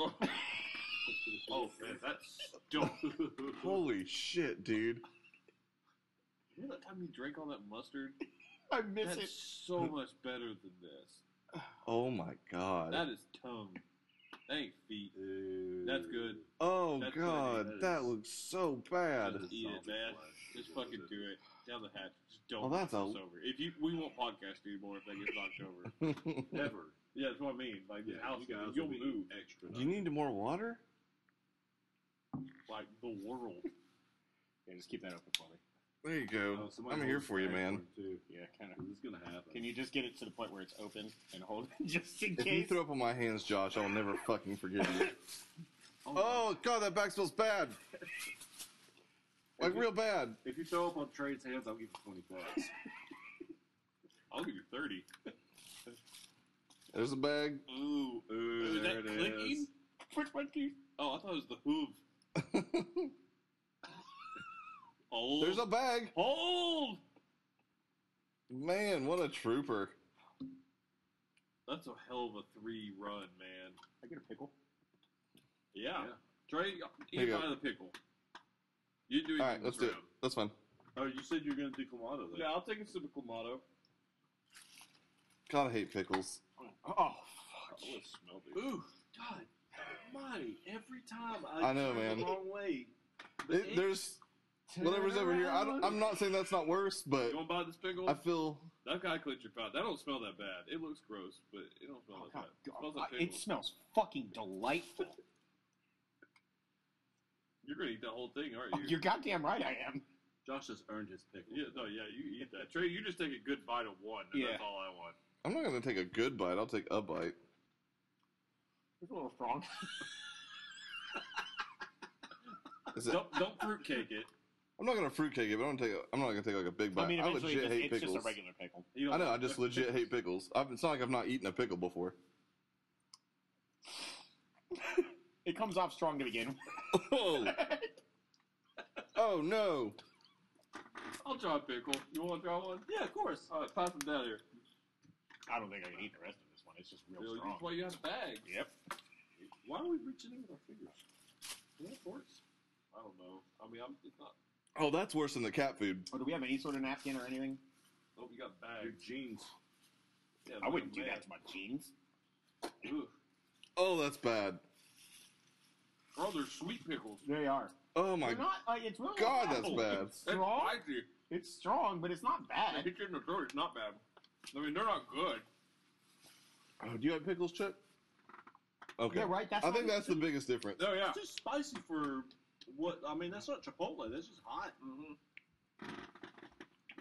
A: one of those. oh man, that's dope.
C: Holy shit, dude!
A: Remember that time you drank all that mustard?
D: I miss
A: That's so much better than this.
C: Oh my god!
A: That is tongue. That ain't feet.
B: Ew.
A: That's good.
C: Oh
A: that's
C: god,
B: funny. That
C: that
B: is-
C: looks so bad.
B: That is
A: Eat it,
B: solid
A: man.
B: flesh.
A: Just fucking do it. Down the hatch. Just don't.
C: Well, Oh, that's
A: knock
C: a-
A: this over. If you, we won't podcast anymore if that gets knocked over.
B: Never.
A: Yeah, that's what I mean. Like
B: Yeah,
A: the house,
B: you guys will
A: you'll
B: be
A: move
B: extra.
C: Do you need more water?
A: like the world.
D: Yeah, just keep that open for me.
C: There you
B: Oh,
C: go.
B: somebody
C: I'm here
B: holds
C: for you,
B: the
C: man.
B: one, too.
D: Yeah, kind
B: This is gonna happen.
D: Can you just get it to the point where it's open and hold it just in
C: If you
D: case?
C: throw up on my hands, Josh, I'll never fucking forgive you.
B: Oh,
C: Oh god, that back smells bad. Like real bad.
B: if you throw up on Trey's hands, I'll give you twenty bucks.
A: I'll give you thirty.
C: There's a bag.
A: Ooh,
B: Ooh,
A: is that
B: there it
A: clicking?
B: is.
A: Prick my teeth. Oh, I thought it was the hoof. oh,
C: There's a bag.
A: hold.
C: Man, what a trooper.
A: That's a hell of a three run, man.
D: I get a pickle.
A: Yeah,
B: Yeah.
A: Trey,
C: Here
A: eat
C: you
A: out of the pickle. You do.
C: All right, let's do it. That's fine.
B: Oh, you said you were gonna do Kamado though.
A: Yeah, I'll take a sip of Clamato.
C: God, I hate pickles.
D: Oh,
B: I always smelled it.
A: Ooh, God, my every time
C: I know,
A: turn
C: man.
A: the wrong way. but
C: It, there's
A: turn
C: whatever's over here. I don't,
A: around.
C: I'm not saying that's not worse, but
A: You want to buy this pickle?
C: I feel
A: That guy clicked your pot. That don't smell that bad. It looks gross, but it don't smell that
D: Oh,
A: bad. It
D: God.
A: smells like
D: I-
A: pickle.
D: it smells fucking delightful.
A: You're gonna eat that whole thing, aren't
D: Oh,
A: you?
D: You're goddamn right, I am.
B: Josh has earned his pickle.
A: yeah, no, yeah, you eat that. Trey, you just take a good bite of one, and
D: Yeah.
A: that's all I want.
C: I'm not gonna take a good bite. I'll take a bite.
D: It's a little strong.
C: Is it,
A: Don't don't fruitcake it.
C: I'm not gonna fruitcake it. But I'm gonna take. A, I'm not gonna take like a big bite. I,
D: I mean, eventually,
C: legit
D: it just,
C: hate
D: it's
C: pickles.
D: just a regular pickle.
A: You
C: I know. I just legit hate pickles. I've, it's not like I've not eaten a pickle before.
D: It comes off strong to begin with.
C: oh. no!
A: I'll try a pickle. You want to try one? Yeah, of course. All right, pass them down here.
D: I don't think I can eat the rest of this one. It's just real
A: Bill,
D: strong.
A: that's why you have bags.
D: Yep.
A: Why are we reaching in with our fingers? Is that forks? I don't know. I mean, I'm, it's not.
C: Oh, that's worse than the cat food.
D: Oh, do we have any sort of napkin or anything?
A: Oh, you got
B: Your
A: bags.
B: jeans.
A: Yeah,
D: I wouldn't do
A: man.
D: that to my jeans.
A: Ooh.
C: Oh, that's bad.
A: Oh, they're sweet pickles.
D: They are.
C: Oh my
D: They're not. Like, it's really
C: God,
D: not
C: that's
D: awful.
C: bad.
D: It's strong.
A: That's spicy.
D: It's strong, but it's not
A: They
D: bad.
A: hit you in the throat. It's not bad. I mean, they're not good.
C: Oh, do you like pickles, Chuck? Okay.
D: Yeah, right. That's
C: I
D: not-
C: think that's the biggest difference.
A: Oh yeah.
B: It's just spicy for what? I mean, that's not Chipotle. That's just hot.
A: hmm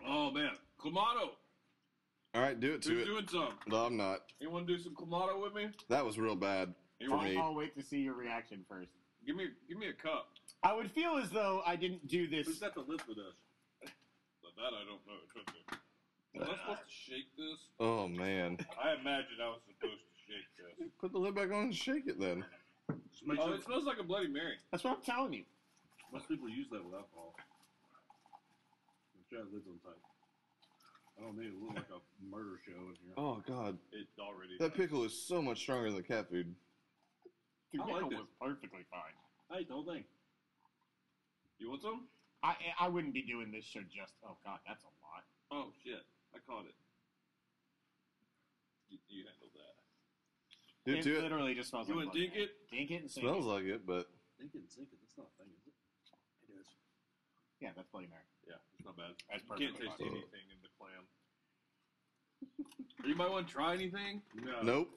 A: Oh man, Clamato.
C: All right, do it to
A: Who's
C: it.
A: doing some?
C: No, I'm not.
A: You want to do some Clamato with me?
C: That was real bad.
A: You
C: for
A: want?
C: me.
D: I'll, I'll wait to see your reaction first.
A: Give me, give me a cup.
D: I would feel as though I didn't do
B: Who's
D: this.
B: got the lid with us?
A: But that I don't know. Trust me. Was I supposed to shake this?
C: Oh man.
A: I imagine I was supposed to shake this.
C: Put the lid back on and shake it then.
B: Just make
A: Oh,
B: sure
A: it smells like a Bloody Mary.
D: That's what I'm telling you.
B: most people use that with alcohol. I'm sure that lid's on tight. I don't need it. It Look like a murder show in here.
C: Oh god.
A: It already.
C: That pickle is so much stronger than the cat food.
D: The
A: I like
D: pickle
A: this.
D: was perfectly fine.
B: I ate the whole thing.
A: You want some?
D: I I wouldn't be doing this show just. Oh God, that's a lot.
A: Oh shit! I caught it. You, you handled that.
C: Do it
D: it
C: to it.
D: literally just smells
A: You
D: like
A: want to dink
D: Bloody
A: it?
D: Mary. Dink it and sink
C: Smells
D: it.
C: like it, but
B: Thinking, thinking. That's not a thing, is it? It is.
D: Yeah, that's Bloody Mary.
A: Yeah, it's not bad.
D: That's
A: You can't
D: perfectly
A: taste
D: fine.
A: anything in the clam. Anybody want to try anything?
B: No.
C: nope.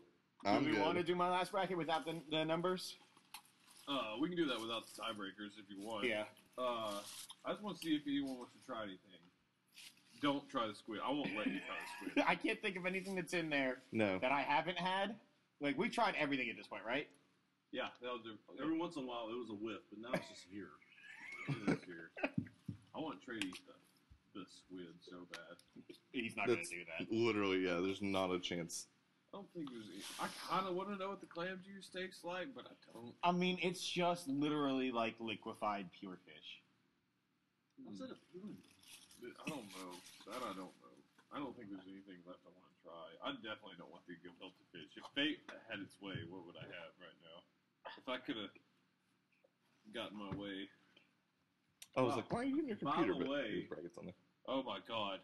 C: I'm
D: do we want to
C: good.
D: do my last bracket without the, the numbers?
A: Uh, we can do that without the tiebreakers if you want. Uh, I just want to see if anyone wants to try anything. Don't try the squid. I won't let you try the squid.
D: I can't think of anything that's in there
C: No.
D: that I haven't had. Like we tried everything at this point, right?
B: Yeah, that was a, every once in a while it was a whiff, but now it's just here. It's here. I want to trade the, the squid so bad.
D: He's not going to
C: That's-
D: do that.
C: Literally, yeah. There's not a chance.
A: I don't think there's. any- I kind of want to know what the clam juice tastes like, but I don't.
D: I mean, it's just literally like liquefied pure fish.
B: How's that a feeling?
A: I don't know. That I don't know. I don't think there's anything left I want to try. I definitely don't want the gefilte fish. If fate had its way, what would I have right now? If I could have gotten my way.
C: I was
A: Wow.
C: like, why are you in your
A: By
C: computer?
A: the
C: But
A: way-
C: there's brackets on there.
A: Oh my god.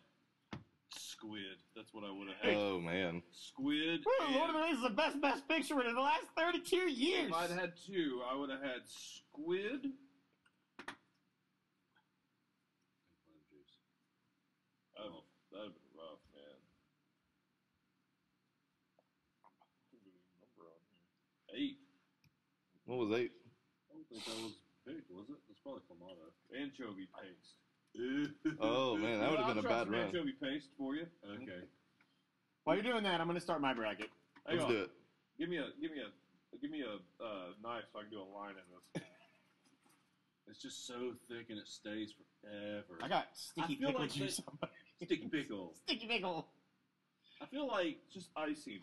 A: Squid. That's what I would have had.
C: Oh man.
A: Squid.
D: Woo, Lord
A: and-
D: of the Rings is the best best picture in the last thirty-two years.
A: If I'd had two, I would have had squid. Oh, that'd been rough, man. Eight
C: What was eight?
B: I don't think that was big, was it? It's probably clamato.
A: anchovy paste.
C: Oh man, that would have been a bad run. Mm-hmm.
A: Anchovy paste for you.
B: Okay.
D: While you're doing that, I'm going to start my bracket.
A: Hang
C: Let's
A: on.
C: do it.
A: Give me a give me a give me a uh, knife so I can do a line in this.
B: It's just so thick and it stays forever.
D: I got sticky
B: I feel
D: pickle
B: like
D: juice.
B: that-
D: on my-
B: sticky pickle.
D: sticky pickle.
A: I feel like just icing.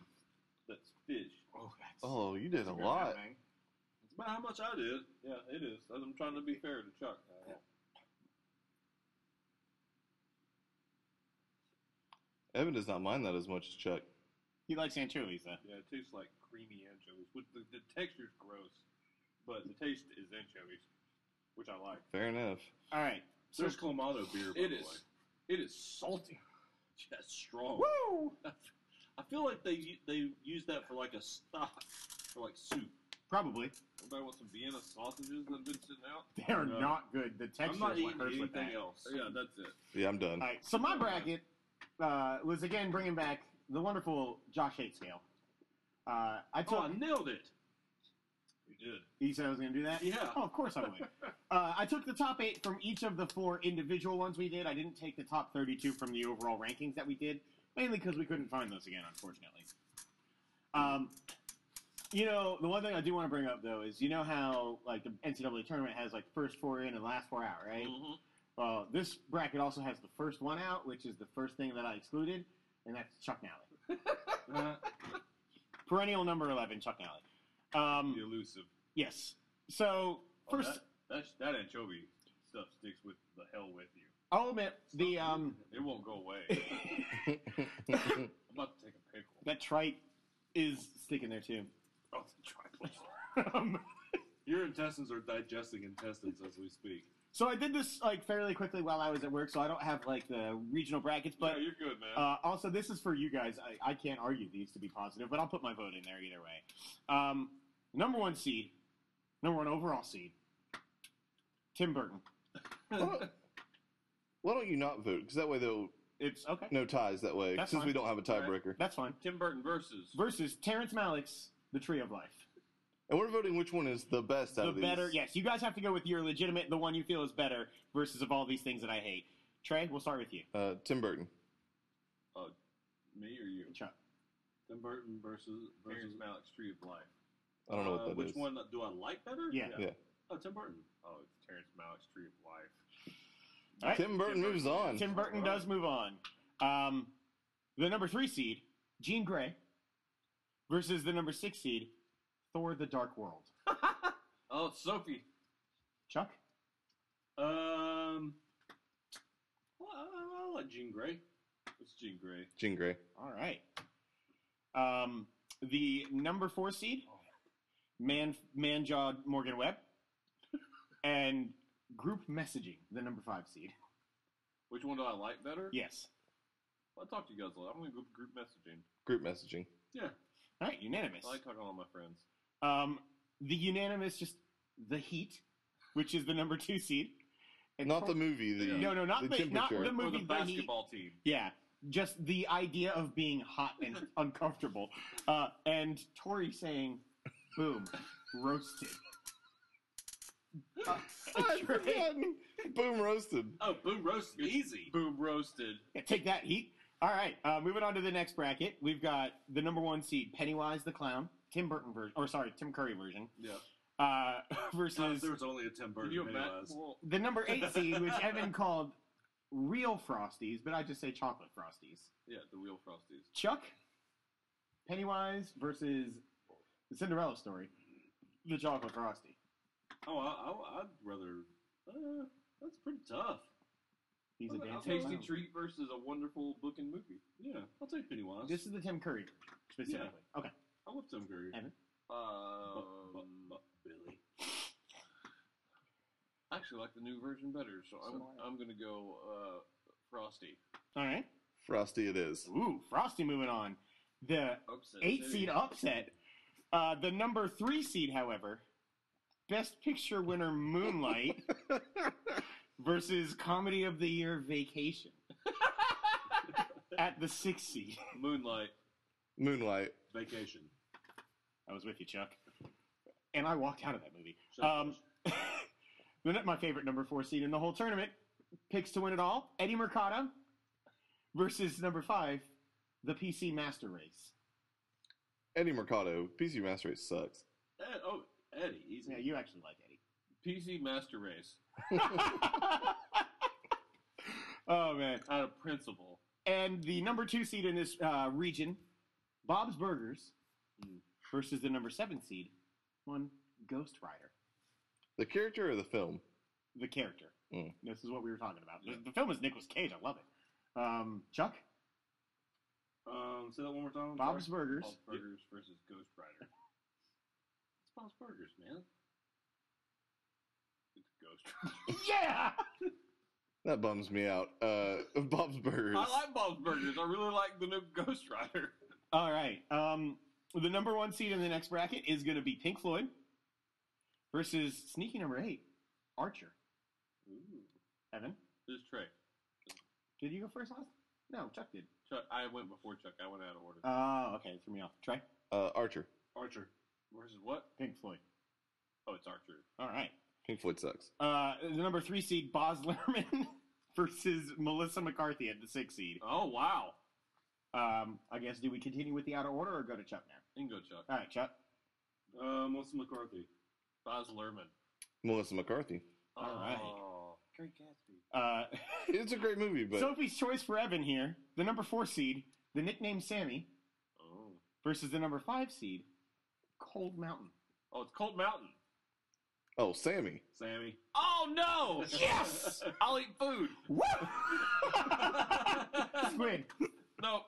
A: That's fish.
D: Oh, that's
C: Oh, you did a
D: Okay,
C: lot.
D: man.
B: It's about how much I did.
A: Yeah, it is. I'm trying to be fair to Chuck.
C: Evan does not mind that as much as Chuck.
D: He likes anchovies, though.
A: Yeah, it tastes like creamy anchovies. Which the, the texture's gross, but the taste is anchovies, which I like.
C: Fair enough.
D: All right. So,
B: There's clamato beer, by
A: It
B: the
A: is.
B: way.
A: It is salty.
B: That's strong.
D: woo!
B: I feel like they u- they use that for like a
A: ah,
B: stock for like soup.
D: Probably.
A: Anybody want some Vienna sausages that have been sitting out?
D: They're
B: No.
D: not good. The texture
B: I'm not
D: is what
B: eating
D: hurts with
B: anything
D: that.
B: else.
A: Yeah, that's it.
C: Yeah, I'm done.
D: All right. So my bracket uh, was again bringing back the wonderful Josh Hate scale. Uh, I
B: Oh,
D: told
B: I nailed it.
A: You did.
D: you said I was going to do that.
B: Yeah.
D: Oh, of course I would. uh, I took the top eight from each of the four individual ones we did. I didn't take the top 32 from the overall rankings that we did, mainly because we couldn't find those again, unfortunately. Um, you know, the one thing I do want to bring up though is you know how like the NCAA tournament has like first four in and last four out, right?
B: Mhm.
D: Well, this bracket also has the first one out, which is the first thing that I excluded, and that's Chuck Nally. Uh, Perennial number 11, Chuck Nally. Um,
A: The elusive.
D: Yes. So,
A: Oh,
D: first,
A: that, that's- that anchovy stuff sticks with the hell with you.
D: I'll admit, the, um,
A: It won't go away. I'm about to take a pickle.
D: that trite is sticking there too.
A: Oh, it's a triplet.
D: Um,
B: Your intestines are digesting intestines as we speak.
D: so I did this, like, fairly quickly while I was at work, so I don't have, like, the regional brackets, but
A: yeah, you're good, man.
D: Uh, also, this is for you guys. I, I can't argue these to be positive, but I'll put my vote in there either way. Um, number one seed, number one overall seed, Tim Burton.
C: Why don't- why don't you not vote? Because that way there'll
D: It's okay.
C: no ties that way.
D: That's
C: since we
D: fine.
C: don't have a tiebreaker,
D: That's fine.
A: Tim Burton versus.
D: Versus Terrence Malick's The Tree of Life.
C: and we're voting which one is the best out
D: The
C: of these.
D: better, yes, you guys have to go with your legitimate, the one you feel is better, versus of all these things that I hate. Trey, we'll start with you.
C: Uh, Tim Burton.
A: me or you?
D: Chuck.
B: Tim Burton versus versus
A: Terrence Malick's Tree of Life.
C: I don't know
B: Uh,
C: what that is.
B: which one do I like better?
D: Yeah.
C: Yeah.
B: Oh, Tim Burton.
A: Oh, it's Terrence Malick's Tree of Life.
D: All right. Tim,
C: Tim Burton
A: Tim
C: moves
A: Burton.
C: on.
D: Burton does move on. Um, the number three seed, Jean Grey, versus the number six seed, Thor: The Dark World.
A: Oh, it's Sophie.
D: Chuck.
B: Um, well, I, I like Jean Grey.
A: It's Jean Grey.
C: Jean Grey.
D: All right. Um, the number four seed, man, man jawed Morgan Webb, and group messaging, the number five seed.
A: Which one do I like better?
D: Yes.
A: I talked to you guys a lot. I'm gonna go group messaging.
C: Group messaging.
D: All right, unanimous.
A: I like talking to all my friends.
D: Um, the unanimous, just the heat, which is the number two seed.
C: not
D: pro-
C: the movie. The
D: no, no, not
C: the
D: the, not
C: temperature.
D: the
C: Or
A: Or
D: movie.
A: the
D: the heat.
A: basketball team.
D: Yeah, just the idea of being hot and uncomfortable. Uh, and Tori saying, boom, roasted. Uh,
C: I'd
D: Trey,
C: forgotten. Boom roasted.
B: Oh, boom roasted. Easy.
A: Boom roasted.
D: yeah, take that heat. All right, uh, moving on to the next bracket. We've got the number one seed, Pennywise the Clown, Tim Burton version, or sorry, Tim Curry version.
B: Yeah.
D: Uh,
B: Because
D: versus
B: there was only a Tim Burton.
A: Can you
B: it
A: imagine?
B: was.
A: Well,
D: the number eight seed, which Evan called real Frosties, but I just say chocolate Frosties.
A: yeah, the real Frosties.
D: Chuck, Pennywise versus the Cinderella story, the chocolate Frosty.
B: Oh, I, I, I'd rather. Uh, that's pretty tough.
D: He's a
B: Well,
D: dancing
A: Tasty
D: clown.
A: treat versus a wonderful book and movie.
B: Yeah, I'll take Pennywise.
D: This is the Tim Curry specifically. Okay.
B: I love Tim Curry.
D: And-
B: Bu-
A: Um,
B: bu- bu- Billy.
A: I actually like the new version better, so, I'm,
D: So do I.
A: I'm going to go uh, Frosty.
D: All right.
C: Frosty it is.
D: Ooh, Frosty moving on. The
A: Upset
D: eight
A: City.
D: seed upset. Uh, the number three seed, however, Best Picture winner Moonlight versus Comedy of the Year Vacation at the six seed.
A: Moonlight.
C: Moonlight.
B: Vacation.
D: I was with you, Chuck. And I walked out of that movie.
B: Shut up,
D: Um,
B: Josh.
D: Then my favorite number four seed in the whole tournament picks to win it all Eddie Mercado versus number five, the PC Master Race.
C: Eddie Mercado. PC Master Race sucks.
B: Ed, oh, Eddie, easy.
D: Yeah, you actually like Eddie.
A: PC Master Race.
D: oh, man.
A: Out of principle.
D: And the number two seed in this uh, region, Bob's Burgers,
B: Mm.
D: versus the number seven seed, one Ghost Rider,
C: The character or the film?
D: the character.
C: Mm.
D: This is what we were talking about. The- The film is Nicolas Cage. I love it. Um, Chuck,
B: Um, say that one more time. I'm
D: Bob's
B: sorry.
D: Burgers.
A: Bob's Burgers versus Ghost Rider.
B: It's Bob's Burgers, man.
A: It's Ghost Rider.
B: Oh.
D: Yeah!
C: That bums me out. Uh, Bob's Burgers.
A: I like Bob's Burgers. I really like the new Ghost Rider.
D: All right. Um, the number one seed in the next bracket is going to be Pink Floyd versus sneaky number eight, Archer.
B: Ooh.
D: Evan,
A: This is Trey.
D: did you go first last? No, Chuck did.
A: Chuck, I went before Chuck. I went out of order.
D: Oh, okay. It threw me off. Trey,
C: uh, Archer.
B: Archer.
A: versus what?
D: Pink Floyd.
A: Oh, it's Archer.
D: All right.
C: Pink Floyd sucks.
D: Uh, the number three seed, Boz Lerman versus Melissa McCarthy at the six seed.
A: Oh, wow.
D: Um, I guess, do we continue with the outer order or go to Chuck now?
A: You can go, Chuck.
D: All right, Chuck.
B: Um, Melissa McCarthy.
A: Boz Lerman.
C: Melissa McCarthy.
D: All right.
A: oh,
B: Great Gatsby.
D: Uh,
C: It's a great movie, but
D: Sophie's choice for Evan here. The number four seed, the nickname Sammy,
A: Oh.
D: versus the number five seed, Cold Mountain.
A: Oh, it's Cold Mountain.
C: oh, Sammy.
B: Sammy.
A: Oh, no.
D: Yes!
A: I'll eat food.
D: Woo! Squid.
A: no.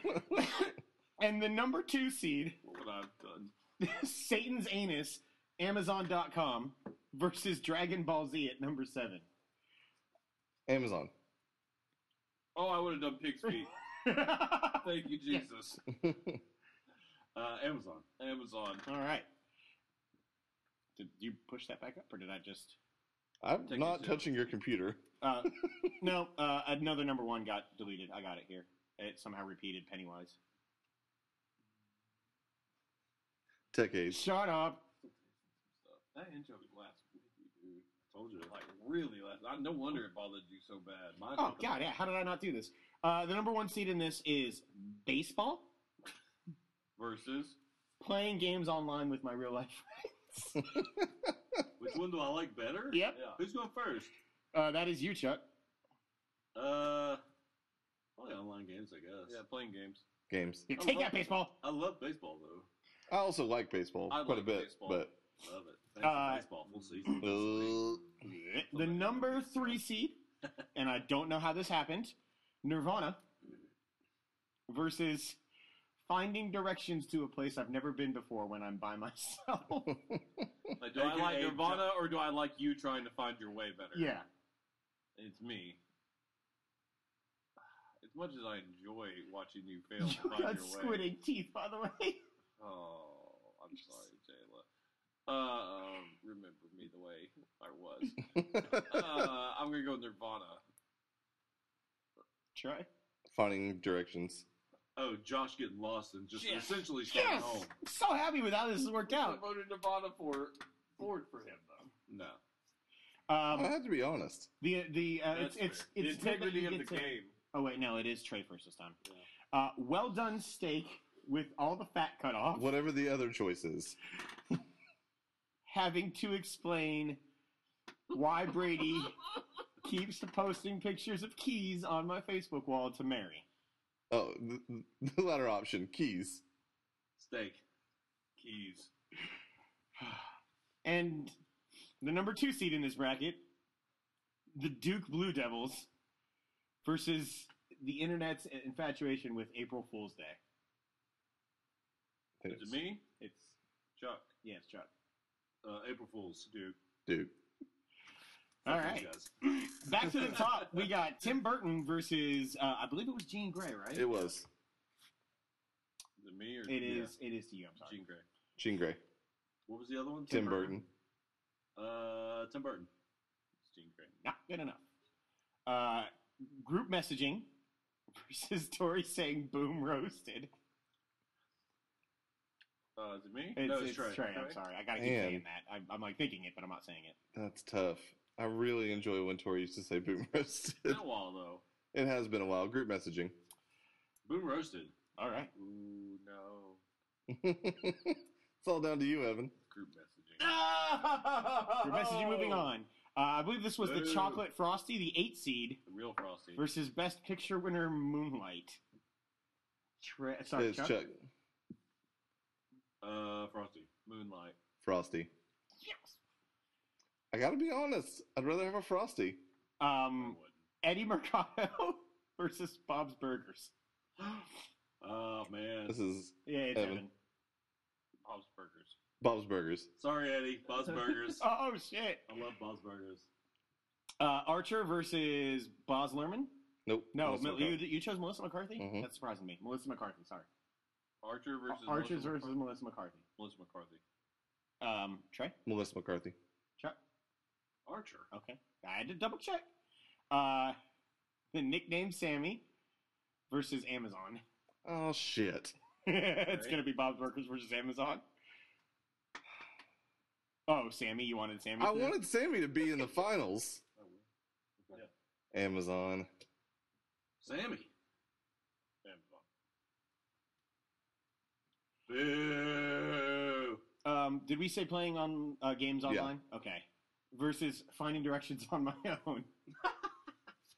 D: and the number two seed,
A: What would I have done?
D: Satan's Anus, Amazon.com versus Dragon Ball Z at number seven.
C: Amazon.
A: Oh, I would have done pig's feet.
D: All
A: Thank you, Jesus.
B: Uh, Amazon.
A: Amazon.
D: right. Did you push that back up, or did I just?
C: I'm
A: Take
C: not
A: it, Jeff.
C: touching your computer.
D: Uh, no, uh, another number one got deleted. I got it here. It somehow repeated Pennywise.
C: Tech Ace.
D: Shut up.
A: That intro last week, dude.
B: Told you.
A: Like, really last. I, no wonder it bothered you so bad. My
D: Oh God, yeah. How did I not do this? Uh, the number one seed in this is baseball.
A: Versus.
D: Playing games online with my real life friends.
B: Which one do I like better?
D: Yep.
A: Yeah.
B: Who's going first?
D: uh, that is you, Chuck.
B: Uh, probably online games, I guess.
A: Yeah, playing games.
C: Games.
D: Here, take that baseball.
B: I love baseball though.
C: I also like baseball
A: I
C: quite
A: like
C: a bit,
A: baseball.
C: but
B: Love it. Thanks for
D: Uh,
B: baseball full season.
C: uh,
D: The number three seed, and I don't know how this happened. Nirvana versus finding directions to a place I've never been before when I'm by myself.
A: Like, do I
B: AKA
A: like Nirvana or do I like you trying to find your way better?
D: yeah.
A: It's me. As much as I enjoy watching you fail to
D: you
A: find your
D: got
A: way.
D: squid egg teeth, by the way.
A: Oh, I'm sorry, Jayla. Uh, um, remember me the way I was. uh, I'm gonna go Nirvana.
D: Try.
C: finding directions.
B: Oh, Josh getting lost and just
A: Yes.
B: essentially staying
D: Yes!
B: home.
D: I'm so happy with how this has worked
A: I
D: out.
A: voted Nirvana for Ford for him though.
B: No.
D: Uh,
C: I
D: Um,
C: have to be honest.
D: the the uh, it's,
A: That's
D: it's
A: fair.
D: it's
A: the integrity
D: Nick that
A: of
D: gets
A: the
D: it.
A: game.
D: Oh wait, no, it is Trey first this time. Uh, well done steak with all the fat cut off,
C: Whatever the other choice is.
D: having to explain why Brady keeps posting pictures of keys on my Facebook wall to Mary.
C: Oh, the, the latter option, keys.
B: Steak. Keys.
D: And the number two seed in this bracket, the Duke Blue Devils versus the internet's infatuation with April Fool's Day.
C: It
B: Is
C: is.
B: it me?
D: It's
B: Chuck.
D: yeah, it's Chuck.
B: Uh, April Fools. Dude.
C: Dude.
D: All
B: Fuck
D: right,
B: you guys.
D: back to the top. We got Tim Burton versus uh, I believe it was Jean Grey, right?
C: It was.
B: Is it me or
D: It
B: Yeah.
D: is. It is to you. I'm sorry.
B: Jean Grey?
C: Jean Grey.
B: What was the other one?
C: Tim Burton.
B: Uh, Tim Burton. It's Jean Grey.
D: Not good enough. Uh, group messaging versus Tori saying "boom roasted."
B: Uh, is it me?
D: It's,
B: no,
D: it's, Trey. I'm sorry. I gotta keep
C: Man.
D: saying that. I'm, I'm like thinking it, but I'm not saying it.
C: That's tough. I really enjoy when Tori used to say boom roasted.
B: It's been a while though.
C: it has been a while. Group messaging.
B: Boom roasted.
D: All right.
B: Ooh no.
C: it's all down to you, Evan.
B: Group messaging.
D: We're
B: Group
D: messaging moving on. Uh, I believe this was the
B: Boo.
D: chocolate frosty, the eight seed,
B: The real frosty.
D: versus best picture winner Moonlight. Tre- sorry,
C: it's
D: Chuck.
C: Chuck.
B: Uh, frosty. Moonlight.
C: Frosty.
D: Yes.
C: I gotta be honest. I'd rather have a Frosty.
D: Um,
B: I wouldn't.
D: Eddie Mercado versus Bob's Burgers.
B: Oh man,
C: This is
D: Yeah, it's
C: Evan.
D: Evan.
B: Bob's Burgers.
C: Bob's Burgers.
B: Sorry, Eddie. Bob's Burgers.
D: Oh shit.
B: I love Bob's Burgers.
D: Uh, Archer versus Boz Lerman.
C: Nope.
D: No,
C: Melissa
D: Mel- you,
C: McCarthy.
D: you chose Melissa McCarthy.
C: Mhm.
D: That surprised me. Melissa McCarthy. Sorry.
B: Archer versus
D: Archer
B: Melissa
D: versus
B: McCarthy.
D: Melissa McCarthy.
B: Melissa McCarthy.
D: Um, Trey.
C: Melissa McCarthy.
D: Chuck.
B: Archer.
D: Okay. I had to double check. Uh, the nickname Sammy versus Amazon.
C: Oh shit.
D: it's
B: Right.
D: going to be Bob Burgers versus Amazon. Oh, Sammy, you wanted Sammy?
C: I
D: to-
C: wanted Sammy to be in the finals.
B: Oh, well.
C: Amazon.
B: Sammy. Amazon. Boo.
D: Um, did we say playing on uh, games
C: Yeah.
D: online? Okay. Versus finding directions on my own.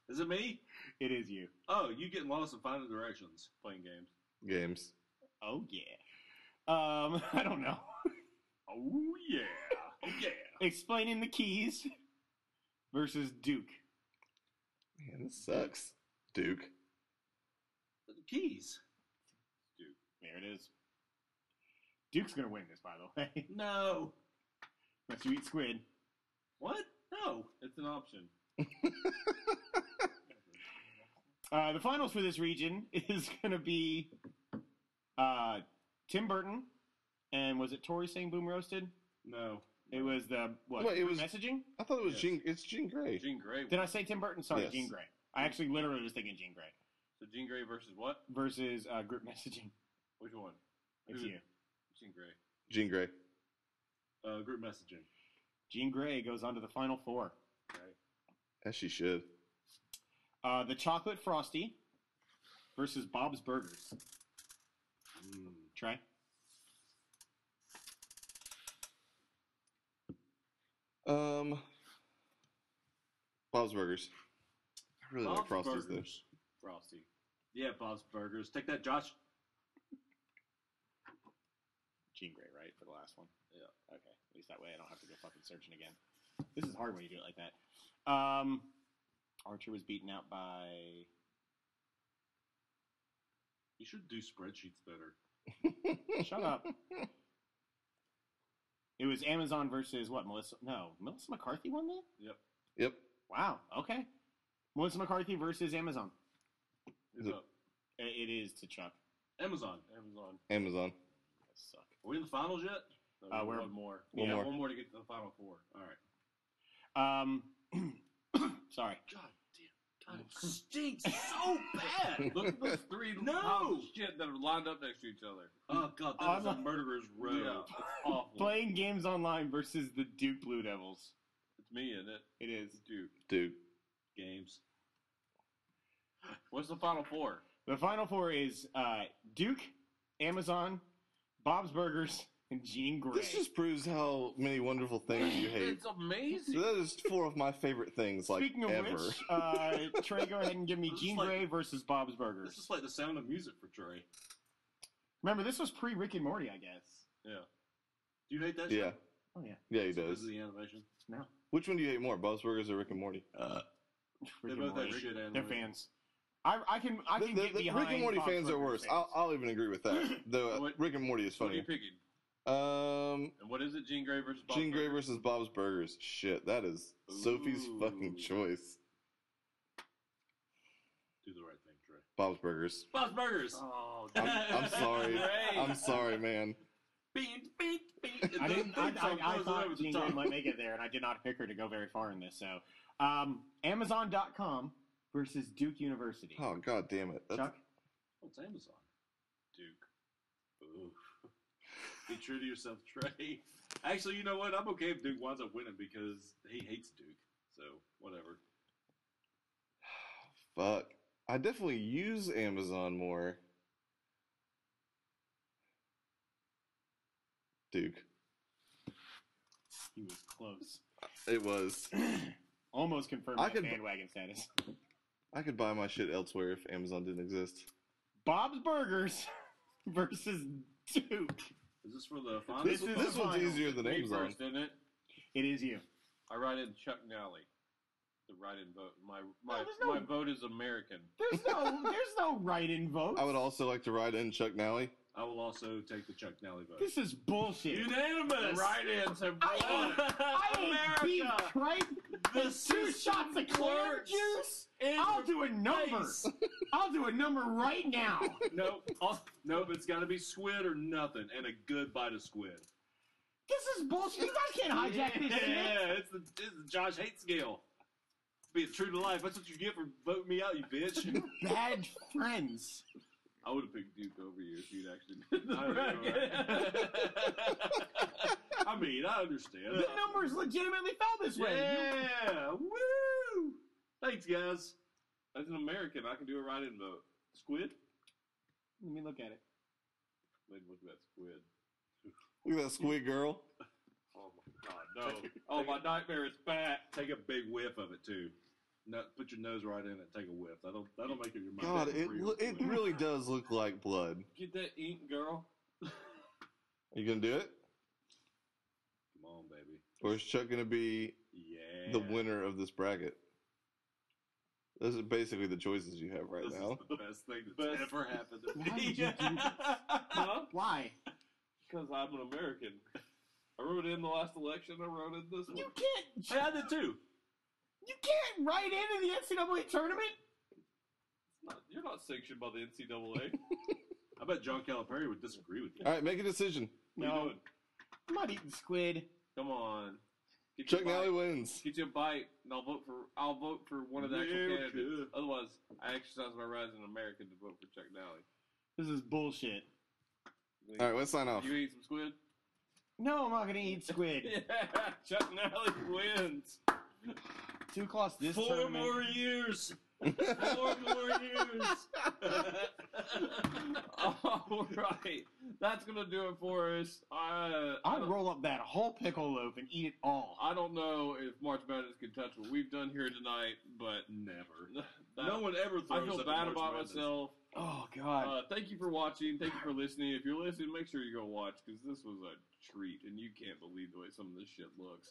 B: Is it me?
D: It is you.
B: Oh, you getting lost and finding directions playing games.
C: games.
D: Oh yeah. Um, I don't know.
B: Oh yeah. Oh yeah.
D: Explaining the keys versus Duke.
C: Man, this sucks. Duke.
B: Keys.
D: There it is. Duke's gonna win this, by the way.
B: No.
D: Unless you eat squid.
B: What? No. It's an option.
D: Uh, the finals for this region is gonna be uh, Tim Burton, and was it Tori saying "boom roasted"?
B: No.
D: It was the what?
C: Wait, it
D: group
C: was-
D: messaging.
C: I thought it was
B: Yes.
C: Jean. It's Jean Grey.
B: Jean Grey.
D: Did I say Tim Burton? Sorry,
C: Yes.
D: Jean Grey. I actually literally was thinking Jean Grey
B: So Jean Grey versus what?
D: versus uh, group messaging.
B: Which one?
D: It's
B: Who?
D: you.
B: Jean Grey.
C: Jean Grey.
B: Uh, group messaging.
D: Jean Grey goes on to the final four.
C: As she should.
D: Uh, the chocolate frosty versus Bob's Burgers.
B: Mm.
D: Try.
C: Um. Bob's Burgers. I really like
B: Bob's
C: Frosty's though.
B: Burgers. Frosty. Yeah, Bob's Burgers. Take that, Josh.
D: Jean Grey, right, for the last one.
B: Yeah.
D: Okay. At least that way I don't have to go fucking searching again. This is hard when you do it like that. Um, Archer was beaten out by.
B: You should do spreadsheets better.
D: Shut up. It was Amazon versus what? Melissa? No, Melissa McCarthy won that.
C: Yep.
D: Wow. Okay. Melissa McCarthy versus Amazon.
B: Is
C: Is it-
B: up.
D: I- It is to Chuck.
B: Amazon. Amazon.
C: Amazon.
D: That suck.
B: Are we in the finals yet? No,
D: Uh,
B: we
D: we're-
B: one more.
C: One
B: yeah,
C: more.
B: one more to get to the final four. All right.
D: Um, sorry.
B: God damn. God, it stinks so bad.
A: Look at those three
B: No!
A: piles of shit that are lined up next to each other.
B: oh God, that
D: I'm
B: is
D: not-
B: a murderer's row.
A: Yeah.
B: It's awful.
D: Playing games online versus the Duke Blue Devils.
A: It's me in it.
D: It is
A: Dude,
C: Duke.
B: Games.
A: what's the final four?
D: the final four is uh, Duke, Amazon, Bob's Burgers, and Jean Grey.
C: This just proves how many wonderful things you hate.
A: It's amazing.
C: That is four of my favorite things, like
D: Speaking of
C: ever.
D: which, uh, Trey, go ahead and give me
B: This is
D: Jean
B: like-
D: Grey versus Bob's
B: This
D: Burgers.
B: is like the sound of music for Trey.
D: Remember, this was pre Rick and Morty, I guess.
B: Do you hate that?
C: yeah,
B: show?
D: Oh yeah,
C: yeah, he
B: This
C: does.
B: is the animation.
D: no,
C: Which one do you hate more, Bob's Burgers or Rick and Morty? Uh,
B: They
D: Rick and
B: both have
D: Morty.
B: very good
D: They're
B: animation.
D: fans. I, I can I
C: the,
D: can
C: the-
D: get
C: the
D: behind
C: Rick and Morty
D: Bob's
C: fans are
D: Burgers
C: worse.
D: fans.
C: I'll, I'll even agree with that. Though uh,
A: What-
C: Rick and Morty is
A: What are you
C: funny.
A: picking?
C: Um,
A: And what is it? Jean Grey versus Bob
C: Jean Grey
A: Burger?
C: versus Bob's Burgers. Shit, that is Sophie's
B: Ooh.
C: fucking choice.
B: Do the right thing, Trey.
C: Bob's Burgers.
B: Bob's Burgers.
D: Oh,
C: I'm, I'm sorry.
B: Great.
C: I'm sorry, man.
B: Beat, beat, beat.
D: I didn't. I,
B: Third
D: I,
B: time
D: I
B: goes over
D: thought
B: the
D: Jean Grey
B: top.
D: might make it there, and I did not pick her to go very far in this. So, um, Amazon.com versus Duke University.
C: Oh god damn it. That's,
D: Chuck,
B: Oh, it's Amazon. Duke. Ooh. Be true to yourself, Trey. Actually, you know what? I'm okay if Duke winds up winning because he hates Duke. So, whatever.
C: fuck. I definitely use Amazon more. Duke.
D: he was close.
C: It was.
D: Almost confirmed
C: I
D: my
C: could-
D: bandwagon status.
C: I could buy my shit elsewhere if Amazon didn't exist.
D: Bob's Burgers versus Duke.
B: Is this for the final?
C: This,
D: This is
C: this one's
D: final.
C: easier than
A: Me
C: Amazon.
A: first, isn't it?
D: It is you.
A: I write in Chuck Nally. The write-in vote. My my,
D: there's no-
A: my vote is American.
D: There's no, there's no write-in vote.
C: I would also like to ride in Chuck Nally.
B: I will also take the Chuck Nally vote.
D: This is bullshit.
B: Unanimous!
A: Write-ins have won.
D: I ain't beef, right?
B: This
D: Two
B: is
D: shots of clear
B: works.
D: juice.
B: in
D: I'll
B: your
D: do a number.
B: face.
D: I'll do a number right now.
B: No, I'll- no, but it's got to be squid or nothing, and a good bite of squid.
D: This is bullshit. You guys can't hijack this shit.
B: Yeah, it's the, it's the Josh hate scale. Being true to life, that's what you get for voting me out, you bitch.
D: Bad friends.
A: I would have picked Duke over you if you'd actually. Been
B: I know, right? I mean, I understand.
D: The numbers legitimately fell this way. You-
B: Yeah, woo! Thanks, guys.
A: As an American, I can do a write-in vote. Squid.
D: Let me look at it.
A: Wait, look at that squid.
C: Look at that squid girl.
B: Oh my god, no!
A: Oh, my nightmare is back.
B: Take a big whiff of it too. No, put your nose right in it. Take a whiff. That'll that'll make it your mind.
C: God,
B: That'll
C: it
B: breathe
C: lo-
B: with
C: it
B: you.
C: really does look like blood.
A: Get that ink, girl.
C: Are you gonna do it,
B: Come on, baby.
C: or is Chuck gonna be
B: Yeah.
C: the winner of this bracket? Those are basically the choices you have right
B: This
C: now.
B: is the best thing that's
A: Best.
B: ever happened to
D: Why
B: me.
D: did you do
A: Huh?
D: Why?
A: Because I'm an American. I wrote in the last election. I wrote in this one.
D: You can't.
B: Hey, I did too.
D: You can't write into the NCAA tournament.
A: Not- You're not sanctioned by the NCAA.
B: I bet John Calipari would disagree with you.
C: All right, make a decision.
A: What are you
D: No,
A: doing?
D: I'm not eating squid.
A: Come on. Get
C: Chuck
A: your bite.
C: Nally wins.
A: Get you a bite, and I'll vote for. I'll vote for one of the actual
B: Yeah,
A: candidates.
B: sure.
A: Otherwise, I exercise my right as an American to vote for Chuck Nally.
D: This is bullshit.
A: You
C: All right, let's sign off.
A: You eat some squid.
D: No, I'm not gonna eat squid.
A: Yeah, Chuck Nally wins.
D: Two costs this
B: Four
D: tournament.
B: more years. Four more years.
A: All right, that's gonna do it for us. I, I,
D: I'd
A: don't,
D: roll up that whole pickle loaf and eat it all.
A: I don't know if March Madness can touch what we've done here tonight, but
B: Never.
A: that-
B: no one ever
A: I
B: throws
A: feel
B: up
A: bad
B: a March
A: about
B: Madness.
A: myself.
D: Oh God.
A: Uh, thank you for watching. Thank you for listening. If you're listening, make sure you go watch because this was a treat, and you can't believe the way some of this shit looks.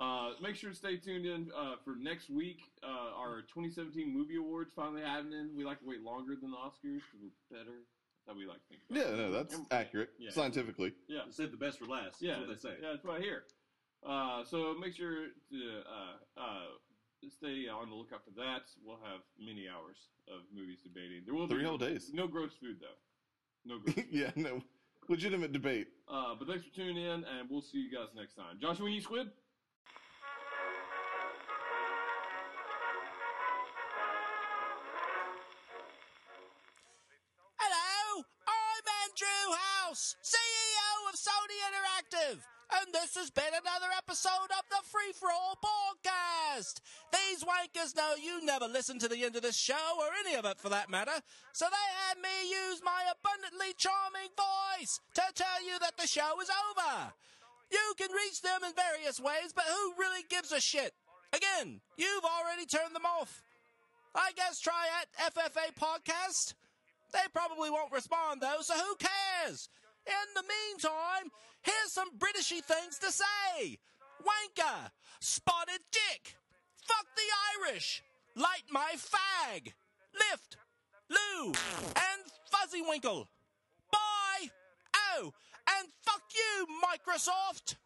A: Uh, make sure to stay tuned in uh, for next week. Uh, our 2017 movie awards finally happening. We like to wait longer than the Oscars because we're better. That's how we like to think. About
C: Yeah,
A: it.
C: no, that's accurate
B: Yeah.
C: scientifically.
A: yeah.
B: Save the best for last.
A: Yeah,
B: That's what they say.
A: Yeah, that's what I hear. Uh, so make sure to uh, uh, stay on the lookout for that. We'll have many hours of movies debating. There will
C: Three
A: be
C: whole days.
A: no gross food though. No gross. food.
C: yeah, no, legitimate debate.
A: uh, but thanks for tuning in, and we'll see you guys next time. Joshua, you squid.
E: E Hello, I'm Andrew House, CEO of Sony Interactive, and this has been another episode of the Free For All Podcast. These wankers know you never listen to the end of this show, or any of it for that matter, so they had me use my abundantly charming voice to tell you that the show is over. You can reach them in various ways, but who really gives a shit? Again, you've already turned them off. I guess try at FFA Podcast. They probably won't respond though, so who cares? In the meantime, here's some Britishy things to say. Wanker, spotted dick, fuck the Irish, light my fag, lift, loo, and fuzzy winkle. Bye. Oh, and fuck you, Microsoft.